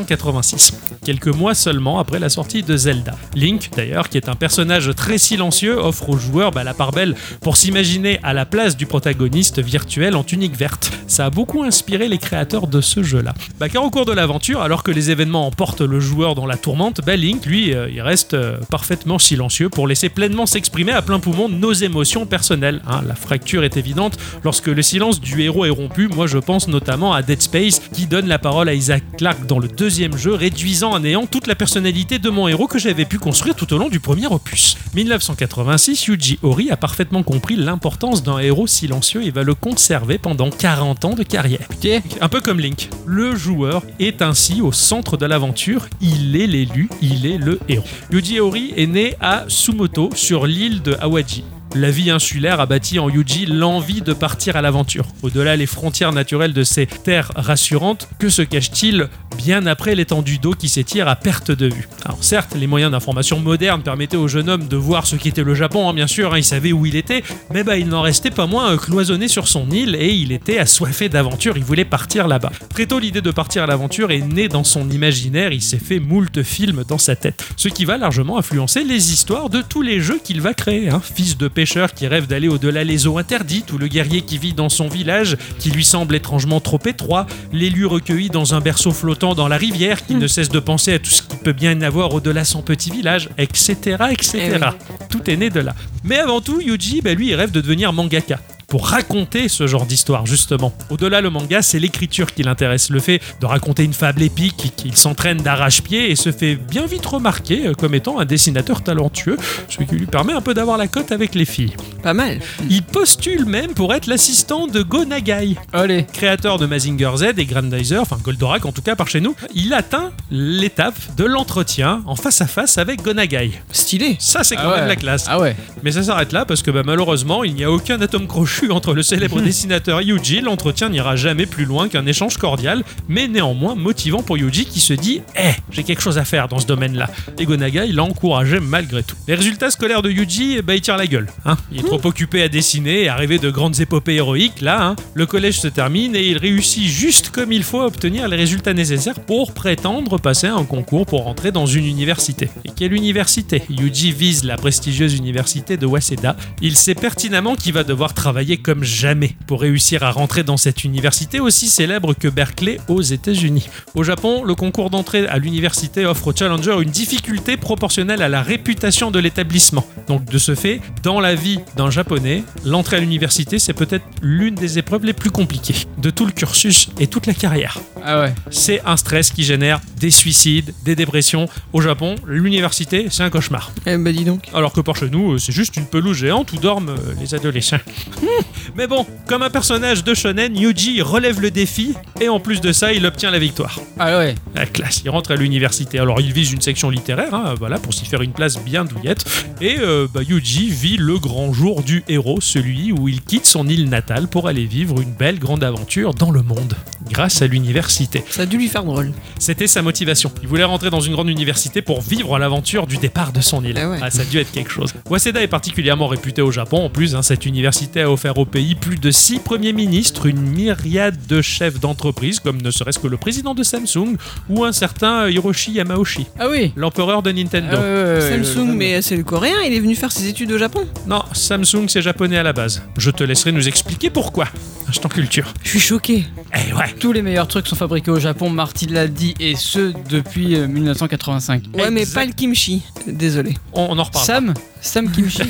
[SPEAKER 1] 1986, quelques mois seulement après la sortie de Zelda. Link, d'ailleurs, qui est un personnage très silencieux, offre aux joueurs bah, la part belle pour s'imaginer à la place du protagoniste virtuel en tunique verte. Ça a beaucoup inspiré les créateurs de ce jeu-là. Bah, car au cours de l'aventure, alors que les événements emportent le joueur dans la tourmente, bah, Link, lui, euh, il reste euh, parfaitement silencieux pour laisser pleinement s'exprimer à plein poumon nos émotions personnelles. hein. La fracture est évidente lorsque le silence du héros est rompu. Moi, je pense notamment à Dead Space, qui donne la parole à Isaac Clarke dans le deuxième jeu, réduisant à néant toute la personnalité de mon héros héros que j'avais pu construire tout au long du premier opus. 1986, Yuji Horii a parfaitement compris l'importance d'un héros silencieux et va le conserver pendant 40 ans de carrière.
[SPEAKER 2] Ok.
[SPEAKER 1] Un peu comme Link, le joueur est ainsi au centre de l'aventure, il est l'élu, il est le héros. Yuji Horii est né à Sumoto, sur l'île de Awaji. La vie insulaire a bâti en Yuji l'envie de partir à l'aventure. Au-delà les frontières naturelles de ces terres rassurantes, que se cache-t-il bien après l'étendue d'eau qui s'étire à perte de vue Alors certes, les moyens d'information modernes permettaient au jeune homme de voir ce qu'était le Japon, hein, bien sûr, hein, il savait où il était, mais bah, il n'en restait pas moins euh, cloisonné sur son île et il était assoiffé d'aventure, il voulait partir là-bas. Très tôt, l'idée de partir à l'aventure est née dans son imaginaire, il s'est fait moult films dans sa tête, ce qui va largement influencer les histoires de tous les jeux qu'il va créer. hein. Fils de pêcheur qui rêve d'aller au-delà les eaux interdites, ou le guerrier qui vit dans son village qui lui semble étrangement trop étroit, l'élu recueilli dans un berceau flottant dans la rivière qui ne cesse de penser à tout ce qu'il peut bien y avoir au-delà son petit village, etc. etc.
[SPEAKER 3] Eh
[SPEAKER 1] Tout est né de là. Mais avant tout, Yuji, bah, lui, il rêve de devenir mangaka pour raconter ce genre d'histoire justement. Au-delà le manga, c'est l'écriture qui l'intéresse, le fait de raconter une fable épique qu'il s'entraîne d'arrache-pied et se fait bien vite remarquer euh, comme étant un dessinateur talentueux, ce qui lui permet un peu d'avoir la cote avec les filles.
[SPEAKER 3] Pas mal.
[SPEAKER 1] Il postule même pour être l'assistant de Go Nagai,
[SPEAKER 2] Allez.
[SPEAKER 1] créateur de Mazinger Z et Grandizer, enfin Goldorak en tout cas par chez nous. Il atteint l'étape de l'entretien en face à face avec Go Nagai.
[SPEAKER 3] Stylé.
[SPEAKER 1] Ça c'est quand
[SPEAKER 2] Ah ouais.
[SPEAKER 1] même la classe.
[SPEAKER 2] Ah ouais.
[SPEAKER 1] Mais ça s'arrête là parce que bah, malheureusement, il n'y a aucun atome crochu entre le célèbre dessinateur Yuji. L'entretien n'ira jamais plus loin qu'un échange cordial, mais néanmoins motivant pour Yuji qui se dit Eh, j'ai quelque chose à faire dans ce domaine-là. Et Gonaga, il l'a encouragé malgré tout. Les résultats scolaires de Yuji, eh ben, il tire la gueule. hein. Il est trop occupé à dessiner et à rêver de grandes épopées héroïques. Là, hein, le collège se termine et il réussit juste comme il faut à obtenir les résultats nécessaires pour prétendre passer un concours pour rentrer dans une université. Et quelle université Yuji vise la prestigieuse université de Waseda. Il sait pertinemment qu'il va devoir travailler comme jamais pour réussir à rentrer dans cette université aussi célèbre que Berkeley aux États-Unis. Au Japon, le concours d'entrée à l'université offre aux challengers une difficulté proportionnelle à la réputation de l'établissement. Donc de ce fait, dans la vie d'un japonais, l'entrée à l'université, c'est peut-être l'une des épreuves les plus compliquées de tout le cursus et toute la carrière
[SPEAKER 2] Ah ouais.
[SPEAKER 1] c'est un stress qui génère des suicides, des dépressions. Au Japon, l'université, c'est un cauchemar.
[SPEAKER 3] Eh ben dis donc.
[SPEAKER 1] Alors que par chez nous, euh, c'est juste une pelouse géante où dorment euh, les adolescents. Mais bon, comme un personnage de shonen, Yuji relève le défi et en plus de ça, il obtient la victoire.
[SPEAKER 2] Ah ouais.
[SPEAKER 1] La classe, il rentre à l'université. Alors il vise une section littéraire, hein, voilà, pour s'y faire une place bien douillette. Et euh, bah, Yuji vit le grand jour du héros, celui où il quitte son île natale pour aller vivre une belle grande aventure dans le monde, grâce à l'université.
[SPEAKER 3] Ça a dû lui faire drôle.
[SPEAKER 1] C'était sa motivation. Il voulait rentrer dans une grande université pour vivre l'aventure du départ de son île.
[SPEAKER 3] Ah ouais.
[SPEAKER 1] ça a dû être quelque chose. Waseda est particulièrement réputé au Japon. En plus, hein, cette université a offert au pays plus de 6 premiers ministres, une myriade de chefs d'entreprise, comme ne serait-ce que le président de Samsung ou un certain euh, Hiroshi Yamauchi,
[SPEAKER 2] Ah oui.
[SPEAKER 1] l'empereur de
[SPEAKER 2] Ah
[SPEAKER 1] Nintendo.
[SPEAKER 2] ouais, ouais, ouais, ouais.
[SPEAKER 3] Samsung, mais c'est le coréen, il est venu faire ses études au Japon.
[SPEAKER 1] Non, Samsung c'est japonais à la base. Je te laisserai nous expliquer pourquoi. Instant culture.
[SPEAKER 3] Je suis choqué.
[SPEAKER 1] Eh ouais.
[SPEAKER 2] Tous les meilleurs trucs sont fabriqués au Japon, Marty l'a dit, et ce depuis euh, 1985.
[SPEAKER 3] Ouais, mais
[SPEAKER 1] Exact.
[SPEAKER 3] pas le kimchi. Désolé.
[SPEAKER 1] On, on en reparle.
[SPEAKER 2] Sam Sam Kimchi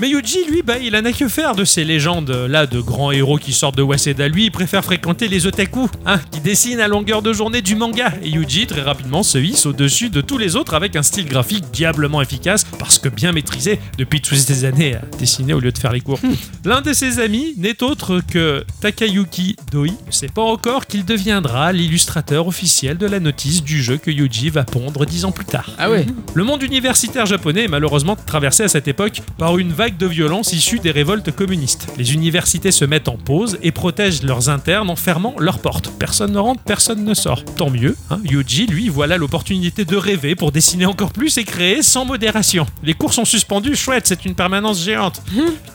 [SPEAKER 1] Mais Yuji, lui, bah, il en a que faire de ces légendes euh, là de grands héros qui sortent de Waseda. Lui, il préfère fréquenter les otaku, hein, qui dessinent à longueur de journée du manga. Et Yuji, très rapidement, se hisse au-dessus de tous les autres avec un style graphique diablement efficace, parce que bien maîtrisé depuis toutes ces années à dessiner au lieu de faire les cours. L'un de ses amis n'est autre que Takayuki Doi. C'est pas encore qu'il deviendra l'illustrateur officiel de la notice du jeu que Yuji va pondre dix ans plus tard.
[SPEAKER 2] Ah ouais
[SPEAKER 1] Le monde universitaire japonais est malheureusement traversé à cette époque par une vague de violence issue des révoltes communistes. Les universités se mettent en pause et protègent leurs internes en fermant leurs portes. Personne ne rentre, personne ne sort. Tant mieux, hein. Yuji, lui, voilà l'opportunité de rêver pour dessiner encore plus et créer sans modération. Les cours sont suspendus, chouette, c'est une permanence géante.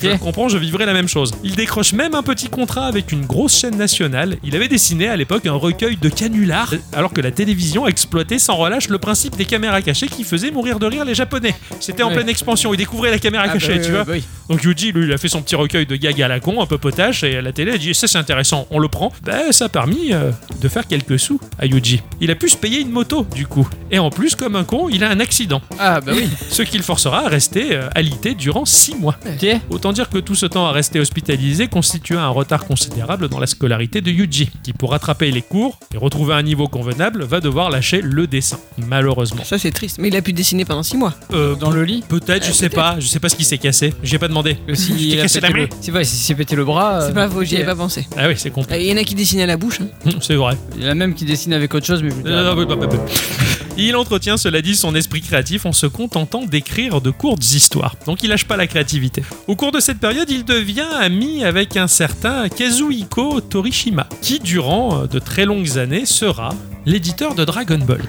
[SPEAKER 1] Je le comprends, je vivrai la même chose. Il décroche même un petit contrat avec une grosse chaîne nationale. Il avait dessiné à l'époque un recueil de canulars, alors que la télévision exploitait sans relâche le principe des caméras cachées qui faisait mourir de rire les Japonais. C'était en
[SPEAKER 2] Ouais.
[SPEAKER 1] pleine expansion animation, il découvrait la caméra
[SPEAKER 2] Ah, bah,
[SPEAKER 1] cachée,
[SPEAKER 2] oui,
[SPEAKER 1] tu
[SPEAKER 2] oui,
[SPEAKER 1] vois.
[SPEAKER 2] bah, oui.
[SPEAKER 1] Donc Yuji, lui, il a fait son petit recueil de gags à la con, un peu potache, et à la télé, il a dit ça c'est intéressant, on le prend. Ben ça a permis euh, de faire quelques sous à Yuji. Il a pu se payer une moto, du coup. Et en plus, comme un con, il a un accident,
[SPEAKER 2] Ah, bah oui.
[SPEAKER 1] ce qui le forcera à rester euh, alité durant six mois.
[SPEAKER 2] Ok.
[SPEAKER 1] Autant dire que tout ce temps à rester hospitalisé constitue un retard considérable dans la scolarité de Yuji, qui pour rattraper les cours et retrouver un niveau convenable va devoir lâcher le dessin, malheureusement.
[SPEAKER 3] Ça, c'est triste. Mais il a pu dessiner pendant 6 mois.
[SPEAKER 1] Euh,
[SPEAKER 2] Dans le lit.
[SPEAKER 1] Peut-être, je sais pas, je sais pas ce qui s'est cassé, j'ai pas demandé.
[SPEAKER 2] Si
[SPEAKER 1] J'ai
[SPEAKER 2] il a
[SPEAKER 1] cassé
[SPEAKER 2] pété
[SPEAKER 1] la main.
[SPEAKER 2] le... C'est vrai, s'il s'est pété le bras. euh,
[SPEAKER 3] C'est pas faux, j'y avais
[SPEAKER 2] ok.
[SPEAKER 3] pas pensé. Euh,
[SPEAKER 1] Ah oui, c'est con.
[SPEAKER 3] Il y en a qui dessinaient à la bouche. hein.
[SPEAKER 1] Hum, C'est vrai.
[SPEAKER 2] Il y en a même qui dessine avec autre chose, mais je vous le
[SPEAKER 1] Non, non,
[SPEAKER 2] dirai.
[SPEAKER 1] non, non, non, non. bah, Il entretient, cela dit, son esprit créatif en se contentant d'écrire de courtes histoires. Donc il lâche pas la créativité. Au cours de cette période, il devient ami avec un certain Kazuhiko Torishima, qui durant euh, de très longues années sera l'éditeur de Dragon Ball.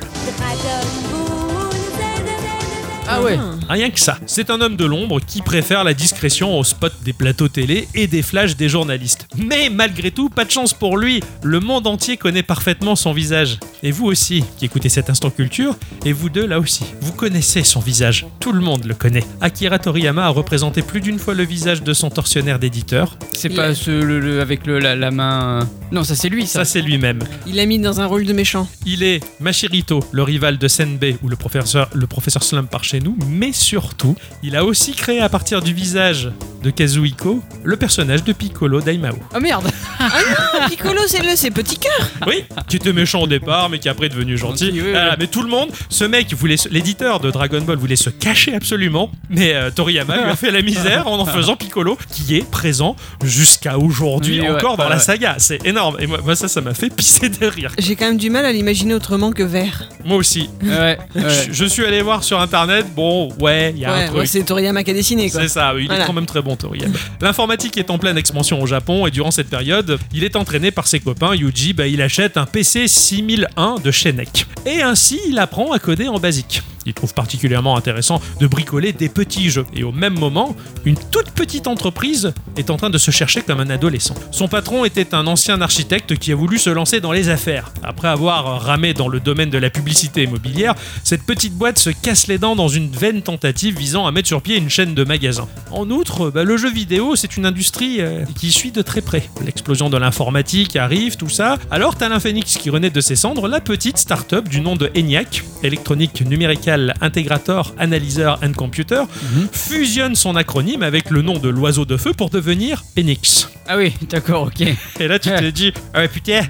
[SPEAKER 2] Ah ouais.
[SPEAKER 1] Rien que ça. C'est un homme de l'ombre qui préfère la discrétion au spot des plateaux télé et des flashs des journalistes. Mais malgré tout, pas de chance pour lui. Le monde entier connaît parfaitement son visage. Et vous aussi, qui écoutez cet instant culture, et vous deux là aussi, vous connaissez son visage. Tout le monde le connaît. Akira Toriyama a représenté plus d'une fois le visage de son tortionnaire d'éditeur.
[SPEAKER 2] C'est
[SPEAKER 3] Il-
[SPEAKER 2] pas ce, le, le- avec le, la, la main. euh, Non, ça c'est lui, ça.
[SPEAKER 1] Ça, c'est lui-même.
[SPEAKER 3] Il l'a mis dans un rôle de méchant.
[SPEAKER 1] Il est Machirito, le rival de Senbei ou le professeur, le professeur Slump par chez nous, mais surtout, il a aussi créé à partir du visage de Kazuhiko le personnage de Piccolo Daimao.
[SPEAKER 2] Ah merde
[SPEAKER 3] Ah, Piccolo, c'est le, c'est petit cœur.
[SPEAKER 1] Oui, qui était méchant au départ, mais qui après est devenu gentil.
[SPEAKER 2] Gentil, oui, oui.
[SPEAKER 1] Voilà, mais tout le monde, ce mec, voulait se- l'éditeur de Dragon Ball voulait se cacher absolument, mais euh, Toriyama lui a fait la misère en en faisant Piccolo, qui est présent jusqu'à aujourd'hui
[SPEAKER 2] Oui, ouais,
[SPEAKER 1] encore dans
[SPEAKER 2] ouais,
[SPEAKER 1] la
[SPEAKER 2] ouais.
[SPEAKER 1] saga. C'est énorme. Et moi, moi, ça, ça m'a fait pisser de rire.
[SPEAKER 3] J'ai quand même du mal à l'imaginer autrement que vert.
[SPEAKER 1] Moi aussi.
[SPEAKER 2] Ouais, ouais.
[SPEAKER 1] Je, je suis allé voir sur internet, bon, ouais, il y a un
[SPEAKER 3] Ouais,
[SPEAKER 1] truc.
[SPEAKER 3] ouais, c'est Toriyama qui a dessiné quoi.
[SPEAKER 1] C'est ça, oui, il
[SPEAKER 3] Voilà.
[SPEAKER 1] est quand même très bon, Toriyama. L'informatique est en pleine expansion au Japon et durant cette période, il est entraîné par ses copains. Yuji, bah, il achète un PC 6001 de Shenek. Et ainsi, il apprend à coder en basique. Il trouve particulièrement intéressant de bricoler des petits jeux. Et au même moment, une toute petite entreprise est en train de se chercher comme un adolescent. Son patron était un ancien architecte qui a voulu se lancer dans les affaires. Après avoir ramé dans le domaine de la publicité immobilière, cette petite boîte se casse les dents dans une vaine tentative visant à mettre sur pied une chaîne de magasins. En outre, bah, le jeu vidéo, c'est une industrie euh, qui suit de très près. L'explosion de l'informatique arrive, tout ça. Alors, Talin Phoenix qui renaît de ses cendres, la petite start-up du nom de ENIAC, Electronic Numerical Integrator Analyzer and Computer, fusionne son acronyme avec le nom de l'oiseau de feu pour devenir Phoenix.
[SPEAKER 2] Ah oui, d'accord, ok.
[SPEAKER 1] Et là, tu te dis, ah ouais, putain,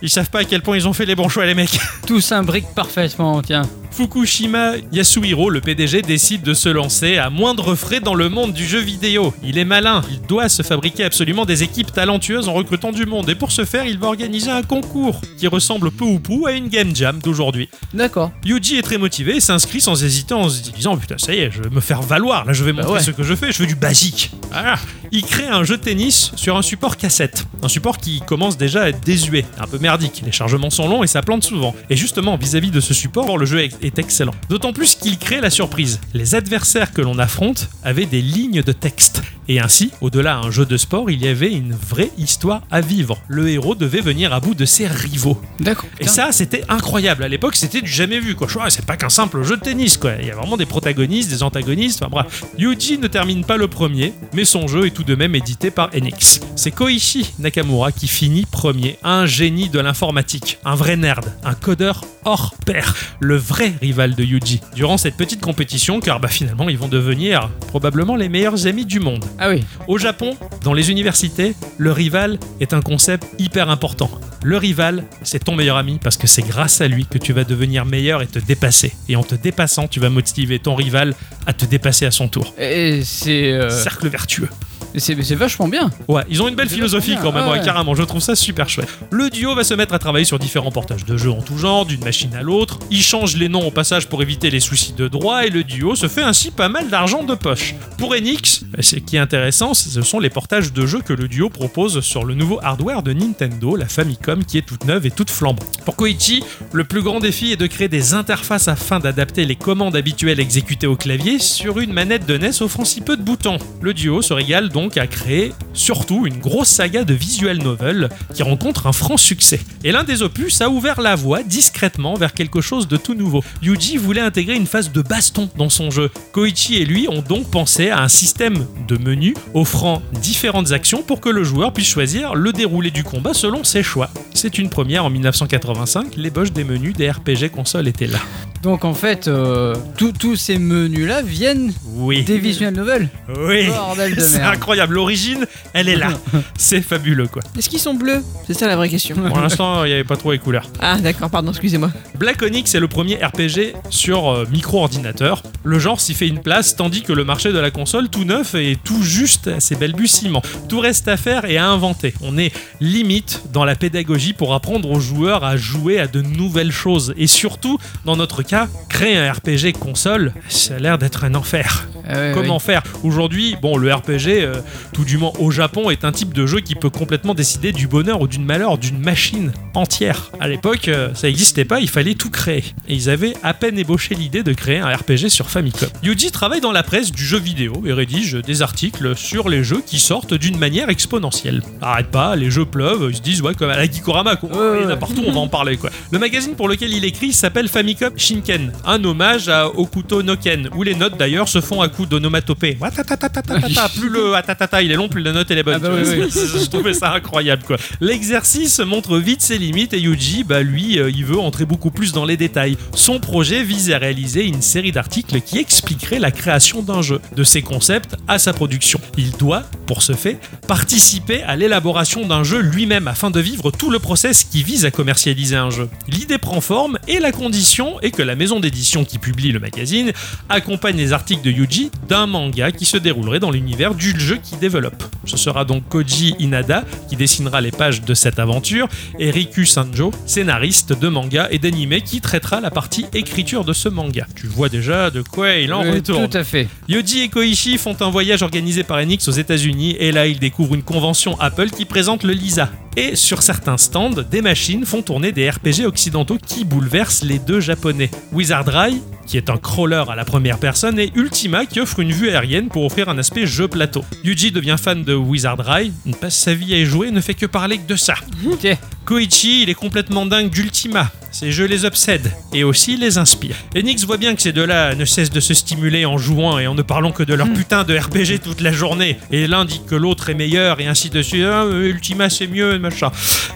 [SPEAKER 1] ils savent pas à quel point ils ont fait les bons choix, les mecs.
[SPEAKER 2] Tout s'imbrique parfaitement, tiens.
[SPEAKER 1] Fukushima Yasuhiro, le PDG, décide de se lancer à moindre frais dans le monde du jeu vidéo. Il est malin, il doit se fabriquer absolument des équipes talentueuses en recrutant du monde, et pour ce faire, il va organiser un concours qui ressemble peu ou prou à une game jam d'aujourd'hui.
[SPEAKER 2] D'accord.
[SPEAKER 1] Yuji est très motivé et s'inscrit sans hésiter en se disant Putain, ça y est, je vais me faire valoir, là je vais montrer
[SPEAKER 2] ouais.
[SPEAKER 1] ce que je fais, je fais du basique. Voilà. Il crée un jeu de tennis sur un support cassette, un support qui commence déjà à être désuet, un peu merdique. Les chargements sont longs et ça plante souvent. Et justement, vis-à-vis de ce support, le jeu est- est excellent. D'autant plus qu'il crée la surprise. Les adversaires que l'on affronte avaient des lignes de texte. Et ainsi, au-delà d'un jeu de sport, il y avait une vraie histoire à vivre. Le héros devait venir à bout de ses rivaux.
[SPEAKER 2] D'accord.
[SPEAKER 1] Et ça, c'était incroyable. À l'époque, c'était du jamais vu. Quoi. Je crois, c'est pas qu'un simple jeu de tennis. Quoi. Il y a vraiment des protagonistes, des antagonistes. Enfin bref, Yuji ne termine pas le premier, mais son jeu est tout de même édité par Enix. C'est Koichi Nakamura qui finit premier, un génie de l'informatique, un vrai nerd, un codeur hors pair, le vrai rival de Yuji. Durant cette petite compétition, car bah, finalement, ils vont devenir probablement les meilleurs amis du monde.
[SPEAKER 2] Ah oui.
[SPEAKER 1] Au Japon, dans les universités, le rival est un concept hyper important. Le rival, c'est ton meilleur ami parce que c'est grâce à lui que tu vas devenir meilleur et te dépasser. Et en te dépassant, tu vas motiver ton rival à te dépasser à son tour.
[SPEAKER 2] Et c'est. euh,
[SPEAKER 1] Cercle vertueux.
[SPEAKER 2] c'est c'est vachement bien.
[SPEAKER 1] Ouais, ils ont une belle
[SPEAKER 2] C'est
[SPEAKER 1] philosophie
[SPEAKER 2] vachement
[SPEAKER 1] quand
[SPEAKER 2] bien,
[SPEAKER 1] même,
[SPEAKER 2] ouais.
[SPEAKER 1] ouais, carrément, je trouve ça super chouette. Le duo va se mettre à travailler sur différents portages de jeux en tout genre, d'une machine à l'autre, ils changent les noms au passage pour éviter les soucis de droit, et le duo se fait ainsi pas mal d'argent de poche. Pour Enix, ce qui est intéressant, ce sont les portages de jeux que le duo propose sur le nouveau hardware de Nintendo, la Famicom, qui est toute neuve et toute flambante. Pour Koichi, le plus grand défi est de créer des interfaces afin d'adapter les E commandes habituelles exécutées au clavier sur une manette de NES offrant si peu de boutons. Le duo se régale donc donc a créé surtout une grosse saga de visual novel qui rencontre un franc succès. Et l'un des opus a ouvert la voie discrètement vers quelque chose de tout nouveau. Yuji voulait intégrer une phase de baston dans son jeu. Koichi et lui ont donc pensé à un système de menu offrant différentes actions pour que le joueur puisse choisir le déroulé du combat selon ses choix. C'est une première en 1985, l'ébauche des menus des RPG consoles était là.
[SPEAKER 2] Donc en fait, euh, tous- tous ces menus-là viennent
[SPEAKER 1] Oui.
[SPEAKER 2] des visual novels.
[SPEAKER 1] Oui.
[SPEAKER 2] Bordel de
[SPEAKER 1] C'est
[SPEAKER 2] merde.
[SPEAKER 1] incroyable, l'origine, elle est là. C'est fabuleux quoi.
[SPEAKER 3] Est-ce qu'ils sont bleus C'est ça la vraie question.
[SPEAKER 1] Pour l'instant, il n'y avait pas trop les couleurs.
[SPEAKER 3] Ah d'accord, pardon, excusez-moi.
[SPEAKER 1] Black Onyx est le premier RPG sur euh, micro-ordinateur. Le genre s'y fait une place, tandis que le marché de la console, tout neuf, est tout juste à ses balbutiements. Tout reste à faire et à inventer. On est limite dans la pédagogie pour apprendre aux joueurs à jouer à de nouvelles choses. Et surtout, dans notre cas, créer un RPG console, ça a l'air d'être un enfer.
[SPEAKER 2] Ah ouais,
[SPEAKER 1] Comment
[SPEAKER 2] ouais.
[SPEAKER 1] faire Aujourd'hui, bon, le RPG, euh, tout du moins au Japon, est un type de jeu qui peut complètement décider du bonheur ou d'une malheur d'une machine entière. À l'époque, euh, ça n'existait pas, il fallait tout créer. Et ils avaient à peine ébauché l'idée de créer un RPG sur Famicom. Yuji travaille dans la presse du jeu vidéo et rédige des articles sur les jeux qui sortent d'une manière exponentielle. Arrête pas, les jeux pleuvent, ils se disent, ouais, comme à la Gikorama, quoi.
[SPEAKER 2] Ouais,
[SPEAKER 1] Il y en a
[SPEAKER 2] ouais.
[SPEAKER 1] partout, on va en parler, quoi. Le magazine pour lequel il écrit s'appelle Famicom Shinken, un hommage à Okuto no Ken, où les notes d'ailleurs se font à coups d'onomatopée. Atatatatata, Plus le atatata il est long, plus la note elle est bonne.
[SPEAKER 2] Ah bah
[SPEAKER 1] tu vois.
[SPEAKER 2] oui, oui.
[SPEAKER 1] Je trouvais ça incroyable, quoi. L'exercice montre vite ses limites et Yuji, bah lui, euh, il veut entrer beaucoup plus dans les détails. Son projet vise à réaliser une série d'articles qui expliquerait la création d'un jeu, de ses concepts à sa production. Il doit, pour ce fait, participer à l'élaboration d'un jeu lui-même afin de vivre tout le process qui vise à commercialiser un jeu. L'idée prend forme et la condition est que la maison d'édition qui publie le magazine accompagne les articles de Yuji d'un manga qui se déroulerait dans l'univers du jeu qu'il développe. Ce sera donc Koji Inada qui dessinera les pages de cette aventure et Riku Sanjo, scénariste de manga et d'anime qui traitera la partie écriture de ce manga. Tu vois déjà de quoi il en
[SPEAKER 2] Euh,
[SPEAKER 1] retourne.
[SPEAKER 2] Tout à fait.
[SPEAKER 1] Yoji et Koichi font un voyage organisé par Enix aux États-Unis et là ils découvrent une convention Apple qui présente le Lisa. Et sur certains stands, des machines font tourner des RPG occidentaux qui bouleversent les deux japonais. Wizard Eye, qui est un crawler à la première personne, et Ultima qui offre une vue aérienne pour offrir un aspect jeu plateau. Yuji devient fan de Wizard Eye, il passe sa vie à y jouer et ne fait que parler que de ça.
[SPEAKER 2] Ok.
[SPEAKER 1] Koichi, il est complètement dingue d'Ultima. Ces jeux les obsèdent et aussi les inspirent. Enix voit bien que ces deux-là ne cessent de se stimuler en jouant et en ne parlant que de leur putain de RPG toute la journée. Et l'un dit que l'autre est meilleur et ainsi de suite. Ah, euh, Ultima c'est mieux, machin.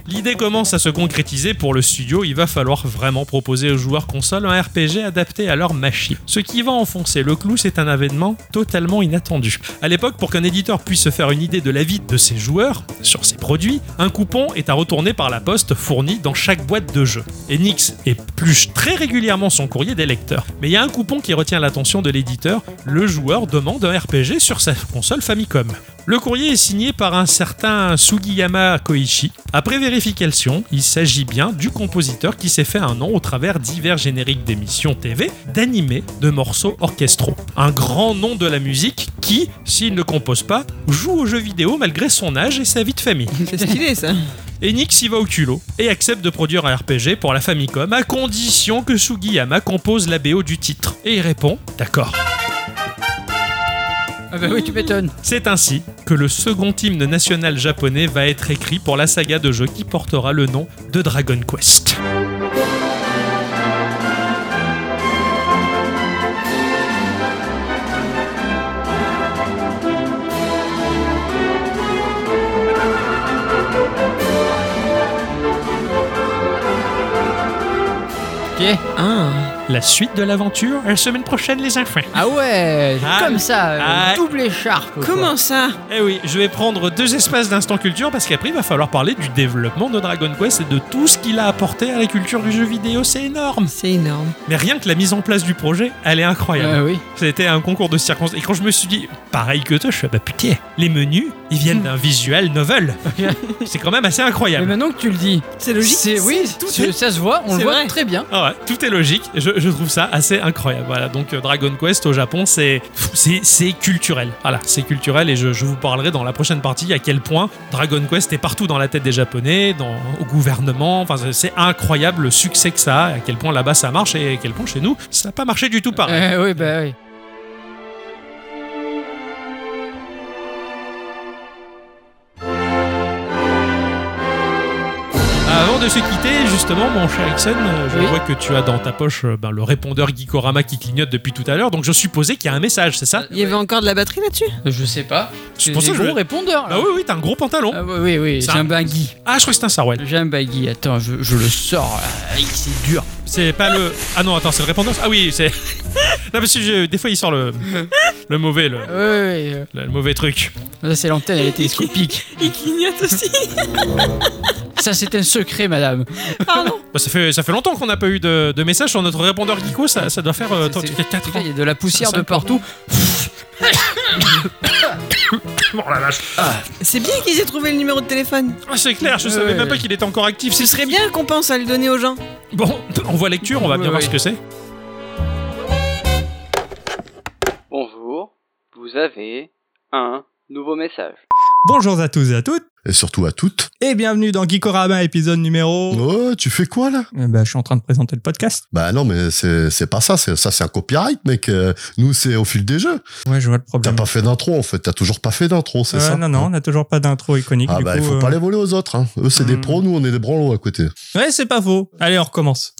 [SPEAKER 1] L'idée commence à se concrétiser pour le studio. Il va falloir vraiment proposer aux joueurs console un RPG adapté à leur machine. Ce qui va enfoncer le clou, c'est un événement totalement inattendu. À l'époque, pour qu'un éditeur puisse se faire une idée de la vie de ses joueurs sur ses produits, un coupon est à retourner par la poste fourni dans chaque boîte de jeu. Enix épluche très régulièrement son courrier des lecteurs. Mais il y a un coupon qui retient l'attention de l'éditeur. Le joueur demande un RPG sur sa console Famicom. Le courrier est signé par un certain Sugiyama Koichi. Après vérification, il s'agit bien du compositeur qui s'est fait un nom au travers divers génériques d'émissions TV, d'animés, de morceaux orchestraux. Un grand nom de la musique qui, s'il ne compose pas, joue aux jeux vidéo malgré son âge et sa vie de famille.
[SPEAKER 3] C'est stylé ça.
[SPEAKER 1] Enix y va au culot et accepte de produire un RPG pour la Famicom à condition que Sugiyama compose la BO du titre. Et il répond D'accord.
[SPEAKER 2] Ah bah oui, tu m'étonnes.
[SPEAKER 1] C'est ainsi que le second hymne national japonais va être écrit pour la saga de jeu qui portera le nom de Dragon Quest.
[SPEAKER 2] Ok.
[SPEAKER 3] Ah,
[SPEAKER 1] La suite de l'aventure, la semaine prochaine les enfants.
[SPEAKER 2] Ah ouais,
[SPEAKER 1] Ah.
[SPEAKER 2] comme ça, euh,
[SPEAKER 1] Ah.
[SPEAKER 2] double écharpe. quoi.
[SPEAKER 3] Comment ça
[SPEAKER 1] Eh oui, je vais prendre deux espaces d'instant culture parce qu'après il va falloir parler du développement de Dragon Quest et de tout ce qu'il a apporté à la culture du jeu vidéo, c'est énorme.
[SPEAKER 3] C'est énorme.
[SPEAKER 1] Mais rien que la mise en place du projet, elle est incroyable.
[SPEAKER 2] Ah oui.
[SPEAKER 1] C'était un concours de circonstances. Et quand je me suis dit, pareil que toi, je suis ah bah putain, les menus, ils viennent d'un visual novel. C'est quand même assez
[SPEAKER 2] Mais
[SPEAKER 1] incroyable.
[SPEAKER 2] maintenant que tu le dis,
[SPEAKER 3] C'est logique.
[SPEAKER 2] c'est oui,
[SPEAKER 3] tout
[SPEAKER 2] c'est- ça se voit, on
[SPEAKER 3] C'est
[SPEAKER 2] le voit
[SPEAKER 3] vrai.
[SPEAKER 2] très bien.
[SPEAKER 1] Ah ouais, tout est logique. Je, je trouve ça assez incroyable. Voilà, donc euh, Dragon Quest au Japon, c'est pff, c'est c'est culturel. Voilà, c'est culturel et je, je vous parlerai dans la prochaine partie à quel point Dragon Quest est partout dans la tête des Japonais, dans au gouvernement. Enfin, c'est- c'est incroyable le succès que ça a, à quel point là-bas ça marche et à quel point chez nous ça n'a pas marché du tout pareil.
[SPEAKER 2] Euh, oui, bah oui.
[SPEAKER 1] Avant de se quitter, justement, mon cher Ixon, euh, je
[SPEAKER 2] Oui.
[SPEAKER 1] vois que tu as dans ta poche euh, ben, le répondeur Geekorama qui clignote depuis tout à l'heure, donc je supposais qu'il y a un message, c'est ça
[SPEAKER 2] Euh,
[SPEAKER 3] Il y avait encore de la batterie là-dessus
[SPEAKER 2] Je sais pas.
[SPEAKER 1] C'est pour ça
[SPEAKER 2] des
[SPEAKER 1] que je-
[SPEAKER 2] bons répondeurs.
[SPEAKER 1] Bah
[SPEAKER 2] là.
[SPEAKER 1] oui, oui, t'as un gros pantalon.
[SPEAKER 2] Ah oui, oui, oui,
[SPEAKER 1] C'est
[SPEAKER 2] j'ai
[SPEAKER 1] un-
[SPEAKER 2] un baggy.
[SPEAKER 1] Ah, je crois que c'est un sarouel.
[SPEAKER 2] J'ai un baggy, attends, je, je le sors. Aïe, c'est dur.
[SPEAKER 1] C'est pas le. Ah non, attends, c'est le répondeur. Ah oui, c'est. non, parce que je- des fois, il sort le, le mauvais, le...
[SPEAKER 2] Oui, oui, euh,
[SPEAKER 1] le mauvais truc.
[SPEAKER 2] là, c'est l'antenne, elle est télescopique.
[SPEAKER 3] Il clignote aussi.
[SPEAKER 2] Ça, c'est un secret, madame.
[SPEAKER 3] Pardon.
[SPEAKER 1] Bah, ça fait ça fait longtemps qu'on n'a pas eu de, de message sur notre répondeur Geeko. Ça, ça doit faire euh,
[SPEAKER 2] Ça,
[SPEAKER 1] attends,
[SPEAKER 2] c'est-
[SPEAKER 1] 4 ans.
[SPEAKER 2] Il y a de la poussière
[SPEAKER 1] Ça, ça-
[SPEAKER 2] de partout.
[SPEAKER 3] C'est bien qu'ils aient trouvé le numéro de téléphone.
[SPEAKER 1] Ah, c'est clair, je savais
[SPEAKER 2] Ouais.
[SPEAKER 1] même pas qu'il était encore actif.
[SPEAKER 3] Ce
[SPEAKER 1] C'est
[SPEAKER 3] serait bien qu'on pense à le donner aux gens.
[SPEAKER 1] Bon, on voit lecture, on va bien
[SPEAKER 2] Ouais,
[SPEAKER 1] voir
[SPEAKER 2] ouais.
[SPEAKER 1] ce que c'est.
[SPEAKER 8] Bonjour, vous avez un nouveau message.
[SPEAKER 9] Bonjour à tous et à toutes,
[SPEAKER 10] Et surtout à toutes.
[SPEAKER 9] et bienvenue dans Geekorama épisode numéro...
[SPEAKER 10] Oh, tu fais quoi là
[SPEAKER 9] Eh ben, je suis en train de présenter le podcast.
[SPEAKER 10] Bah non, mais c'est c'est pas ça. c'est- Ça, c'est un copyright, mec. Euh, Nous, c'est au fil des jeux.
[SPEAKER 9] Ouais, je vois le
[SPEAKER 10] T'as
[SPEAKER 9] problème.
[SPEAKER 10] pas fait d'intro, en fait. T'as toujours pas fait d'intro, c'est
[SPEAKER 9] Ouais,
[SPEAKER 10] ça
[SPEAKER 9] non, non, on n'a toujours pas d'intro iconique.
[SPEAKER 10] Ah
[SPEAKER 9] du coup,
[SPEAKER 10] bah, il faut
[SPEAKER 9] euh,
[SPEAKER 10] pas les voler aux autres. Hein. Eux, c'est des
[SPEAKER 9] Hmm.
[SPEAKER 10] pros. Nous, on est des branlots à côté.
[SPEAKER 9] Ouais, c'est pas faux. Allez, on recommence.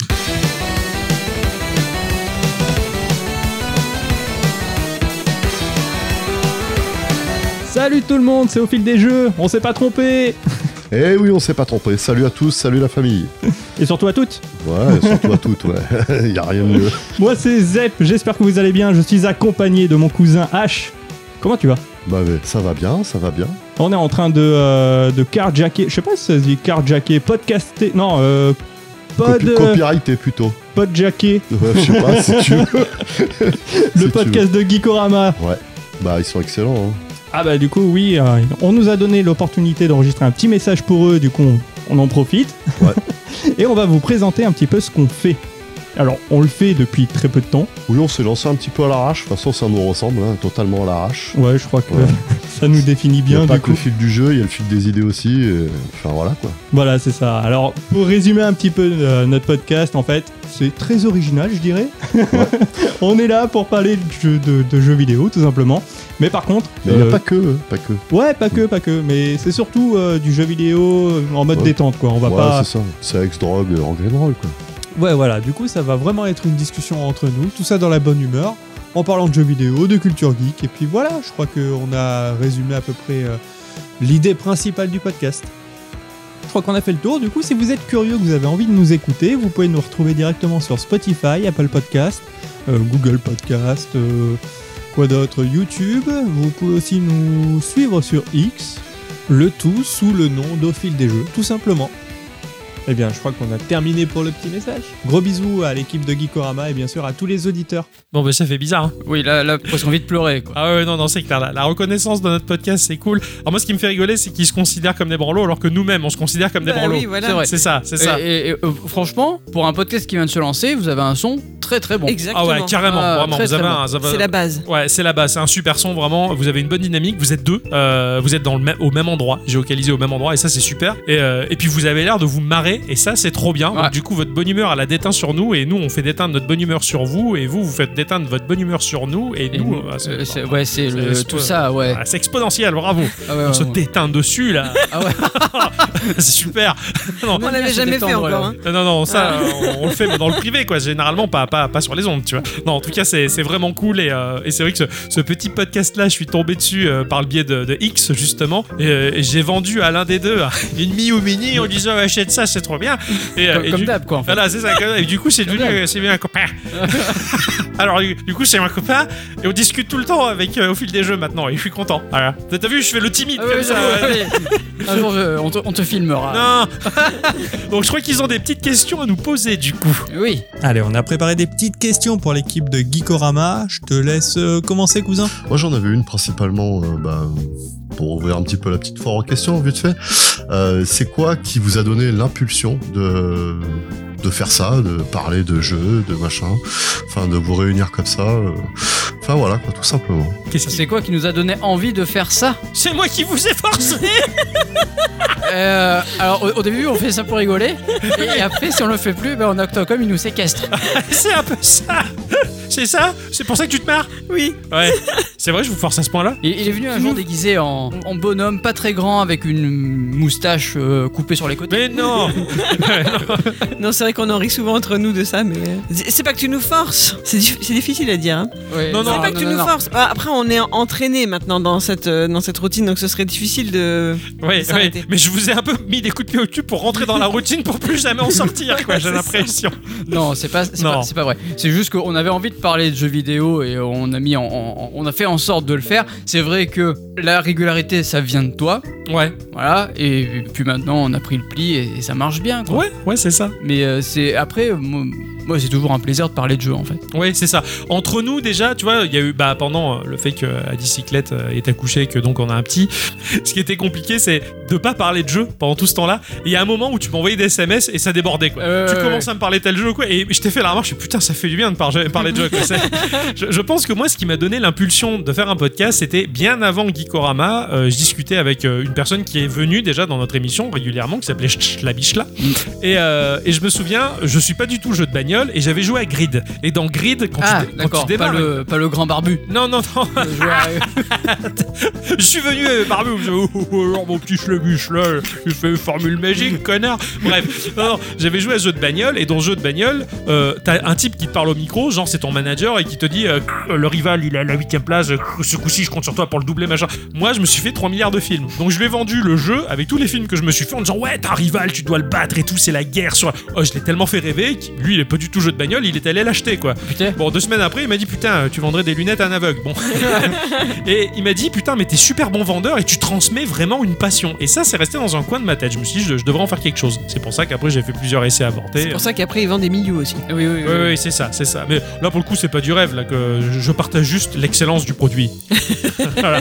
[SPEAKER 9] Salut tout le monde, c'est au fil des jeux, on s'est pas trompé
[SPEAKER 10] Eh oui, on s'est pas trompé. Salut à tous, salut la famille.
[SPEAKER 9] Et surtout à toutes
[SPEAKER 10] Ouais, et surtout à toutes, ouais. y a rien de mieux.
[SPEAKER 9] Moi c'est Zep, j'espère que vous allez bien, je suis accompagné de mon cousin H. Comment tu vas
[SPEAKER 10] Bah, mais ça va bien, ça va bien.
[SPEAKER 9] On est en train de, euh, de carjacker, je sais pas si ça se dit carjacker, podcaster, non, euh, pod,
[SPEAKER 10] Copi- Copyrighté plutôt.
[SPEAKER 9] podjacker,
[SPEAKER 10] Ouais, je sais pas si tu veux. Si
[SPEAKER 9] le
[SPEAKER 10] tu
[SPEAKER 9] podcast de Geekorama.
[SPEAKER 10] veux. Bah, ils sont excellents. hein.
[SPEAKER 9] Ah bah du coup oui, euh, on nous a donné l'opportunité d'enregistrer un petit message pour eux, du coup on, on en profite.
[SPEAKER 10] Ouais.
[SPEAKER 9] Et on va vous présenter un petit peu ce qu'on fait. Alors on le fait depuis très peu de temps,
[SPEAKER 10] Oui, on s'est lancé un petit peu à l'arrache. De toute façon, ça nous ressemble, hein, totalement à l'arrache.
[SPEAKER 9] ouais je crois que
[SPEAKER 10] Ouais.
[SPEAKER 9] ça nous définit
[SPEAKER 10] Il y a
[SPEAKER 9] bien
[SPEAKER 10] pas
[SPEAKER 9] du
[SPEAKER 10] que le
[SPEAKER 9] coup.
[SPEAKER 10] fil du jeu, il y a le fil des idées aussi. euh, Enfin voilà quoi.
[SPEAKER 9] Voilà c'est ça. Alors pour résumer un petit peu euh, notre podcast en fait, c'est très original je dirais. on est là pour parler de jeux, de- de jeux vidéo tout simplement. Mais par contre...
[SPEAKER 10] Mais il y
[SPEAKER 9] euh,
[SPEAKER 10] a pas que, hein, pas que.
[SPEAKER 9] Ouais, pas que, pas que, mais c'est surtout euh, du jeu vidéo euh, en mode
[SPEAKER 10] Ouais.
[SPEAKER 9] détente, quoi. On va
[SPEAKER 10] ouais,
[SPEAKER 9] pas.
[SPEAKER 10] c'est ça. Sex, drogue, euh, en green roll quoi.
[SPEAKER 9] Ouais, voilà. Du coup, ça va vraiment être une discussion entre nous, tout ça dans la bonne humeur, en parlant de jeux vidéo, de culture geek, et puis voilà. Je crois qu'on a résumé à peu près euh, l'idée principale du podcast. Je crois qu'on a fait le tour. Du coup, si vous êtes curieux, que vous avez envie de nous écouter, vous pouvez nous retrouver directement sur Spotify, Apple Podcast, euh, Google Podcast, euh, quoi d'autre, YouTube. Vous pouvez aussi nous suivre sur X. Le tout sous le nom d'Au fil des jeux, tout simplement. Eh bien, je crois qu'on a terminé pour le petit message. Gros bisous à l'équipe de Geekorama et bien sûr à tous les auditeurs.
[SPEAKER 1] Bon, bah ça fait bizarre. hein.
[SPEAKER 2] Oui, là, là, presque envie de pleurer, quoi.
[SPEAKER 1] Ah ouais, non, non, c'est clair. La, la reconnaissance de notre podcast, c'est cool. Alors moi, ce qui me fait rigoler, c'est qu'ils se considèrent comme des branlots, alors que nous-mêmes, on se considère comme des
[SPEAKER 3] Bah
[SPEAKER 1] branlots.
[SPEAKER 3] oui, voilà.
[SPEAKER 2] C'est vrai.
[SPEAKER 1] C'est ça, c'est
[SPEAKER 2] Et,
[SPEAKER 1] ça.
[SPEAKER 2] et- et, euh, franchement, pour un podcast qui vient de se lancer, vous avez un son très très bon.
[SPEAKER 1] Ah
[SPEAKER 3] Exactement.
[SPEAKER 1] ouais, carrément,
[SPEAKER 2] Ah,
[SPEAKER 1] vraiment.
[SPEAKER 2] très,
[SPEAKER 1] vous avez
[SPEAKER 2] très
[SPEAKER 1] un- vous avez-
[SPEAKER 3] C'est la base.
[SPEAKER 1] Ouais, c'est là-bas, c'est un super son vraiment. Vous avez une bonne dynamique, vous êtes deux, euh, vous êtes dans le même, au même endroit, géocalisé au même endroit, et ça c'est super. Et, euh, et puis vous avez l'air de vous marrer, et ça c'est trop bien.
[SPEAKER 2] Ouais.
[SPEAKER 1] Donc, du coup, votre bonne humeur elle la déteint sur nous, et nous on fait déteindre notre bonne humeur sur vous, et vous vous faites déteindre votre bonne humeur sur nous, et,
[SPEAKER 2] Et,
[SPEAKER 1] nous.
[SPEAKER 2] euh,
[SPEAKER 1] ah,
[SPEAKER 2] c'est- ouais, c'est
[SPEAKER 1] c'est-
[SPEAKER 2] le-
[SPEAKER 1] c'est-
[SPEAKER 2] tout ça, ouais.
[SPEAKER 1] ah, c'est exponentiel, bravo!
[SPEAKER 2] Ah ouais,
[SPEAKER 1] on
[SPEAKER 2] ouais,
[SPEAKER 1] se
[SPEAKER 2] ouais.
[SPEAKER 1] déteint dessus là!
[SPEAKER 2] Ah ouais.
[SPEAKER 1] c'est super!
[SPEAKER 3] On
[SPEAKER 2] bien
[SPEAKER 3] l'avait
[SPEAKER 2] se
[SPEAKER 3] jamais fait
[SPEAKER 2] détendre,
[SPEAKER 3] encore.
[SPEAKER 2] là.
[SPEAKER 3] hein.
[SPEAKER 1] Non, non, non, ça, euh, on, on le fait mais dans le privé, quoi. Généralement, pas, pas, pas sur les ondes, tu vois. Non, en tout cas, c'est c'est vraiment cool. Et, euh, et c'est vrai que ce, ce petit podcast-là, je suis tombé dessus euh, par le biais de, de X, justement. Et, euh, et j'ai vendu à l'un des deux hein, une Miu Mini en disant Ouais, achète ça, c'est trop bien. Et, euh,
[SPEAKER 2] Comme,
[SPEAKER 1] et
[SPEAKER 2] comme
[SPEAKER 1] du-
[SPEAKER 2] d'hab, quoi. En fait.
[SPEAKER 1] Voilà, c'est ça. comme- Et du coup, c'est devenu,
[SPEAKER 2] Comme
[SPEAKER 1] euh, c'est devenu un copain. Alors, du du coup, c'est un copain et on discute tout le temps avec euh, au fil des jeux maintenant. Et je suis content. Voilà. T'as vu, je fais le timide
[SPEAKER 2] Ah ouais,
[SPEAKER 1] comme ça.
[SPEAKER 2] ouais,
[SPEAKER 1] ouais.
[SPEAKER 2] ouais. Un jour, je- on, te, on te filmera.
[SPEAKER 1] Non. Donc, je crois qu'ils ont des petites questions à nous poser, du coup.
[SPEAKER 2] Oui.
[SPEAKER 9] Allez, on a préparé des petites questions pour l'équipe de Geekorama. Je te laisse euh, commencer, cousin.
[SPEAKER 10] Moi j'en avais une principalement euh, bah, pour ouvrir un petit peu la petite foire en question, vite fait. Euh, c'est quoi qui vous a donné l'impulsion de de faire ça, de parler de jeux, de machin, enfin de vous réunir comme ça. euh. Enfin Enfin voilà, quoi, tout simplement.
[SPEAKER 2] C'est quoi qui nous a donné envie de faire ça
[SPEAKER 1] C'est moi qui vous ai forcé
[SPEAKER 2] Euh, alors au, au début on fait ça pour rigoler et après si on le fait plus ben en Octocom il nous séquestre.
[SPEAKER 1] C'est un peu ça. C'est ça C'est pour ça que tu te marres
[SPEAKER 3] hein. Oui.
[SPEAKER 1] Ouais. C'est vrai, je vous force à ce point-là
[SPEAKER 2] Il, il est venu un jour déguisé en, en bonhomme pas très grand avec une moustache euh, coupée sur les côtés.
[SPEAKER 1] Mais non
[SPEAKER 3] Non, c'est vrai qu'on en rit souvent entre nous de ça, mais. euh, C'est c'est pas que tu nous forces. C'est dif- c'est difficile à dire. hein.
[SPEAKER 2] Ouais,
[SPEAKER 1] Non, non,
[SPEAKER 3] c'est pas que tu
[SPEAKER 2] non,
[SPEAKER 3] nous
[SPEAKER 2] non.
[SPEAKER 3] forces. Ah, Après, on est entraîné maintenant dans cette, euh, dans cette routine, donc ce serait difficile de.
[SPEAKER 1] Ouais,
[SPEAKER 3] Ça a
[SPEAKER 1] ouais.
[SPEAKER 3] été.
[SPEAKER 1] Mais je vous ai un peu mis des coups de pied au cul pour rentrer dans la routine pour plus jamais en sortir, quoi, j'ai
[SPEAKER 3] C'est ça.
[SPEAKER 1] l'impression.
[SPEAKER 2] Non, c'est pas, c'est
[SPEAKER 1] Non.
[SPEAKER 2] pas, c'est pas vrai. C'est juste qu'on avait envie de parler de jeux vidéo et on a mis, en- en- on a fait en sorte de le faire. C'est vrai que la régularité, ça vient de toi,
[SPEAKER 1] Ouais.
[SPEAKER 2] voilà. Et puis maintenant, on a pris le pli et, et ça marche bien. Quoi.
[SPEAKER 1] Ouais, ouais, c'est ça.
[SPEAKER 2] Mais euh, c'est après, euh, moi, moi, c'est toujours un plaisir de parler de jeux en fait.
[SPEAKER 1] Ouais, c'est ça. Entre nous, déjà, tu vois, il y a eu, bah, pendant euh, le fait que euh, Alice Cyclette euh, est accouchée et que donc on a un petit, ce qui était compliqué, c'est de pas parler de jeu pendant tout ce temps-là. Et Il y a un moment où tu m'envoyais des SMS et ça débordait, quoi.
[SPEAKER 2] Euh,
[SPEAKER 1] tu
[SPEAKER 2] ouais,
[SPEAKER 1] commences à me parler tel jeu, quoi. Et je t'ai fait la remarque, je suis putain, ça fait du bien de par- parler de jeu, quoi. C'est- je, je pense que moi, ce qui m'a donné l'impulsion de faire un podcast, c'était bien avant Geekorama. euh, je discutais avec euh, une personne qui est venue déjà dans notre émission régulièrement, qui s'appelait Ch- la Bichla.
[SPEAKER 2] Mm.
[SPEAKER 1] Et, euh, et je me souviens, je suis pas du tout jeu de bagnole et j'avais joué à Grid. Et dans Grid, quand,
[SPEAKER 2] ah,
[SPEAKER 1] tu, dé- quand tu
[SPEAKER 2] d'accord. Pas
[SPEAKER 1] démarres.
[SPEAKER 2] le, pas le grand barbu.
[SPEAKER 1] Non, non, non,
[SPEAKER 2] Le joueur, euh,
[SPEAKER 1] je suis venu euh, barbu, je- oh, oh, oh, alors, mon petit schlebuche là, il fait une formule magique, connard. Bref, non, non, j'avais joué à jeu de bagnole, et dans jeu de bagnole, euh, t'as un type qui te parle au micro, genre c'est ton manager, et qui te dit euh, le rival il est à la 8 place, euh, ce coup-ci je compte sur toi pour le doubler, machin. Moi je me suis fait 3 milliards de films, donc je lui ai vendu le jeu avec tous les films que je me suis fait en disant ouais, t'as un rival, tu dois le battre et tout, c'est la guerre. Sur... la- Oh, je l'ai tellement fait rêver, qu'il- lui il est pas du tout jeu de bagnole, il est allé l'acheter quoi.
[SPEAKER 2] putain.
[SPEAKER 1] Bon, deux semaines après, il m'a dit Putain, tu vendrais des lunettes à un aveugle. Bon. et il m'a dit Putain, mais t'es super bon vendeur et tu transmets vraiment une passion. Et ça, c'est resté dans un coin de ma tête. Je me suis dit Je, je devrais en faire quelque chose. C'est pour ça qu'après, j'ai fait plusieurs essais
[SPEAKER 3] C'est
[SPEAKER 1] avortés.
[SPEAKER 3] pour ça qu'après, ils vendent des milieux aussi.
[SPEAKER 2] Oui, oui, oui.
[SPEAKER 1] Oui, oui, c'est ça, c'est ça. Mais là, pour le coup, c'est pas du rêve, là, que je- je partage juste l'excellence du produit. Voilà.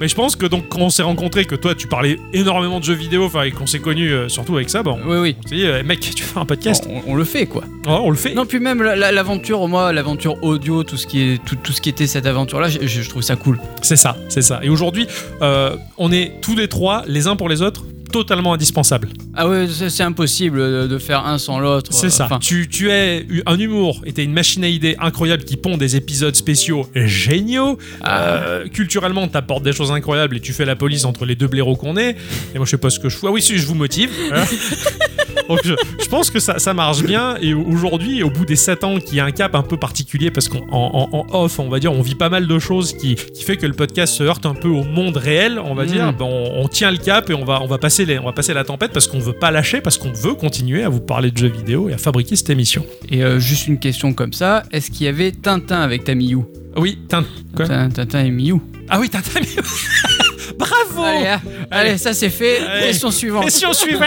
[SPEAKER 1] Mais je pense que donc, quand on s'est rencontrés, que toi, tu parlais énormément de jeux vidéo, enfin, et qu'on s'est connus euh, surtout avec ça, bon,
[SPEAKER 2] Oui, oui.
[SPEAKER 1] on s'est dit, eh, mec, tu fais un podcast
[SPEAKER 2] On- on le fait quoi.
[SPEAKER 1] Oh, On le fait.
[SPEAKER 2] Non, puis même la- la- l'aventure, moi, l'aventure audio, tout ce qui est, tout, tout ce qui était cette aventure-là, je, je- je trouve ça cool.
[SPEAKER 1] C'est ça, c'est ça. Et aujourd'hui, euh, on est tous les trois, les uns pour les autres, totalement indispensables.
[SPEAKER 2] Ah ouais, c'est c'est impossible euh, de, de faire un sans l'autre.
[SPEAKER 1] C'est
[SPEAKER 2] euh,
[SPEAKER 1] ça.
[SPEAKER 2] enfin,
[SPEAKER 1] Tu, tu es un humour et t'es une machine à idées incroyable qui pond des épisodes spéciaux géniaux.
[SPEAKER 2] Ah.
[SPEAKER 1] Euh, culturellement, t'apportes des choses incroyables et tu fais la police entre les deux blaireaux qu'on est. Et moi, je sais pas ce que je fais. Ah oui, si, je vous motive. Voilà. Donc, je, je pense que ça, ça marche bien. Et au- aujourd'hui, au bout des 7 ans, qui est un cap un peu particulier parce qu'en en- en- en off, on va dire, on vit pas mal de choses qui, qui fait que le podcast se heurte un peu au monde réel, on va
[SPEAKER 2] Mm.
[SPEAKER 1] dire. Ben, on, on tient le cap et on va, on va, passer, les, on va passer la tempête parce qu'on veut pas lâcher, parce qu'on veut continuer à vous parler de jeux vidéo et à fabriquer cette émission.
[SPEAKER 2] Et euh, juste une question comme ça, est-ce qu'il y avait Tintin avec ta Miou
[SPEAKER 1] Oui, Tintin. Quoi
[SPEAKER 2] Tin- Tintin et Miou.
[SPEAKER 1] Ah oui, Tintin. mais- Bravo
[SPEAKER 2] Allez, ah,
[SPEAKER 1] Allez.
[SPEAKER 2] allez, ça c'est fait.
[SPEAKER 1] Allez.
[SPEAKER 2] Question suivante.
[SPEAKER 1] Question suivante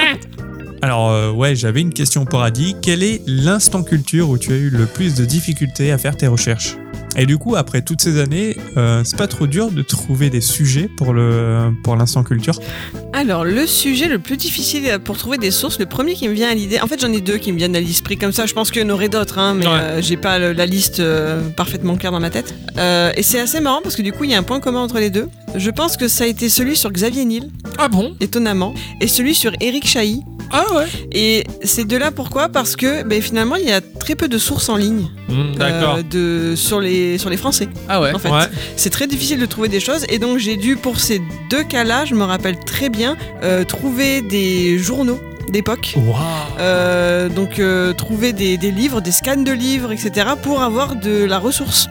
[SPEAKER 9] Alors, euh, ouais, j'avais une question pour Adi. Quel est l'instant culture où tu as eu le plus de difficultés à faire tes recherches Et du coup, après toutes ces années, euh, c'est pas trop dur de trouver des sujets pour le pour l'instant culture.
[SPEAKER 3] Alors, le sujet le plus difficile pour trouver des sources, le premier qui me vient à l'idée, en fait j'en ai deux qui me viennent à l'esprit comme ça, je pense qu'il y en aurait d'autres, hein, mais
[SPEAKER 1] Ouais.
[SPEAKER 3] euh, j'ai pas le- la liste euh, parfaitement claire dans ma tête. Euh, et c'est assez marrant parce que du coup il y a un point commun entre les deux. Je pense que ça a été celui sur Xavier Niel,
[SPEAKER 1] Ah bon
[SPEAKER 3] étonnamment, et celui sur Eric Chahi.
[SPEAKER 1] Ah ouais
[SPEAKER 3] Et ces deux-là pourquoi Parce que ben, finalement il y a très peu de sources en ligne
[SPEAKER 1] Hmm, D'accord.
[SPEAKER 3] euh, de, sur, les, sur les Français.
[SPEAKER 2] Ah ouais.
[SPEAKER 3] En fait,
[SPEAKER 1] Ouais.
[SPEAKER 3] c'est très difficile de trouver des choses et donc j'ai dû pour ces deux cas-là, je me rappelle très bien, euh, trouver des journaux d'époque. Euh, donc euh, trouver des, des livres, des scans de livres, etc. pour avoir de la ressource.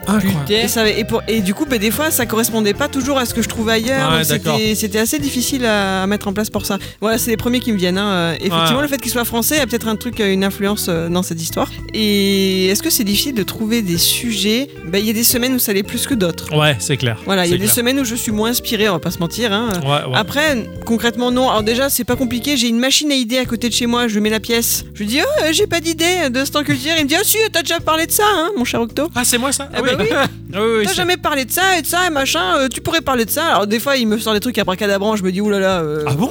[SPEAKER 3] Et, ça- et pour- et du coup, ben, des fois, ça correspondait pas toujours à ce que je trouvais ailleurs.
[SPEAKER 1] Ouais,
[SPEAKER 3] donc
[SPEAKER 1] d'accord.
[SPEAKER 3] c'était- C'était assez difficile à, à mettre en place pour ça. Voilà, c'est les premiers qui me viennent. hein. Euh, Effectivement,
[SPEAKER 1] Ouais.
[SPEAKER 3] le fait qu'il soit français a peut-être un truc, euh, une influence euh, dans cette histoire. Et est-ce que c'est difficile de trouver des sujets Ben, Il y a des semaines où ça l'est plus que d'autres.
[SPEAKER 1] Ouais, c'est clair.
[SPEAKER 3] Voilà, il y a
[SPEAKER 1] C'est
[SPEAKER 3] des
[SPEAKER 1] clair.
[SPEAKER 3] semaines où je suis moins inspirée, on va pas se mentir. hein.
[SPEAKER 1] Ouais, ouais.
[SPEAKER 3] Après, concrètement, non. Alors déjà, c'est pas compliqué. J'ai une machine à idées à côté de chez moi. Je mets la pièce. Je lui dis, oh, euh, j'ai pas d'idée de ce temps culture. Il me dit, ah si, t'as déjà parlé de ça, hein, mon cher Octo.
[SPEAKER 1] Ah, c'est moi ça
[SPEAKER 3] Ah bah oui. T'as jamais parlé de ça et de ça et machin, euh, tu pourrais parler de ça. Alors des fois, il me sort des trucs abracadabran, je me dis oulala. Euh...
[SPEAKER 1] Ah bon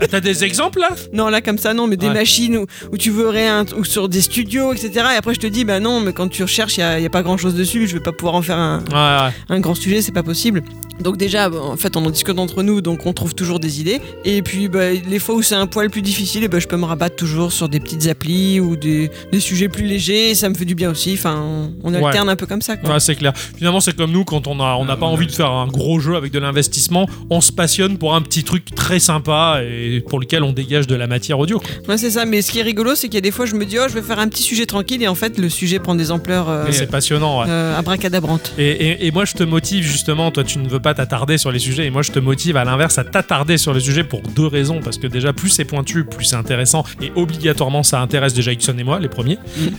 [SPEAKER 1] Ah, T'as des exemples là
[SPEAKER 3] Non, là comme ça, non, mais des
[SPEAKER 1] Ouais.
[SPEAKER 3] machines où, où tu verrais un, ou sur des studios, etc. Et après, je te dis, bah non, mais quand tu recherches, il n'y a, pas grand chose dessus, je vais pas pouvoir en faire un,
[SPEAKER 1] Ouais, ouais.
[SPEAKER 3] un grand sujet, c'est pas possible. Donc déjà, bon, en fait, on en discute entre nous, donc on trouve toujours des idées. Et puis, bah, les fois où c'est un poil plus difficile, eh ben, je peux me rabattre toujours sur des petites applis ou des, des sujets plus légers. Ça me fait du bien aussi. Enfin, on
[SPEAKER 1] Ouais.
[SPEAKER 3] alterne un peu comme ça. Quoi.
[SPEAKER 1] Ouais, c'est clair. Finalement, c'est comme nous quand on a on n'a pas envie de faire un gros jeu avec de l'investissement, on se passionne pour un petit truc très sympa et pour lequel on dégage de la matière audio. quoi.
[SPEAKER 3] Ouais, c'est ça. Mais ce qui est rigolo, c'est qu'il y a des fois, je me dis, oh, je vais faire un petit sujet tranquille, et en fait, le sujet prend des ampleurs euh,
[SPEAKER 1] Mais c'est passionnant. ouais.
[SPEAKER 3] euh, abracadabrantes.
[SPEAKER 1] Et, et- et moi, je te motive justement. Toi, tu ne veux pas t'attarder sur les sujets, et moi, je te motive à l'inverse à t'attarder sur les sujets pour deux raisons. Parce que déjà, plus c'est pointu, plus c'est intéressant, et obligatoirement, ça intéresse déjà Ixon et moi, les premiers.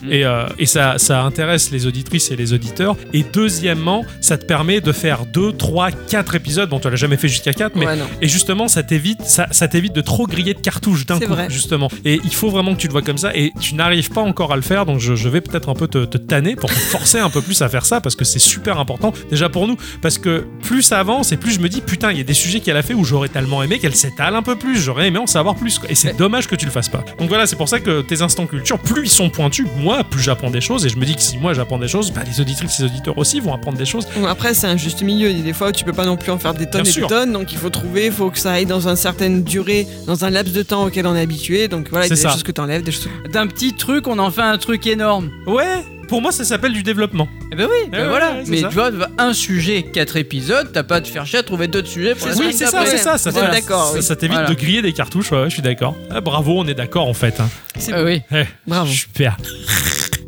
[SPEAKER 1] et, euh, et ça, ça intéresse les auditrices et les auditeurs. Et deuxièmement, ça te permet de faire 2, 3, 4 épisodes. Bon, tu l'as jamais fait jusqu'à 4, mais.
[SPEAKER 3] Ouais, non.
[SPEAKER 1] Et justement, ça t'évite, ça, ça t'évite de trop griller de cartouches d'un
[SPEAKER 3] C'est
[SPEAKER 1] coup,
[SPEAKER 3] vrai.
[SPEAKER 1] justement. Et il faut vraiment que tu le vois comme ça. Et tu n'arrives pas encore à le faire, donc je, je vais peut-être un peu te, te tanner pour te forcer un peu plus à faire ça, parce que c'est super important déjà pour nous. Parce que plus ça avance, et plus je me dis putain, il y a des sujets qu'elle a fait où j'aurais tellement aimé qu'elle s'étale un peu plus. J'aurais aimé en savoir plus. quoi. Et c'est
[SPEAKER 2] Mais-
[SPEAKER 1] dommage que tu le fasses pas. Donc voilà, c'est pour ça que tes instants culture, plus ils sont pointus, moi, plus j'apprends des choses. Et je me dis que si moi j'apprends des choses, bah, les auditrices, les auditeurs aussi vont apprendre des choses.
[SPEAKER 3] Bon, après, c'est un juste milieu. Il y a des fois où tu peux pas non plus en faire des tonnes et
[SPEAKER 1] sûr.
[SPEAKER 3] des tonnes, donc il faut trouver, il faut que ça aille dans une certaine durée, dans un laps de temps auquel on est habitué. Donc voilà, il y a
[SPEAKER 1] C'est
[SPEAKER 3] des
[SPEAKER 1] ça.
[SPEAKER 3] choses que t'enlèves, des choses. que-
[SPEAKER 2] D'un petit truc, on en fait un truc énorme.
[SPEAKER 1] Ouais, pour moi, ça s'appelle du développement.
[SPEAKER 2] Eh ben oui, ben
[SPEAKER 1] ouais,
[SPEAKER 2] voilà.
[SPEAKER 1] ouais, c'est
[SPEAKER 2] mais
[SPEAKER 1] ça.
[SPEAKER 2] tu vois, un sujet, quatre épisodes, t'as pas de faire chier à trouver d'autres sujets pour la
[SPEAKER 1] Oui,
[SPEAKER 2] semaine
[SPEAKER 1] c'est ça,
[SPEAKER 2] d'après.
[SPEAKER 1] c'est ça. Ça,
[SPEAKER 3] Vous êtes d'accord,
[SPEAKER 1] ça-
[SPEAKER 3] oui.
[SPEAKER 1] ça t'évite
[SPEAKER 2] Voilà.
[SPEAKER 1] de griller des cartouches, ouais, ouais, je suis d'accord. Ah, bravo, on est d'accord en fait. hein.
[SPEAKER 3] C'est
[SPEAKER 2] Ah oui.
[SPEAKER 1] Eh,
[SPEAKER 3] Bravo.
[SPEAKER 1] Super.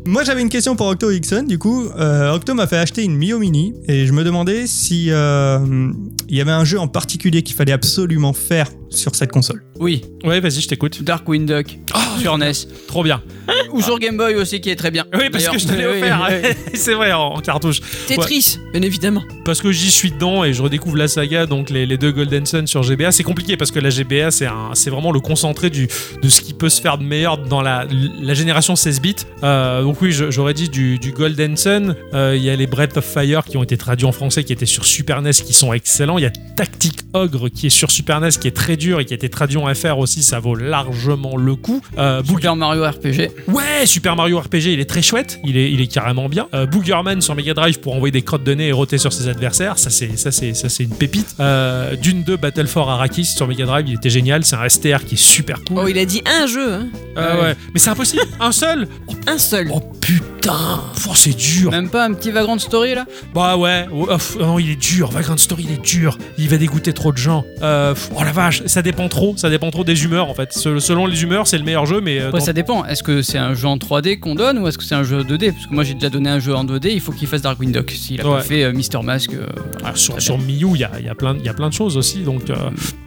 [SPEAKER 9] Moi j'avais une question pour Octo Hickson, du coup. Euh, Octo m'a fait acheter une Mio Mini et je me demandais si euh, il y avait un jeu en particulier qu'il fallait absolument faire sur cette console.
[SPEAKER 2] Oui,
[SPEAKER 1] Ouais, vas-y, je t'écoute.
[SPEAKER 2] Dark Wind Duck
[SPEAKER 1] Oh,
[SPEAKER 2] sur NES.
[SPEAKER 1] Trop bien.
[SPEAKER 2] Ou sur Game Boy aussi, qui est très bien.
[SPEAKER 1] Oui, parce
[SPEAKER 2] D'ailleurs.
[SPEAKER 1] que je te l'ai
[SPEAKER 2] Oui,
[SPEAKER 1] offert.
[SPEAKER 2] oui, oui.
[SPEAKER 1] c'est vrai, en, en cartouche.
[SPEAKER 3] Tetris, bien évidemment.
[SPEAKER 1] Parce que j'y suis dedans et je redécouvre la saga, donc les, les deux Golden Sun sur GBA. C'est compliqué parce que la GBA, c'est un- c'est vraiment le concentré du, de ce qui peut se faire de meilleur dans la, la génération 16 bits. Euh, donc oui, je- j'aurais dit du, du Golden Sun. Euh, Il y a les Breath of Fire qui ont été traduits en français, qui étaient sur Super NES, qui sont excellents. Il y a Tactic Ogre qui est sur Super NES, qui est très dur et qui a été traduit en FR aussi. Ça vaut largement le coup. Euh, Boogie-
[SPEAKER 2] Super Mario RPG.
[SPEAKER 1] Ouais, Super Mario RPG, il est très chouette, il est, il est carrément bien. Euh, Boogerman sur Mega Drive pour envoyer des crottes de nez et roter sur ses adversaires, ça c'est ça c'est ça c'est une pépite. Euh, Dune 2 Battle for Arrakis sur Mega Drive, il était génial, c'est un STR qui est super cool.
[SPEAKER 3] Oh, il a dit un jeu, hein.
[SPEAKER 1] Euh, ouais, mais c'est impossible, un seul.
[SPEAKER 3] un seul.
[SPEAKER 1] Oh putain, oh, c'est dur.
[SPEAKER 2] Même pas un petit Vagrant Story là
[SPEAKER 1] Bah ouais, oh, pff, non, il est dur, Vagrant Story, il est dur, il va dégoûter trop de gens. Euh, pff, oh la vache, ça dépend trop, ça dépend trop des humeurs en fait. Se- Selon les humeurs, c'est le meilleur jeu, mais euh,
[SPEAKER 2] Après,
[SPEAKER 1] dans-
[SPEAKER 2] ça dépend. Est-ce que c'est un jeu en 3D qu'on donne ou est-ce que c'est un jeu 2D Parce que moi j'ai déjà donné un jeu en 2D, il faut qu'il fasse Darkwing Duck. S'il a
[SPEAKER 1] Ouais.
[SPEAKER 2] pas fait euh, Mister Mask. euh,
[SPEAKER 1] Alors, Ah, sur, sur Miyu, il y a, il y a plein il y a plein de choses aussi. Donc, euh,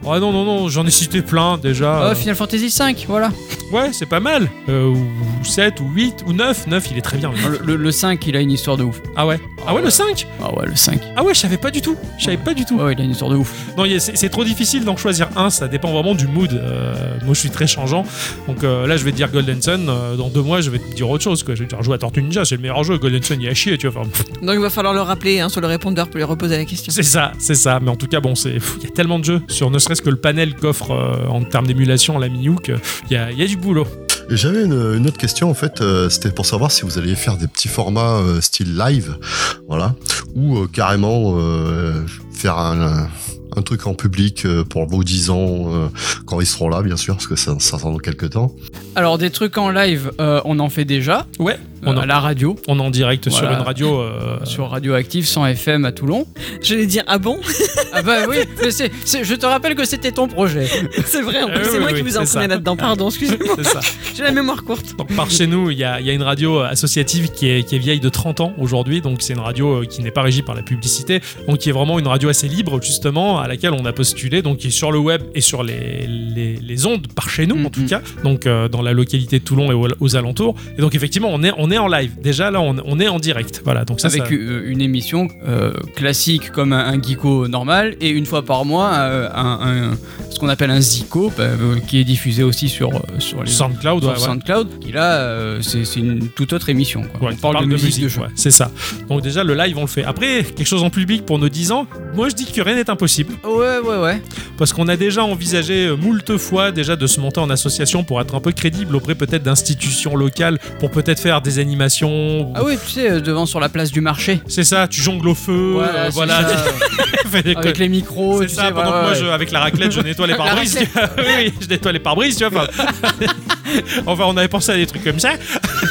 [SPEAKER 1] ouais, non, non, non, j'en ai cité plein déjà.
[SPEAKER 2] Oh, Final Fantasy V, voilà.
[SPEAKER 1] Ouais, c'est pas mal. Euh, ou 7, ou 8, ou 9. 9, il est très bien. le-
[SPEAKER 2] Le, le- le 5, il a une histoire de ouf.
[SPEAKER 1] Ah ouais Ah ouais, le 5
[SPEAKER 2] Ah ouais, le 5.
[SPEAKER 1] Ah ouais, je savais pas du tout. Je savais pas du tout.
[SPEAKER 2] Ouais, il a une histoire de ouf.
[SPEAKER 1] Non, il y a- c'est c'est trop difficile d'en choisir un. Ça dépend vraiment du mood. Euh, moi, je suis très changeant. Donc euh, là, je vais te dire Golden Sun. euh, dans deux mois, je vais te dire autre chose. Quoi. Je vais te dire, joue à Tortue Ninja, c'est le meilleur jeu. Golden Sun, il y a chier, tu vois. Enfin, pff,
[SPEAKER 3] Donc il va falloir le rappeler hein, sur le répondeur pour lui reposer la question.
[SPEAKER 1] C'est ça, c'est ça. Mais en tout cas, bon, c'est pff, il y a tellement de jeux sur ne serait-ce que le panel qu'offre euh, en termes d'émulation la Miyu qu'il y a, il y a du boulot.
[SPEAKER 10] Et J'avais une, une autre question en fait, euh, c'était pour savoir si vous alliez faire des petits formats euh, style live, voilà, ou euh, carrément euh, faire un, un- un truc en public euh, pour vos 10 ans euh, quand ils seront là, bien sûr, parce que ça, ça sera dans quelques temps.
[SPEAKER 2] Alors, des trucs en live, euh, on en fait déjà.
[SPEAKER 1] Ouais,
[SPEAKER 2] Euh,
[SPEAKER 1] on en-
[SPEAKER 2] à la radio,
[SPEAKER 1] On est en direct sur
[SPEAKER 2] Voilà.
[SPEAKER 1] une radio. euh,
[SPEAKER 2] sur Radioactive 100 FM à Toulon.
[SPEAKER 3] J'allais dire, ah bon
[SPEAKER 2] Ah bah oui, mais c'est- c'est- je te rappelle que c'était ton projet.
[SPEAKER 3] C'est vrai, en
[SPEAKER 1] Euh,
[SPEAKER 3] plus, c'est
[SPEAKER 1] oui,
[SPEAKER 3] moi
[SPEAKER 1] oui,
[SPEAKER 3] qui vous ai
[SPEAKER 1] c'est ça.
[SPEAKER 3] entraîné là-dedans. Pardon, excusez-moi,
[SPEAKER 1] C'est ça.
[SPEAKER 3] j'ai la mémoire courte.
[SPEAKER 1] Donc par chez nous, il y a, il y a une radio euh, associative qui est, qui est vieille de 30 ans aujourd'hui, donc c'est une radio euh, qui n'est pas régie par la publicité, donc qui est vraiment une radio assez libre justement, à laquelle on a postulé, donc qui est sur le web et sur les, les, les ondes par chez nous en
[SPEAKER 2] Mhm.
[SPEAKER 1] tout cas, donc euh, dans la localité de Toulon et aux, aux alentours. Et donc effectivement, on est, on on est en live. Déjà là, on, on est en direct. Voilà, donc ça,
[SPEAKER 2] Avec
[SPEAKER 1] ça-
[SPEAKER 2] euh, une émission euh, classique comme un, un geeko normal et une fois par mois euh, un, un- ce qu'on appelle un zico bah, euh, qui est diffusé aussi sur euh, sur les
[SPEAKER 1] SoundCloud,
[SPEAKER 2] sur
[SPEAKER 1] ouais, ouais.
[SPEAKER 2] SoundCloud qui là euh, c'est c'est une toute autre émission. Quoi.
[SPEAKER 1] Ouais,
[SPEAKER 2] on parle, de, musique, de jeu.
[SPEAKER 1] ouais, c'est ça. Donc déjà le live on le fait. Après quelque chose en public pour nos 10 ans, moi je dis que rien n'est impossible.
[SPEAKER 2] Ouais ouais ouais.
[SPEAKER 1] Parce qu'on a déjà envisagé euh, moult fois déjà de se monter en association pour être un peu crédible auprès peut-être d'institutions locales pour peut-être faire des animations.
[SPEAKER 2] Ah oui, tu sais euh, devant sur la place du marché.
[SPEAKER 1] C'est ça, tu jongles au feu,
[SPEAKER 2] Voilà,
[SPEAKER 1] euh,
[SPEAKER 2] c'est
[SPEAKER 1] voilà.
[SPEAKER 2] ça. Ah
[SPEAKER 1] Fais des
[SPEAKER 2] avec
[SPEAKER 1] co-
[SPEAKER 2] les micros.
[SPEAKER 1] C'est
[SPEAKER 2] tu
[SPEAKER 1] ça,
[SPEAKER 2] sais,
[SPEAKER 1] pendant
[SPEAKER 2] ouais,
[SPEAKER 1] que moi,
[SPEAKER 2] ouais.
[SPEAKER 1] je, avec la raclette, je nettoie les
[SPEAKER 2] La
[SPEAKER 1] pare-brises. tu vois. oui, oui, je nettoie les pare-brises, tu vois. enfin. enfin, on avait pensé à des trucs comme ça.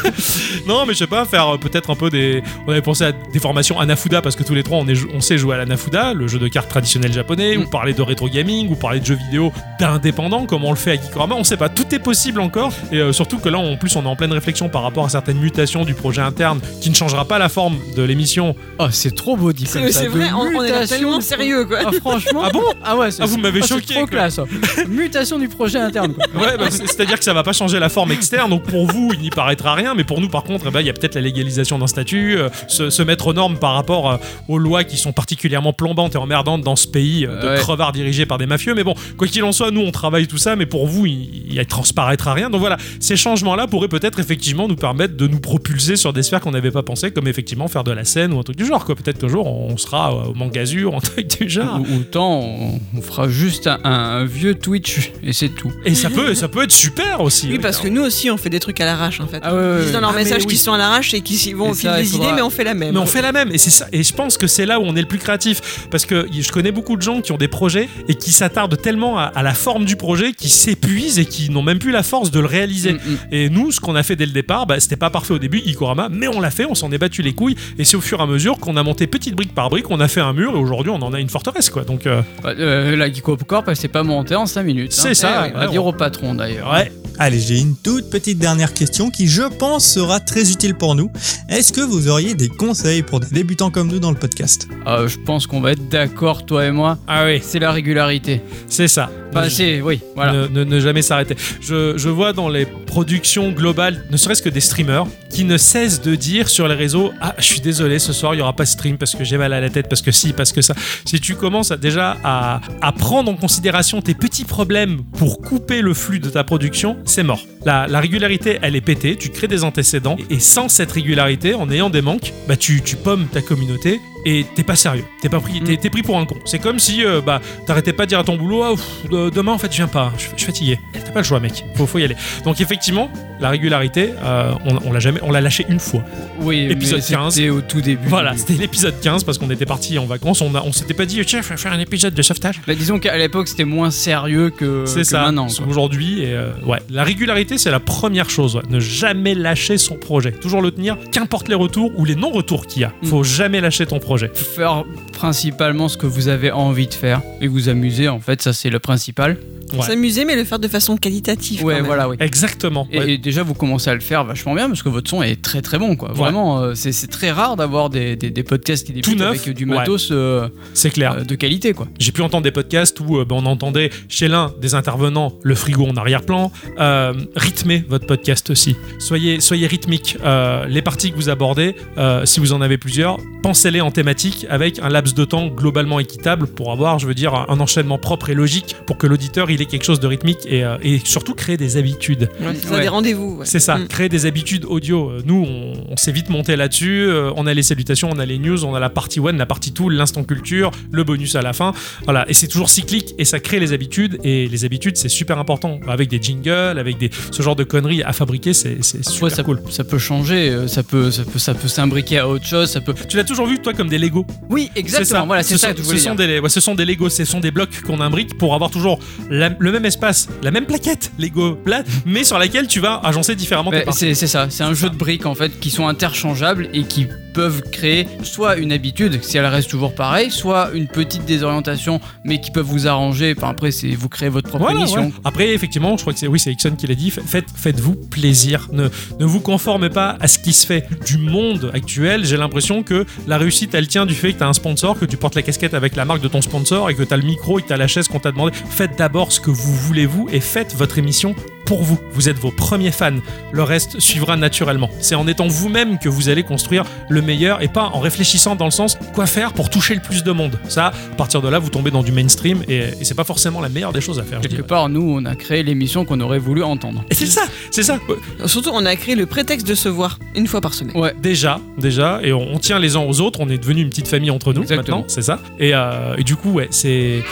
[SPEAKER 1] non, mais je sais pas, faire euh, peut-être un peu des. On avait pensé à des formations Anafuda, parce que tous les trois, on, est, on sait jouer à l'Anafuda, le jeu de cartes traditionnel
[SPEAKER 2] Mm.
[SPEAKER 1] japonais, ou parler de rétro gaming, ou parler de jeux vidéo d'indépendants, comme on le fait à Geekorama. On sait pas, tout est possible encore. Et euh, surtout que là, en plus, on est en pleine réflexion par rapport à certaines mutations du projet interne qui ne changera pas la forme de l'émission.
[SPEAKER 2] Oh, c'est trop beau dit
[SPEAKER 3] C'est c'est vrai, on, on est là tellement sérieux quoi.
[SPEAKER 2] Ah, franchement
[SPEAKER 1] Ah bon
[SPEAKER 2] Ah ouais, c'est-
[SPEAKER 1] Ah, vous m'avez
[SPEAKER 2] c'est
[SPEAKER 1] choqué,
[SPEAKER 2] Trop
[SPEAKER 1] quoi.
[SPEAKER 2] classe. Mutation du projet interne. quoi.
[SPEAKER 1] Ouais, bah, c'est- c'est-à-dire que ça va pas changer la forme externe, donc pour vous, il n'y paraîtra rien, mais pour nous, par contre, eh ben, il y a peut-être la légalisation d'un statut, euh, se, se mettre aux normes par rapport euh, aux lois qui sont particulièrement plombantes et emmerdantes dans ce pays euh, de
[SPEAKER 2] Ouais.
[SPEAKER 1] crevards dirigés par des mafieux. Mais bon, quoi qu'il en soit, nous, on travaille tout ça, mais pour vous, il, il transparaîtra rien. Donc voilà, ces changements-là pourraient peut-être effectivement nous permettre de nous propulser sur des sphères qu'on n'avait pas pensé, comme effectivement faire de la scène ou un truc du genre. quoi. Peut-être qu'un jour, on sera euh, au mangazur, un truc du genre.
[SPEAKER 2] Ou, ou tant on, on fera juste un, un vieux Twitch et c'est tout.
[SPEAKER 1] Et ça peut, ça peut être super aussi.
[SPEAKER 3] Oui, parce que nous aussi on fait des trucs à l'arrache en fait.
[SPEAKER 2] Ah ouais, ouais,
[SPEAKER 3] Ils disent dans leurs
[SPEAKER 1] Ah, mais
[SPEAKER 3] messages
[SPEAKER 1] oui.
[SPEAKER 3] qu'ils sont à l'arrache et qu'ils s'y vont
[SPEAKER 2] Et
[SPEAKER 3] au fil
[SPEAKER 2] ça, il
[SPEAKER 3] des
[SPEAKER 2] faudra-
[SPEAKER 3] idées, mais on fait la même.
[SPEAKER 1] Mais on fait la même, et c'est ça. Et je pense que c'est là où on est le plus créatif, parce que je connais beaucoup de gens qui ont des projets et qui s'attardent tellement à, à la forme du projet, qui s'épuisent et qui n'ont même plus la force de le réaliser.
[SPEAKER 2] Mm, mm.
[SPEAKER 1] Et nous, ce qu'on a fait dès le départ, bah, c'était pas parfait au début, Ikorama, mais on l'a fait, on s'en est battu les couilles, et c'est au fur et à mesure qu'on a monté petite brique par brique, on a fait un mur, et aujourd'hui, on en a une forteresse, quoi. Donc, euh,
[SPEAKER 2] Bah, euh, la Geeko Corp, elle s'est pas montée en 5 minutes. hein.
[SPEAKER 1] C'est ça,
[SPEAKER 2] Eh ouais, on va
[SPEAKER 1] ouais,
[SPEAKER 2] dire
[SPEAKER 1] on-
[SPEAKER 2] au patron d'ailleurs.
[SPEAKER 1] ouais.
[SPEAKER 9] Allez, j'ai une toute petite dernière question qui, je pense, sera très utile pour nous. Est-ce que vous auriez des conseils pour des débutants comme nous dans le podcast
[SPEAKER 2] Ah, je pense qu'on va être d'accord, toi et moi.
[SPEAKER 1] Ah oui, Bah,
[SPEAKER 2] C'est la régularité.
[SPEAKER 1] c'est ça.
[SPEAKER 2] Enfin, c'est, oui, voilà.
[SPEAKER 1] Ne, ne- ne jamais s'arrêter. Je, je vois dans les productions globales, ne serait-ce que des streamers, qui ne cessent de dire sur les réseaux Ah, je suis désolé, ce soir, il n'y aura pas stream parce que j'ai mal à la tête, parce que si, parce que ça. Si tu commences à- déjà à, à prendre en considération tes petits problèmes pour couper le flux de ta production, c'est mort. La, la régularité, elle est pétée, tu crées des antécédents, et sans cette régularité, en ayant des manques, bah tu, tu pommes ta communauté et t'es pas sérieux. T'es pas pris, t'es, t'es pris pour un con. C'est comme si euh, bah t'arrêtais pas de dire à ton boulot, Ah, pff, de- demain en fait je viens pas, je, je suis fatigué. T'as pas le choix mec, faut, faut y aller. Donc effectivement, la régularité, euh, on, on l'a jamais, on l'a lâché une fois.
[SPEAKER 2] Oui,
[SPEAKER 1] Épisode
[SPEAKER 2] mais c'était
[SPEAKER 1] 15.
[SPEAKER 2] au tout début.
[SPEAKER 1] Voilà, c'était l'épisode 15 parce qu'on était parti en vacances, on, a, on s'était pas dit tiens je vais faire un épisode de sauvetage.
[SPEAKER 2] Bah, disons qu'à l'époque, c'était moins sérieux que,
[SPEAKER 1] C'est
[SPEAKER 2] Euh, que
[SPEAKER 1] ça,
[SPEAKER 2] maintenant.
[SPEAKER 1] c'est
[SPEAKER 2] quoi.
[SPEAKER 1] aujourd'hui. Et euh, ouais, la régularité, c'est la première chose. ouais. Ne jamais lâcher son projet. Toujours le tenir, qu'importe les retours ou les non-retours qu'il y a.
[SPEAKER 2] Mm.
[SPEAKER 1] Faut jamais lâcher ton projet.
[SPEAKER 2] Faire principalement ce que vous avez envie de faire et vous amuser, en fait, ça c'est le principal.
[SPEAKER 1] Ouais.
[SPEAKER 3] S'amuser, mais le faire de façon qualitative. quand
[SPEAKER 2] Ouais,
[SPEAKER 3] même.
[SPEAKER 2] voilà, oui.
[SPEAKER 1] Exactement.
[SPEAKER 2] Et,
[SPEAKER 1] ouais.
[SPEAKER 2] et déjà, vous commencez à le faire vachement bien parce que votre son est très très bon, quoi. Vraiment, euh, c'est c'est très rare d'avoir des, des- des podcasts qui débutent
[SPEAKER 1] neuf,
[SPEAKER 2] avec du
[SPEAKER 1] ouais.
[SPEAKER 2] matos euh,
[SPEAKER 1] c'est clair.
[SPEAKER 2] euh, de qualité, quoi.
[SPEAKER 1] J'ai pu entendre des podcasts où euh, ben, on entendait chez l'un des intervenants le frigo en arrière-plan. Euh, rythmez votre podcast aussi. Soyez, soyez rythmique. Euh, les parties que vous abordez, euh, si vous en avez plusieurs, pensez-les en thématique avec un laps de temps globalement équitable pour avoir, je veux dire, un enchaînement propre et logique pour que l'auditeur il ait quelque chose de rythmique et, euh, et surtout créer des habitudes.
[SPEAKER 3] Ouais, c'est ça,
[SPEAKER 2] Ouais.
[SPEAKER 3] des rendez-vous. ouais.
[SPEAKER 1] C'est ça,
[SPEAKER 3] Mm.
[SPEAKER 1] créer des habitudes audio. Euh, Nous, on, on s'est vite monté là-dessus. Euh, on a les salutations, on a les news, on a la partie one, la partie two, l'instant culture, le bonus à la fin. Voilà, et c'est toujours cyclique et ça crée les habitudes. Et les habitudes, c'est super important. Avec des jingles, avec des, ce genre de conneries à fabriquer, c'est c'est super
[SPEAKER 2] Parfois, ça,
[SPEAKER 1] cool.
[SPEAKER 2] ça peut changer, euh, ça peut, ça peut, ça peut s'imbriquer à autre chose, ça peut.
[SPEAKER 1] Tu l'as toujours vu, toi, comme des Lego.
[SPEAKER 2] Oui, exactement. Voilà, c'est
[SPEAKER 1] Ce
[SPEAKER 2] ça
[SPEAKER 1] sont-
[SPEAKER 2] que je
[SPEAKER 1] ce
[SPEAKER 2] voulais
[SPEAKER 1] sont
[SPEAKER 2] dire.
[SPEAKER 1] des, ouais, ce sont des Lego, ce sont des blocs qu'on imbrique pour avoir toujours la- le même espace, la même plaquette Lego plate, mais sur laquelle tu vas agencer différemment tes
[SPEAKER 2] Bah,
[SPEAKER 1] parties.
[SPEAKER 2] c'est c'est ça, c'est un jeu de briques en fait qui sont interchangeables et qui peuvent créer soit une habitude, si elle reste toujours pareille, soit une petite désorientation, mais qui peuvent vous arranger. Enfin, après, c'est vous créez votre propre
[SPEAKER 1] Voilà,
[SPEAKER 2] émission.
[SPEAKER 1] ouais. Après, effectivement, je crois que c'est oui, c'est Ixon qui l'a dit. Faites, faites-vous plaisir. Ne, ne vous conformez pas à ce qui se fait du monde actuel. J'ai l'impression que la réussite, elle tient du fait que tu as un sponsor, que tu portes la casquette avec la marque de ton sponsor et que tu as le micro et que tu as la chaise qu'on t'a demandé. Faites d'abord ce que vous voulez vous et faites votre émission pour vous. Vous êtes vos premiers fans. Le reste suivra naturellement. C'est en étant vous-même que vous allez construire le meilleur et pas en réfléchissant dans le sens quoi faire pour toucher le plus de monde. Ça, à partir de là, vous tombez dans du mainstream et, et c'est pas forcément la meilleure des choses à faire. je
[SPEAKER 2] Quelque
[SPEAKER 1] dirais.
[SPEAKER 2] part, nous, on a créé l'émission qu'on aurait voulu entendre.
[SPEAKER 1] Et c'est ça, c'est ça.
[SPEAKER 3] Surtout, on a créé le prétexte de se voir une fois par semaine.
[SPEAKER 2] Ouais.
[SPEAKER 1] Déjà, déjà, et on, on tient les uns aux autres, on est devenu une petite famille entre nous
[SPEAKER 2] Exactement.
[SPEAKER 1] maintenant, c'est ça. Et, euh, et du coup, ouais, c'est.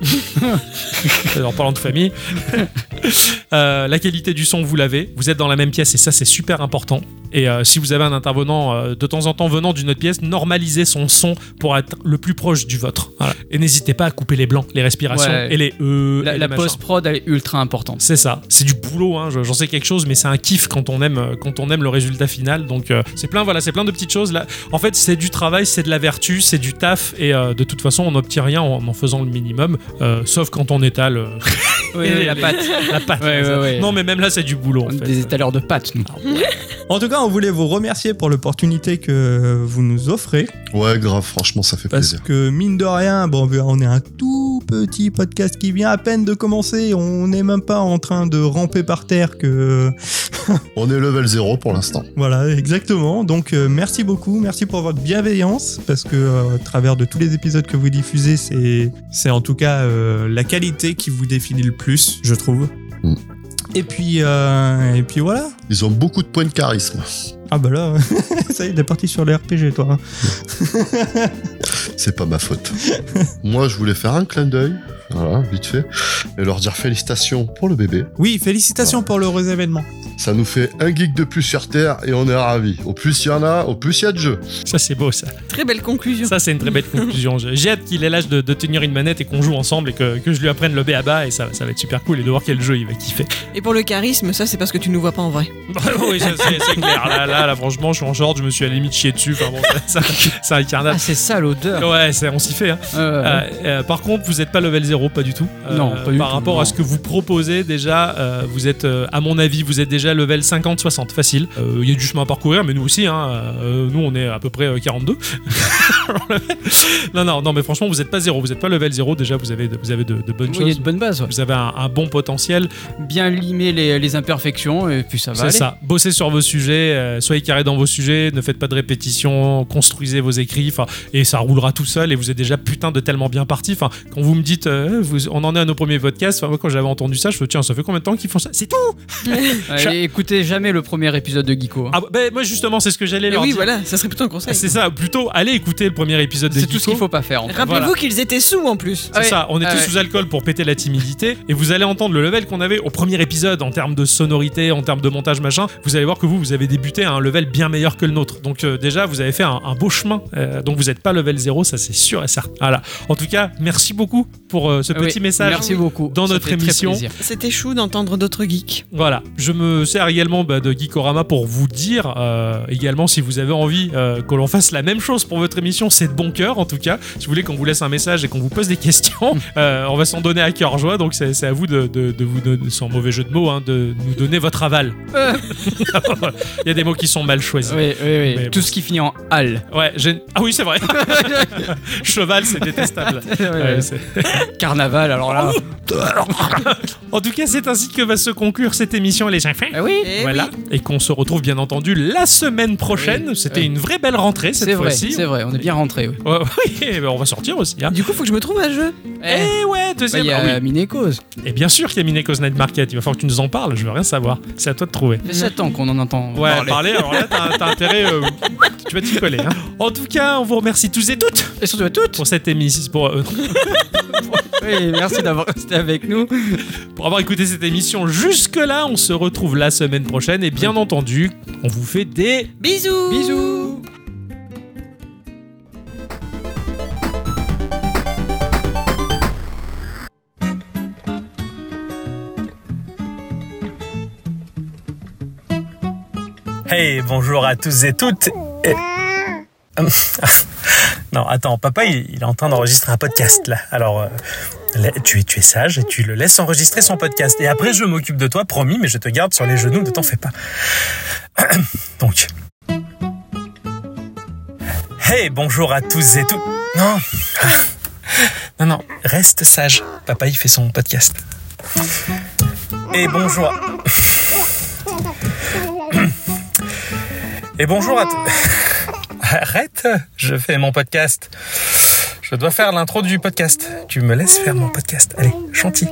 [SPEAKER 1] en parlant de famille, euh, la qualité du son, vous l'avez, vous êtes dans la même pièce et ça, c'est super important. Et euh, si vous avez un intervenant euh, de temps en temps venant d'une autre pièce, normalisez son son pour être le plus proche du vôtre. Voilà. Et n'hésitez pas à couper les blancs, les respirations
[SPEAKER 2] Ouais.
[SPEAKER 1] et les euh, et
[SPEAKER 2] La,
[SPEAKER 1] les
[SPEAKER 2] la
[SPEAKER 1] machins.
[SPEAKER 2] post-prod, elle est ultra importante.
[SPEAKER 1] C'est ça, c'est du boulot, hein, je- j'en sais quelque chose, mais c'est un kiff quand on aime, euh, quand on aime le résultat final. Donc euh, c'est plein, voilà, c'est plein de petites choses. Là. En fait, c'est du travail, c'est de la vertu, c'est du taf, et euh, de toute façon, on n'obtient rien en en faisant le minimum, euh, sauf quand on étale euh,
[SPEAKER 2] Oui, oui, la pâte.
[SPEAKER 1] la pâte.
[SPEAKER 2] Ouais, ouais, ouais.
[SPEAKER 1] Non, mais même là, c'est du boulot. En
[SPEAKER 2] On est
[SPEAKER 1] fait.
[SPEAKER 2] des étaleurs de pâtes, nous.
[SPEAKER 9] En tout cas, on voulait vous remercier pour l'opportunité que vous nous offrez.
[SPEAKER 10] Ouais, grave, franchement, ça fait
[SPEAKER 9] Parce
[SPEAKER 10] plaisir.
[SPEAKER 9] que mine de rien, bon, on est un tout petit podcast qui vient à peine de commencer. On n'est même pas en train de ramper par terre que...
[SPEAKER 2] euh,
[SPEAKER 10] On est level 0 pour l'instant.
[SPEAKER 9] Voilà, exactement. Donc euh, merci beaucoup, merci pour votre bienveillance, parce que euh, à travers de tous les épisodes que vous diffusez, c'est c'est en tout cas euh, la qualité qui vous définit le plus, je trouve.
[SPEAKER 10] Mm.
[SPEAKER 9] Et puis euh, et puis voilà.
[SPEAKER 10] Ils ont beaucoup de points de charisme.
[SPEAKER 9] Ah bah là, ça y est, t'es parti sur les RPG, toi.
[SPEAKER 10] C'est pas ma faute. Moi, je voulais faire un clin d'œil, voilà, vite fait, et leur dire félicitations pour le bébé.
[SPEAKER 9] Oui, félicitations pour l'heureux événement.
[SPEAKER 10] Ça nous fait un geek de plus sur Terre et on est ravis. Au plus il y en a, au plus il y a de jeux.
[SPEAKER 1] Ça, c'est beau, ça.
[SPEAKER 3] Très belle conclusion.
[SPEAKER 1] Ça, c'est une très belle conclusion. J'ai j'ai hâte qu'il ait l'âge de, de tenir une manette et qu'on joue ensemble et que, que je lui apprenne le B à bas, et ça, ça va être super cool, et de voir quel jeu il va kiffer.
[SPEAKER 3] Et pour le charisme, ça, c'est parce que tu nous vois pas en vrai.
[SPEAKER 1] Bah oui, ça, c'est c'est clair. Là, là, là, franchement, je suis en short, je me suis à la limite chié dessus. Enfin bon, ça, ça- c'est un carnage.
[SPEAKER 2] Ah, c'est ça l'odeur.
[SPEAKER 1] Ouais, c'est- on s'y fait. hein.
[SPEAKER 2] Euh,
[SPEAKER 1] Euh, euh, par contre, vous n'êtes pas level 0, pas du tout. Euh,
[SPEAKER 2] Non, pas du
[SPEAKER 1] Par
[SPEAKER 2] tout,
[SPEAKER 1] rapport
[SPEAKER 2] non.
[SPEAKER 1] à ce que vous proposez, déjà, euh, vous êtes, euh, à mon avis, vous êtes déjà level 50-60, facile. Euh, Il y a du chemin à parcourir, mais nous aussi, hein, euh, nous, on est à peu près euh, 42. non, non, non, mais franchement, vous n'êtes pas 0, vous n'êtes pas level 0, déjà, vous avez de, vous avez de, de bonnes
[SPEAKER 2] oui, il y a
[SPEAKER 1] choses.
[SPEAKER 2] de bonnes bases. ouais.
[SPEAKER 1] Vous avez un, un bon potentiel,
[SPEAKER 2] Bien limer les, les imperfections et puis ça va.
[SPEAKER 1] c'est
[SPEAKER 2] aller.
[SPEAKER 1] ça. Bossez sur vos sujets, euh, soyez carré dans vos sujets, ne faites pas de répétitions, construisez vos écrits, enfin, et ça roulera tout seul. Et vous êtes déjà putain de tellement bien parti. Enfin, quand vous me dites, euh, vous- on en est à nos premiers podcasts. Enfin, moi, quand j'avais entendu ça, je me dis, tiens, ça fait combien de temps qu'ils font ça C'est tout.
[SPEAKER 2] Allez, écoutez jamais le premier épisode de Geeko. hein.
[SPEAKER 1] Ah, ben, moi, justement, c'est ce que j'allais
[SPEAKER 3] Et
[SPEAKER 1] leur
[SPEAKER 3] oui,
[SPEAKER 1] dire.
[SPEAKER 3] voilà, ça serait plutôt un conseil.
[SPEAKER 1] Ah, C'est ça. Plutôt, allez écouter le premier épisode de
[SPEAKER 2] c'est tout ce
[SPEAKER 1] Geeko.
[SPEAKER 2] qu'il faut pas faire. En fait.
[SPEAKER 3] Rappelez-vous
[SPEAKER 1] Voilà.
[SPEAKER 3] qu'ils étaient sous en plus.
[SPEAKER 1] C'est
[SPEAKER 2] Ah ouais.
[SPEAKER 1] ça, on est
[SPEAKER 2] Ah
[SPEAKER 1] tous
[SPEAKER 2] ouais.
[SPEAKER 1] sous alcool pour péter la timidité, et vous allez entendre le level qu'on avait au premier épisode en termes de sonorité, en termes de montage, machin. Vous allez voir que vous, vous avez débuté à un level bien meilleur que le nôtre. Donc euh, déjà, vous avez fait un, un beau chemin. Euh, donc vous n'êtes pas level 0, ça c'est sûr et certain. Voilà. En tout cas, merci beaucoup pour euh, ce
[SPEAKER 2] Ah oui,
[SPEAKER 1] petit message.
[SPEAKER 2] Merci beaucoup.
[SPEAKER 1] dans
[SPEAKER 2] Ça
[SPEAKER 1] notre
[SPEAKER 2] fait très
[SPEAKER 1] émission.
[SPEAKER 2] plaisir.
[SPEAKER 3] C'était chou d'entendre d'autres geeks.
[SPEAKER 1] Voilà, je me sers également bah, de Geekorama pour vous dire euh, également si vous avez envie euh, que l'on fasse la même chose pour votre émission, c'est de bon cœur en tout cas. Si vous voulez qu'on vous laisse un message et qu'on vous pose des questions, euh, on va s'en donner à cœur joie. Donc c'est c'est à vous de, de- de vous donner, sans mauvais jeu de mots, hein, de nous donner votre aval.
[SPEAKER 2] Euh.
[SPEAKER 1] Il y a des mots qui sont mal choisis.
[SPEAKER 2] Oui, oui,
[SPEAKER 1] Mais
[SPEAKER 2] oui. Tout ce qui finit en hal.
[SPEAKER 1] Ouais, j'ai- ah oui, c'est vrai. Cheval, c'est détestable. Ouais, Oh, c'est-
[SPEAKER 2] Euh, Carnaval, alors là.
[SPEAKER 1] en tout cas, c'est ainsi que va se conclure cette émission, les enfants.
[SPEAKER 2] Ah oui,
[SPEAKER 3] Eh
[SPEAKER 1] voilà, et qu'on se retrouve bien entendu la semaine prochaine.
[SPEAKER 2] Oui,
[SPEAKER 1] C'était
[SPEAKER 2] oui.
[SPEAKER 1] une vraie belle rentrée cette
[SPEAKER 2] c'est vrai,
[SPEAKER 1] fois-ci.
[SPEAKER 2] c'est vrai. On est bien rentré. Oui.
[SPEAKER 1] Ouais, oui, eh ben, on va sortir aussi. hein.
[SPEAKER 3] oui. Du coup, faut que je me trouve un jeu.
[SPEAKER 2] Eh,
[SPEAKER 1] Eh ouais,
[SPEAKER 2] bah,
[SPEAKER 1] deuxième.
[SPEAKER 2] il y
[SPEAKER 1] ah
[SPEAKER 2] a
[SPEAKER 1] oui.
[SPEAKER 2] Minécause.
[SPEAKER 1] Et bien sûr qu'il y a Mineco's Night Market. Il va falloir que tu nous en parles. Je veux rien savoir. C'est à toi de trouver.
[SPEAKER 2] Ça fait 7 ans qu'on en entend
[SPEAKER 1] Ouais,
[SPEAKER 2] parler.
[SPEAKER 1] parler. Alors là, t'as t'as intérêt. euh, tu vas t'y coller. hein. En tout cas, on vous remercie tous et toutes
[SPEAKER 2] Et surtout à toutes.
[SPEAKER 1] pour cette émission, pour, euh,
[SPEAKER 2] Oui, merci d'avoir resté avec nous.
[SPEAKER 1] pour avoir écouté cette émission jusque là. On se retrouve la semaine prochaine. Et bien entendu, on vous fait des
[SPEAKER 3] Bisous.
[SPEAKER 2] Bisous.
[SPEAKER 11] Hey, bonjour à tous et toutes. Et- non, attends, papa, il, il est en train d'enregistrer un podcast là. Alors, euh, la- tu, es, tu es sage et tu le laisses enregistrer son podcast. Et après, je m'occupe de toi, promis, mais je te garde sur les genoux, ne t'en fais pas. Donc. Hey, bonjour à tous et toutes. Non. Ah. Non, non, reste sage. Papa, il fait son podcast.
[SPEAKER 1] et bonjour. à- et bonjour à. t- Arrête, je fais mon podcast. Je dois faire l'intro du podcast. Tu me laisses faire mon podcast. Allez, chantier.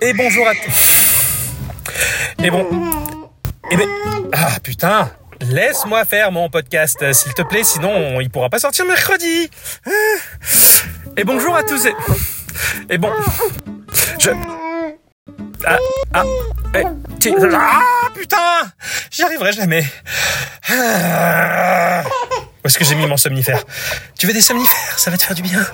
[SPEAKER 1] Et bonjour à. t- Et bon. Et ben. Ah putain! Laisse-moi faire mon podcast, euh, s'il te plaît, sinon on- il pourra pas sortir mercredi. Ah. Et bonjour à tous et. Et bon. Je. Ah, ah, eh, ti- ah, putain J'y arriverai jamais. Ah. Où est-ce que j'ai mis mon somnifère Tu veux des somnifères Ça va te faire du bien.